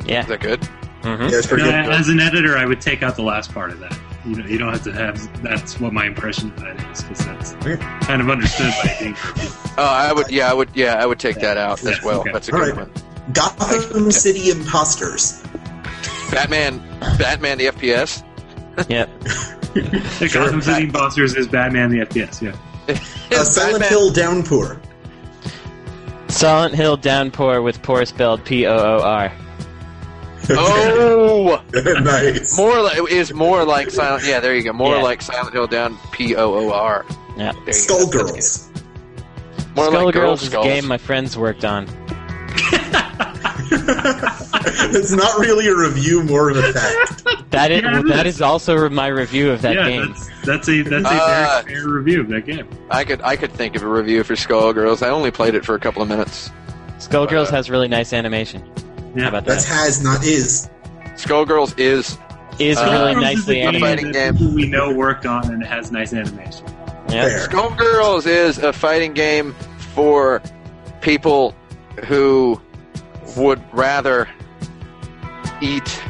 [SPEAKER 5] Yeah.
[SPEAKER 3] Is that good?
[SPEAKER 5] hmm
[SPEAKER 2] Yeah, it's pretty
[SPEAKER 4] No,
[SPEAKER 2] good.
[SPEAKER 4] as an editor, I would take out the last part of that. You know, you don't have to have. That's what my impression of that is, because that's
[SPEAKER 2] Okay.
[SPEAKER 4] kind of understood by being.
[SPEAKER 3] Oh, I would. Yeah, I would. Yeah, I would take that out as
[SPEAKER 4] Yeah,
[SPEAKER 3] well.
[SPEAKER 4] okay.
[SPEAKER 3] That's a
[SPEAKER 2] All
[SPEAKER 3] good
[SPEAKER 2] right.
[SPEAKER 3] one.
[SPEAKER 2] Gotham City Imposters.
[SPEAKER 3] Batman. Batman the FPS.
[SPEAKER 5] Yep.
[SPEAKER 4] The Gotham City Imposters is Batman the FPS. Yeah,
[SPEAKER 2] A
[SPEAKER 3] Is
[SPEAKER 2] Silent
[SPEAKER 3] Batman-
[SPEAKER 2] Hill Downpour.
[SPEAKER 5] Silent Hill Downpour with pour spelled P O O R.
[SPEAKER 3] Oh,
[SPEAKER 2] nice.
[SPEAKER 3] more like is more like Silent. Yeah, there you go. More
[SPEAKER 5] Yeah.
[SPEAKER 3] like Silent Hill down. P O O R. There
[SPEAKER 5] Yeah.
[SPEAKER 3] you go. That's- that's
[SPEAKER 2] Skullgirls.
[SPEAKER 3] good. More like girl
[SPEAKER 5] Skullgirls is a
[SPEAKER 3] skulls.
[SPEAKER 5] game my friends worked on.
[SPEAKER 2] That's not really a review, more of a fact.
[SPEAKER 5] That is,
[SPEAKER 4] Yeah, it
[SPEAKER 5] that is also my review of that
[SPEAKER 4] yeah,
[SPEAKER 5] game.
[SPEAKER 4] that's that's a that's a
[SPEAKER 3] Ah.
[SPEAKER 4] very fair review of that game.
[SPEAKER 3] I could I could think of a review for Skullgirls. I only played it for a couple of minutes.
[SPEAKER 5] Skullgirls
[SPEAKER 3] uh,
[SPEAKER 5] has really nice animation.
[SPEAKER 4] Yeah,
[SPEAKER 5] How about
[SPEAKER 2] That's
[SPEAKER 5] that?
[SPEAKER 2] has, not is.
[SPEAKER 3] Skullgirls is
[SPEAKER 5] Is
[SPEAKER 3] uh,
[SPEAKER 4] This is a
[SPEAKER 5] really nicely
[SPEAKER 4] game
[SPEAKER 5] animated.
[SPEAKER 4] that
[SPEAKER 3] Fighting game.
[SPEAKER 4] people we know worked on and it has nice animation.
[SPEAKER 5] Yeah.
[SPEAKER 2] Fair.
[SPEAKER 3] Skullgirls is a fighting game for people who would rather eat.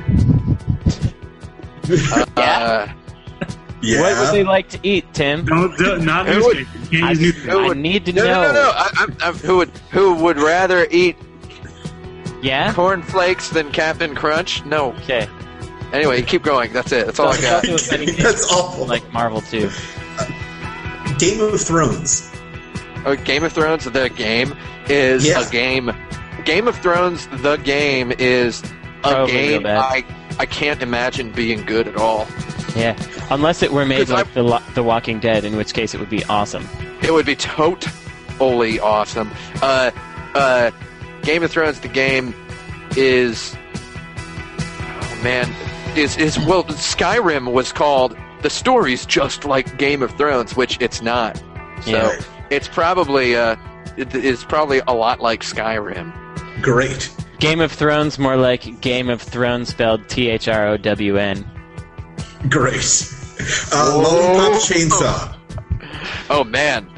[SPEAKER 3] Uh,
[SPEAKER 2] Yeah.
[SPEAKER 5] What would they like to eat, Tim?
[SPEAKER 4] Don't, don't not
[SPEAKER 3] Who
[SPEAKER 4] new
[SPEAKER 3] would-
[SPEAKER 4] would, Can't
[SPEAKER 5] I,
[SPEAKER 4] use new things.
[SPEAKER 3] who
[SPEAKER 5] I
[SPEAKER 3] would-
[SPEAKER 5] need to
[SPEAKER 3] no,
[SPEAKER 5] know.
[SPEAKER 3] no, no, no. I, I'm, I'm, who would who would rather eat
[SPEAKER 5] Yeah.
[SPEAKER 3] corn flakes than Captain Crunch? No.
[SPEAKER 5] Okay.
[SPEAKER 3] Anyway, keep going. That's it. That's all I got.
[SPEAKER 5] Also a fighting game
[SPEAKER 2] That's awful.
[SPEAKER 5] like Marvel 2.
[SPEAKER 2] Game of Thrones.
[SPEAKER 3] Oh, Game of Thrones, the game is
[SPEAKER 2] Yeah.
[SPEAKER 3] a game. Game of Thrones, the game is a
[SPEAKER 5] Probably real
[SPEAKER 3] game.
[SPEAKER 5] bad.
[SPEAKER 3] I I can't imagine being good at all.
[SPEAKER 5] Yeah. Unless it were made
[SPEAKER 3] Because I-
[SPEAKER 5] like the, Lo- the Walking Dead, in which case it would be awesome.
[SPEAKER 3] It would be totally awesome. Uh, uh, Game of Thrones, the game is, oh man, is is well, Skyrim was called the story's just like Game of Thrones, which it's not. So
[SPEAKER 5] Yeah.
[SPEAKER 3] it's probably uh, it, it's probably a lot like Skyrim.
[SPEAKER 2] Great.
[SPEAKER 5] Game of Thrones, more like Game of Thrones spelled T H R O W N.
[SPEAKER 2] Great. Uh, Lollipop Chainsaw.
[SPEAKER 3] Oh man,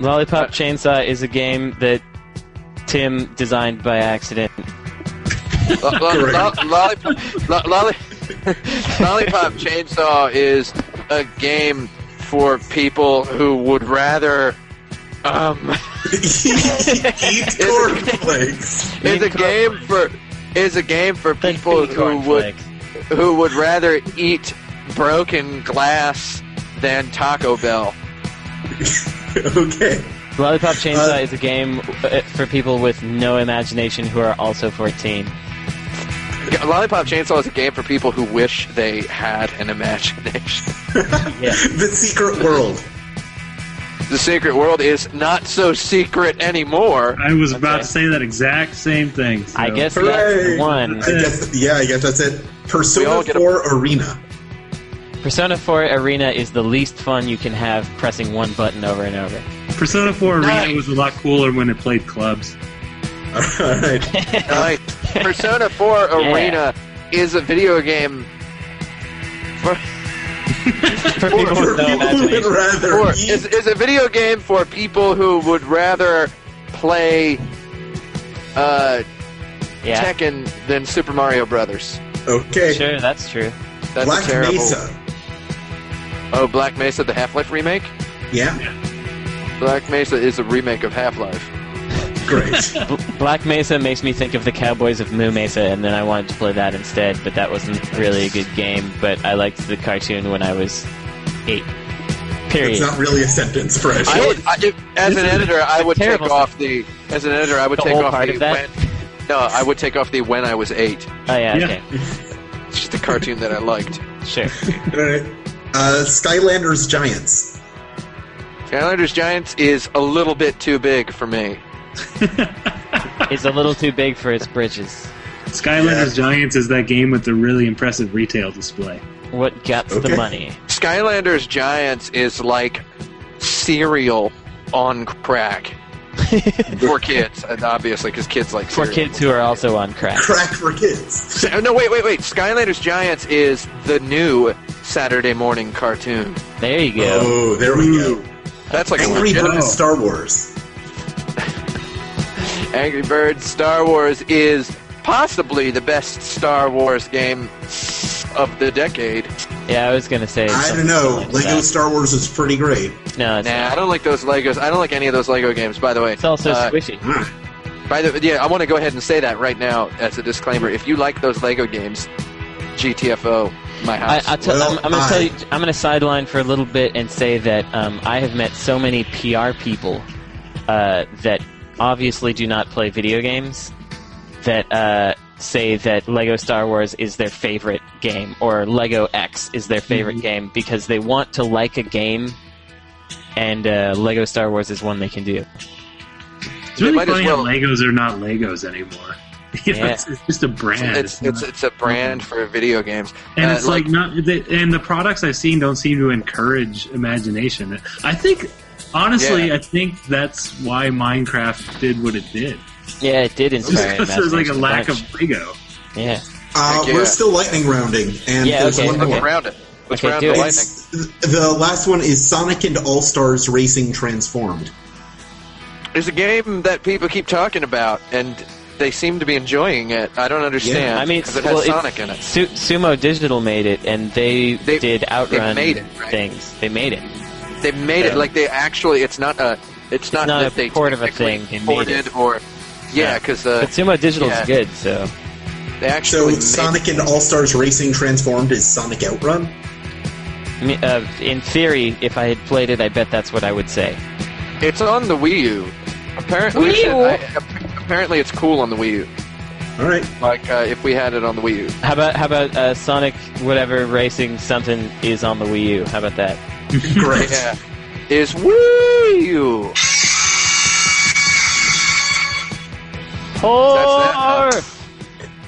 [SPEAKER 5] Lollipop Chainsaw is a game that Tim designed by accident.
[SPEAKER 3] Lo- lo-
[SPEAKER 2] Correct.
[SPEAKER 3] lo- lollipop, lo- lolli- lollipop chainsaw is a game for people who would rather um
[SPEAKER 2] Eat cornflakes.
[SPEAKER 3] is a game for is a game for people who would who would rather eat broken glass than Taco Bell.
[SPEAKER 2] Okay.
[SPEAKER 5] Lollipop Chainsaw
[SPEAKER 2] Uh,
[SPEAKER 5] is a game uh, for people with no imagination who are also 14.
[SPEAKER 3] G- Lollipop Chainsaw is a game for people who wish they had an imagination.
[SPEAKER 5] Yeah.
[SPEAKER 2] The Secret World.
[SPEAKER 3] The Secret World is not so secret anymore.
[SPEAKER 4] I was about
[SPEAKER 5] Okay.
[SPEAKER 4] to say that exact same thing. so-
[SPEAKER 5] I guess that's
[SPEAKER 2] Hooray!
[SPEAKER 5] the one.
[SPEAKER 2] I guess, yeah, I guess that's it.
[SPEAKER 3] We all
[SPEAKER 2] Persona
[SPEAKER 3] get a-
[SPEAKER 2] 4 Arena.
[SPEAKER 5] Persona 4 Arena is the least fun you can have pressing one button over and over.
[SPEAKER 4] Persona 4
[SPEAKER 3] Nice.
[SPEAKER 4] Arena was a lot cooler when it played clubs.
[SPEAKER 2] All right.
[SPEAKER 3] Like Persona 4
[SPEAKER 5] Yeah.
[SPEAKER 3] Arena is a video game for,
[SPEAKER 5] For
[SPEAKER 2] For
[SPEAKER 5] people with no
[SPEAKER 2] people who would
[SPEAKER 5] imagination.
[SPEAKER 3] for
[SPEAKER 2] rather
[SPEAKER 3] is,
[SPEAKER 2] eat
[SPEAKER 3] is a video game for people who would rather play uh,
[SPEAKER 5] Yeah,
[SPEAKER 3] Tekken than Super Mario Brothers.
[SPEAKER 2] Okay.
[SPEAKER 5] sure, that's true.
[SPEAKER 3] That's
[SPEAKER 2] Black
[SPEAKER 3] a terrible.
[SPEAKER 2] Mesa.
[SPEAKER 3] Oh, Black Mesa, the Half Life remake.
[SPEAKER 2] Yeah,
[SPEAKER 3] Black Mesa is a remake of Half Life.
[SPEAKER 2] great.
[SPEAKER 5] Bl- Black Mesa makes me think of the Cowboys of Moo Mesa, and then I wanted to play that instead, but that wasn't really a good game, but I liked the cartoon when I was eight.
[SPEAKER 2] It's
[SPEAKER 5] Period.
[SPEAKER 2] not really a sentence, Fresh.
[SPEAKER 3] I would, I, if- as an editor, I would take
[SPEAKER 5] terrible
[SPEAKER 3] off the. As an editor, I would
[SPEAKER 5] The
[SPEAKER 3] take
[SPEAKER 5] whole
[SPEAKER 3] off
[SPEAKER 5] part
[SPEAKER 3] the.
[SPEAKER 5] of that?
[SPEAKER 3] When, no, I would take off the when I was eight.
[SPEAKER 5] Oh, yeah,
[SPEAKER 4] Yeah.
[SPEAKER 5] okay.
[SPEAKER 3] It's just a cartoon that I liked.
[SPEAKER 5] Sure.
[SPEAKER 2] All right. Uh, Skylanders Giants.
[SPEAKER 3] Skylanders Giants is a little bit too big for me.
[SPEAKER 5] It's a little too big for its britches.
[SPEAKER 4] Skylanders Giants is that game with the really impressive retail display.
[SPEAKER 5] What guts
[SPEAKER 2] Okay.
[SPEAKER 5] the money?
[SPEAKER 3] Skylanders Giants is like cereal on crack for kids, and obviously, because kids like
[SPEAKER 5] For
[SPEAKER 3] cereal.
[SPEAKER 5] kids who are also on crack.
[SPEAKER 2] Crack for kids.
[SPEAKER 3] So- No, wait, wait, wait. Skylanders Giants is the new Saturday morning cartoon.
[SPEAKER 5] There you go.
[SPEAKER 2] Oh, there we go.
[SPEAKER 3] That's like
[SPEAKER 2] Angry
[SPEAKER 3] a legit-
[SPEAKER 2] Birds Star Wars.
[SPEAKER 3] Angry Birds Star Wars is possibly the best Star Wars game of the decade.
[SPEAKER 5] Yeah, I was gonna say.
[SPEAKER 2] I
[SPEAKER 5] something
[SPEAKER 2] don't know.
[SPEAKER 5] similar to
[SPEAKER 2] Lego
[SPEAKER 5] that.
[SPEAKER 2] Star Wars is pretty great.
[SPEAKER 5] No, it's,
[SPEAKER 3] Nah,
[SPEAKER 5] not.
[SPEAKER 3] I don't like those Legos. I don't like any of those Lego games. By the way,
[SPEAKER 5] it's also
[SPEAKER 3] Uh,
[SPEAKER 5] squishy.
[SPEAKER 2] Ah,
[SPEAKER 3] By the yeah, I want to go ahead and say that right now as a disclaimer. If you like those Lego games, GTFO, my
[SPEAKER 5] I,
[SPEAKER 3] house.
[SPEAKER 5] I tell,
[SPEAKER 2] well,
[SPEAKER 5] I'm, I'm gonna tell
[SPEAKER 2] I-
[SPEAKER 5] you. I'm gonna sideline for a little bit and say that um, I have met so many PR people uh, that obviously do not play video games that uh, say that Lego Star Wars is their favorite game or Lego X is their
[SPEAKER 4] Mm-hmm.
[SPEAKER 5] favorite game because they want to like a game, and uh, Lego Star Wars is one they can do.
[SPEAKER 4] It's really
[SPEAKER 3] might as
[SPEAKER 4] funny
[SPEAKER 3] well.
[SPEAKER 4] how Legos are not Legos anymore. You know,
[SPEAKER 5] Yeah.
[SPEAKER 4] it's, it's just a brand.
[SPEAKER 3] it's, it's
[SPEAKER 4] not-
[SPEAKER 3] it's a brand for video games,
[SPEAKER 4] and
[SPEAKER 3] Uh,
[SPEAKER 4] it's like, not. They, and the products I've seen don't seem to encourage imagination. I think, honestly,
[SPEAKER 3] Yeah.
[SPEAKER 4] I think that's why Minecraft did what it did.
[SPEAKER 5] Yeah, it did inspire.
[SPEAKER 4] Because there's like a
[SPEAKER 5] imagination
[SPEAKER 4] lack
[SPEAKER 5] bunch.
[SPEAKER 4] of Lego.
[SPEAKER 5] yeah.
[SPEAKER 2] Uh,
[SPEAKER 3] Heck yeah.
[SPEAKER 2] We're still lightning rounding, and
[SPEAKER 5] Yeah,
[SPEAKER 2] there's
[SPEAKER 5] okay,
[SPEAKER 2] one
[SPEAKER 3] let's
[SPEAKER 2] more.
[SPEAKER 3] round it. Let's
[SPEAKER 5] Okay,
[SPEAKER 3] round
[SPEAKER 5] do
[SPEAKER 3] the
[SPEAKER 5] it.
[SPEAKER 3] lightning.
[SPEAKER 2] It's, the last one is Sonic and All Stars Racing Transformed.
[SPEAKER 3] There's a game that people keep talking about, and they seem to be enjoying it. I don't understand.
[SPEAKER 2] Yeah.
[SPEAKER 5] I mean,
[SPEAKER 3] 'cause it
[SPEAKER 5] well,
[SPEAKER 3] has
[SPEAKER 5] it's-
[SPEAKER 3] Sonic in it.
[SPEAKER 5] Su- Sumo Digital made it, and they,
[SPEAKER 3] They-
[SPEAKER 5] did outrun
[SPEAKER 3] they made it, right?
[SPEAKER 5] things. They made it.
[SPEAKER 3] They made
[SPEAKER 5] Yeah.
[SPEAKER 3] it like they actually. It's not a. It's not,
[SPEAKER 5] not
[SPEAKER 3] that
[SPEAKER 5] a
[SPEAKER 3] they
[SPEAKER 5] port of a
[SPEAKER 3] technically
[SPEAKER 5] thing, they made
[SPEAKER 3] ported
[SPEAKER 5] it.
[SPEAKER 3] or. Yeah,
[SPEAKER 5] Yeah.
[SPEAKER 3] because
[SPEAKER 5] But Sumo Digital's
[SPEAKER 3] yeah.
[SPEAKER 5] good, so
[SPEAKER 3] they
[SPEAKER 2] So
[SPEAKER 3] actually made
[SPEAKER 2] Sonic and All Stars Racing Transformed is Sonic Outrun.
[SPEAKER 5] I mean, uh, in theory, if I had played it, I bet that's what I would say.
[SPEAKER 3] It's on the Wii U. Apparently,
[SPEAKER 6] Wii U?
[SPEAKER 3] I- ap- apparently it's cool on the Wii U.
[SPEAKER 2] All right,
[SPEAKER 3] Like uh, if we had it on the Wii U.
[SPEAKER 5] How about how about uh, Sonic whatever racing something is on the Wii U? How about that?
[SPEAKER 2] great.
[SPEAKER 3] Yeah. Is Wii U.
[SPEAKER 5] Or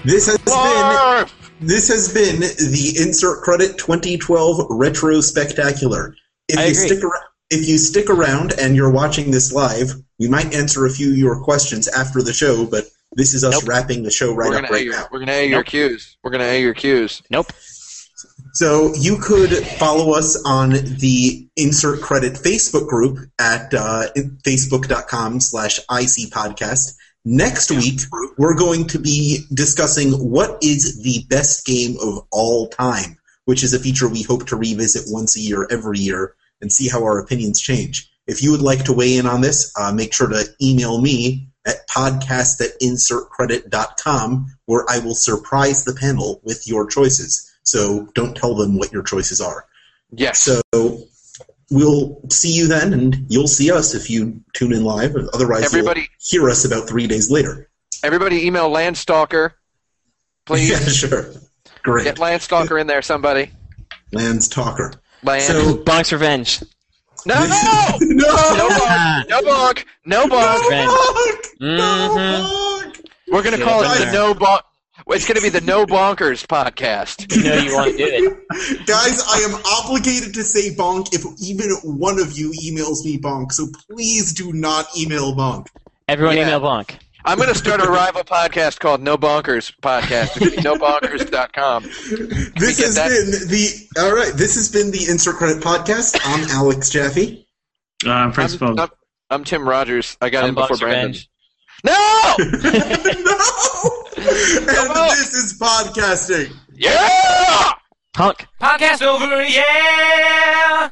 [SPEAKER 2] This has been
[SPEAKER 3] Barf!
[SPEAKER 2] this has been the insert credit 2012 retro spectacular. If
[SPEAKER 5] I
[SPEAKER 2] you
[SPEAKER 5] agree.
[SPEAKER 2] stick around, if you stick around and you're watching this live, we might answer a few of your questions after the show. But this is us
[SPEAKER 5] Nope.
[SPEAKER 2] wrapping the show right
[SPEAKER 3] we're
[SPEAKER 2] up
[SPEAKER 3] gonna,
[SPEAKER 2] right
[SPEAKER 3] a your,
[SPEAKER 2] now.
[SPEAKER 3] we're gonna A your cues. We're gonna A your cues.
[SPEAKER 5] nope.
[SPEAKER 2] So you could follow us on the Insert Credit Facebook group at uh, facebook.com slash IC Podcast. Next week, we're going to be discussing what is the best game of all time, which is a feature we hope to revisit once a year, every year, and see how our opinions change. If you would like to weigh in on this, uh, make sure to email me at podcast at insertcredit.com, where I will surprise the panel with your choices. So don't tell them what your choices are.
[SPEAKER 3] Yes.
[SPEAKER 2] So we'll see you then, and you'll see us if you tune in live. Otherwise,
[SPEAKER 3] Everybody-
[SPEAKER 2] you'll hear us about three days later.
[SPEAKER 3] Everybody email Landstalker. Please
[SPEAKER 2] Yeah, sure. Great.
[SPEAKER 3] get Landstalker in there, somebody.
[SPEAKER 2] Land's Talker.
[SPEAKER 3] Land.
[SPEAKER 2] So
[SPEAKER 5] Bonk's Revenge.
[SPEAKER 3] no, no, no,
[SPEAKER 2] no!
[SPEAKER 3] bonk, no bonk, no bonk.
[SPEAKER 5] Revenge. Mm-hmm.
[SPEAKER 2] No!
[SPEAKER 3] We're gonna
[SPEAKER 5] Should've
[SPEAKER 3] call
[SPEAKER 2] done
[SPEAKER 3] it the
[SPEAKER 2] that.
[SPEAKER 3] No Bonk. It's gonna be the No Bonkers podcast.
[SPEAKER 5] You know you want to do it.
[SPEAKER 2] Guys, I am obligated to say bonk if even one of you emails me bonk, so please do not email bonk.
[SPEAKER 5] Everyone
[SPEAKER 3] Yeah.
[SPEAKER 5] email Bonk.
[SPEAKER 3] I'm going to start a rival podcast called No Bonkers Podcast. It's nobonkers.com.
[SPEAKER 2] This
[SPEAKER 3] Yeah,
[SPEAKER 2] has
[SPEAKER 3] that-
[SPEAKER 2] been the all right. This has been the Insert Credit Podcast. I'm Alex Jaffe.
[SPEAKER 4] Uh,
[SPEAKER 3] I'm,
[SPEAKER 4] Principal.
[SPEAKER 3] I'm- I'm Tim Rogers. I got
[SPEAKER 5] I'm
[SPEAKER 3] in before
[SPEAKER 5] Bonk's
[SPEAKER 3] Brandon.
[SPEAKER 5] Revenge.
[SPEAKER 3] No!
[SPEAKER 2] no, and
[SPEAKER 3] on.
[SPEAKER 2] this is podcasting.
[SPEAKER 3] yeah!
[SPEAKER 5] Honk.
[SPEAKER 6] Podcast over, yeah!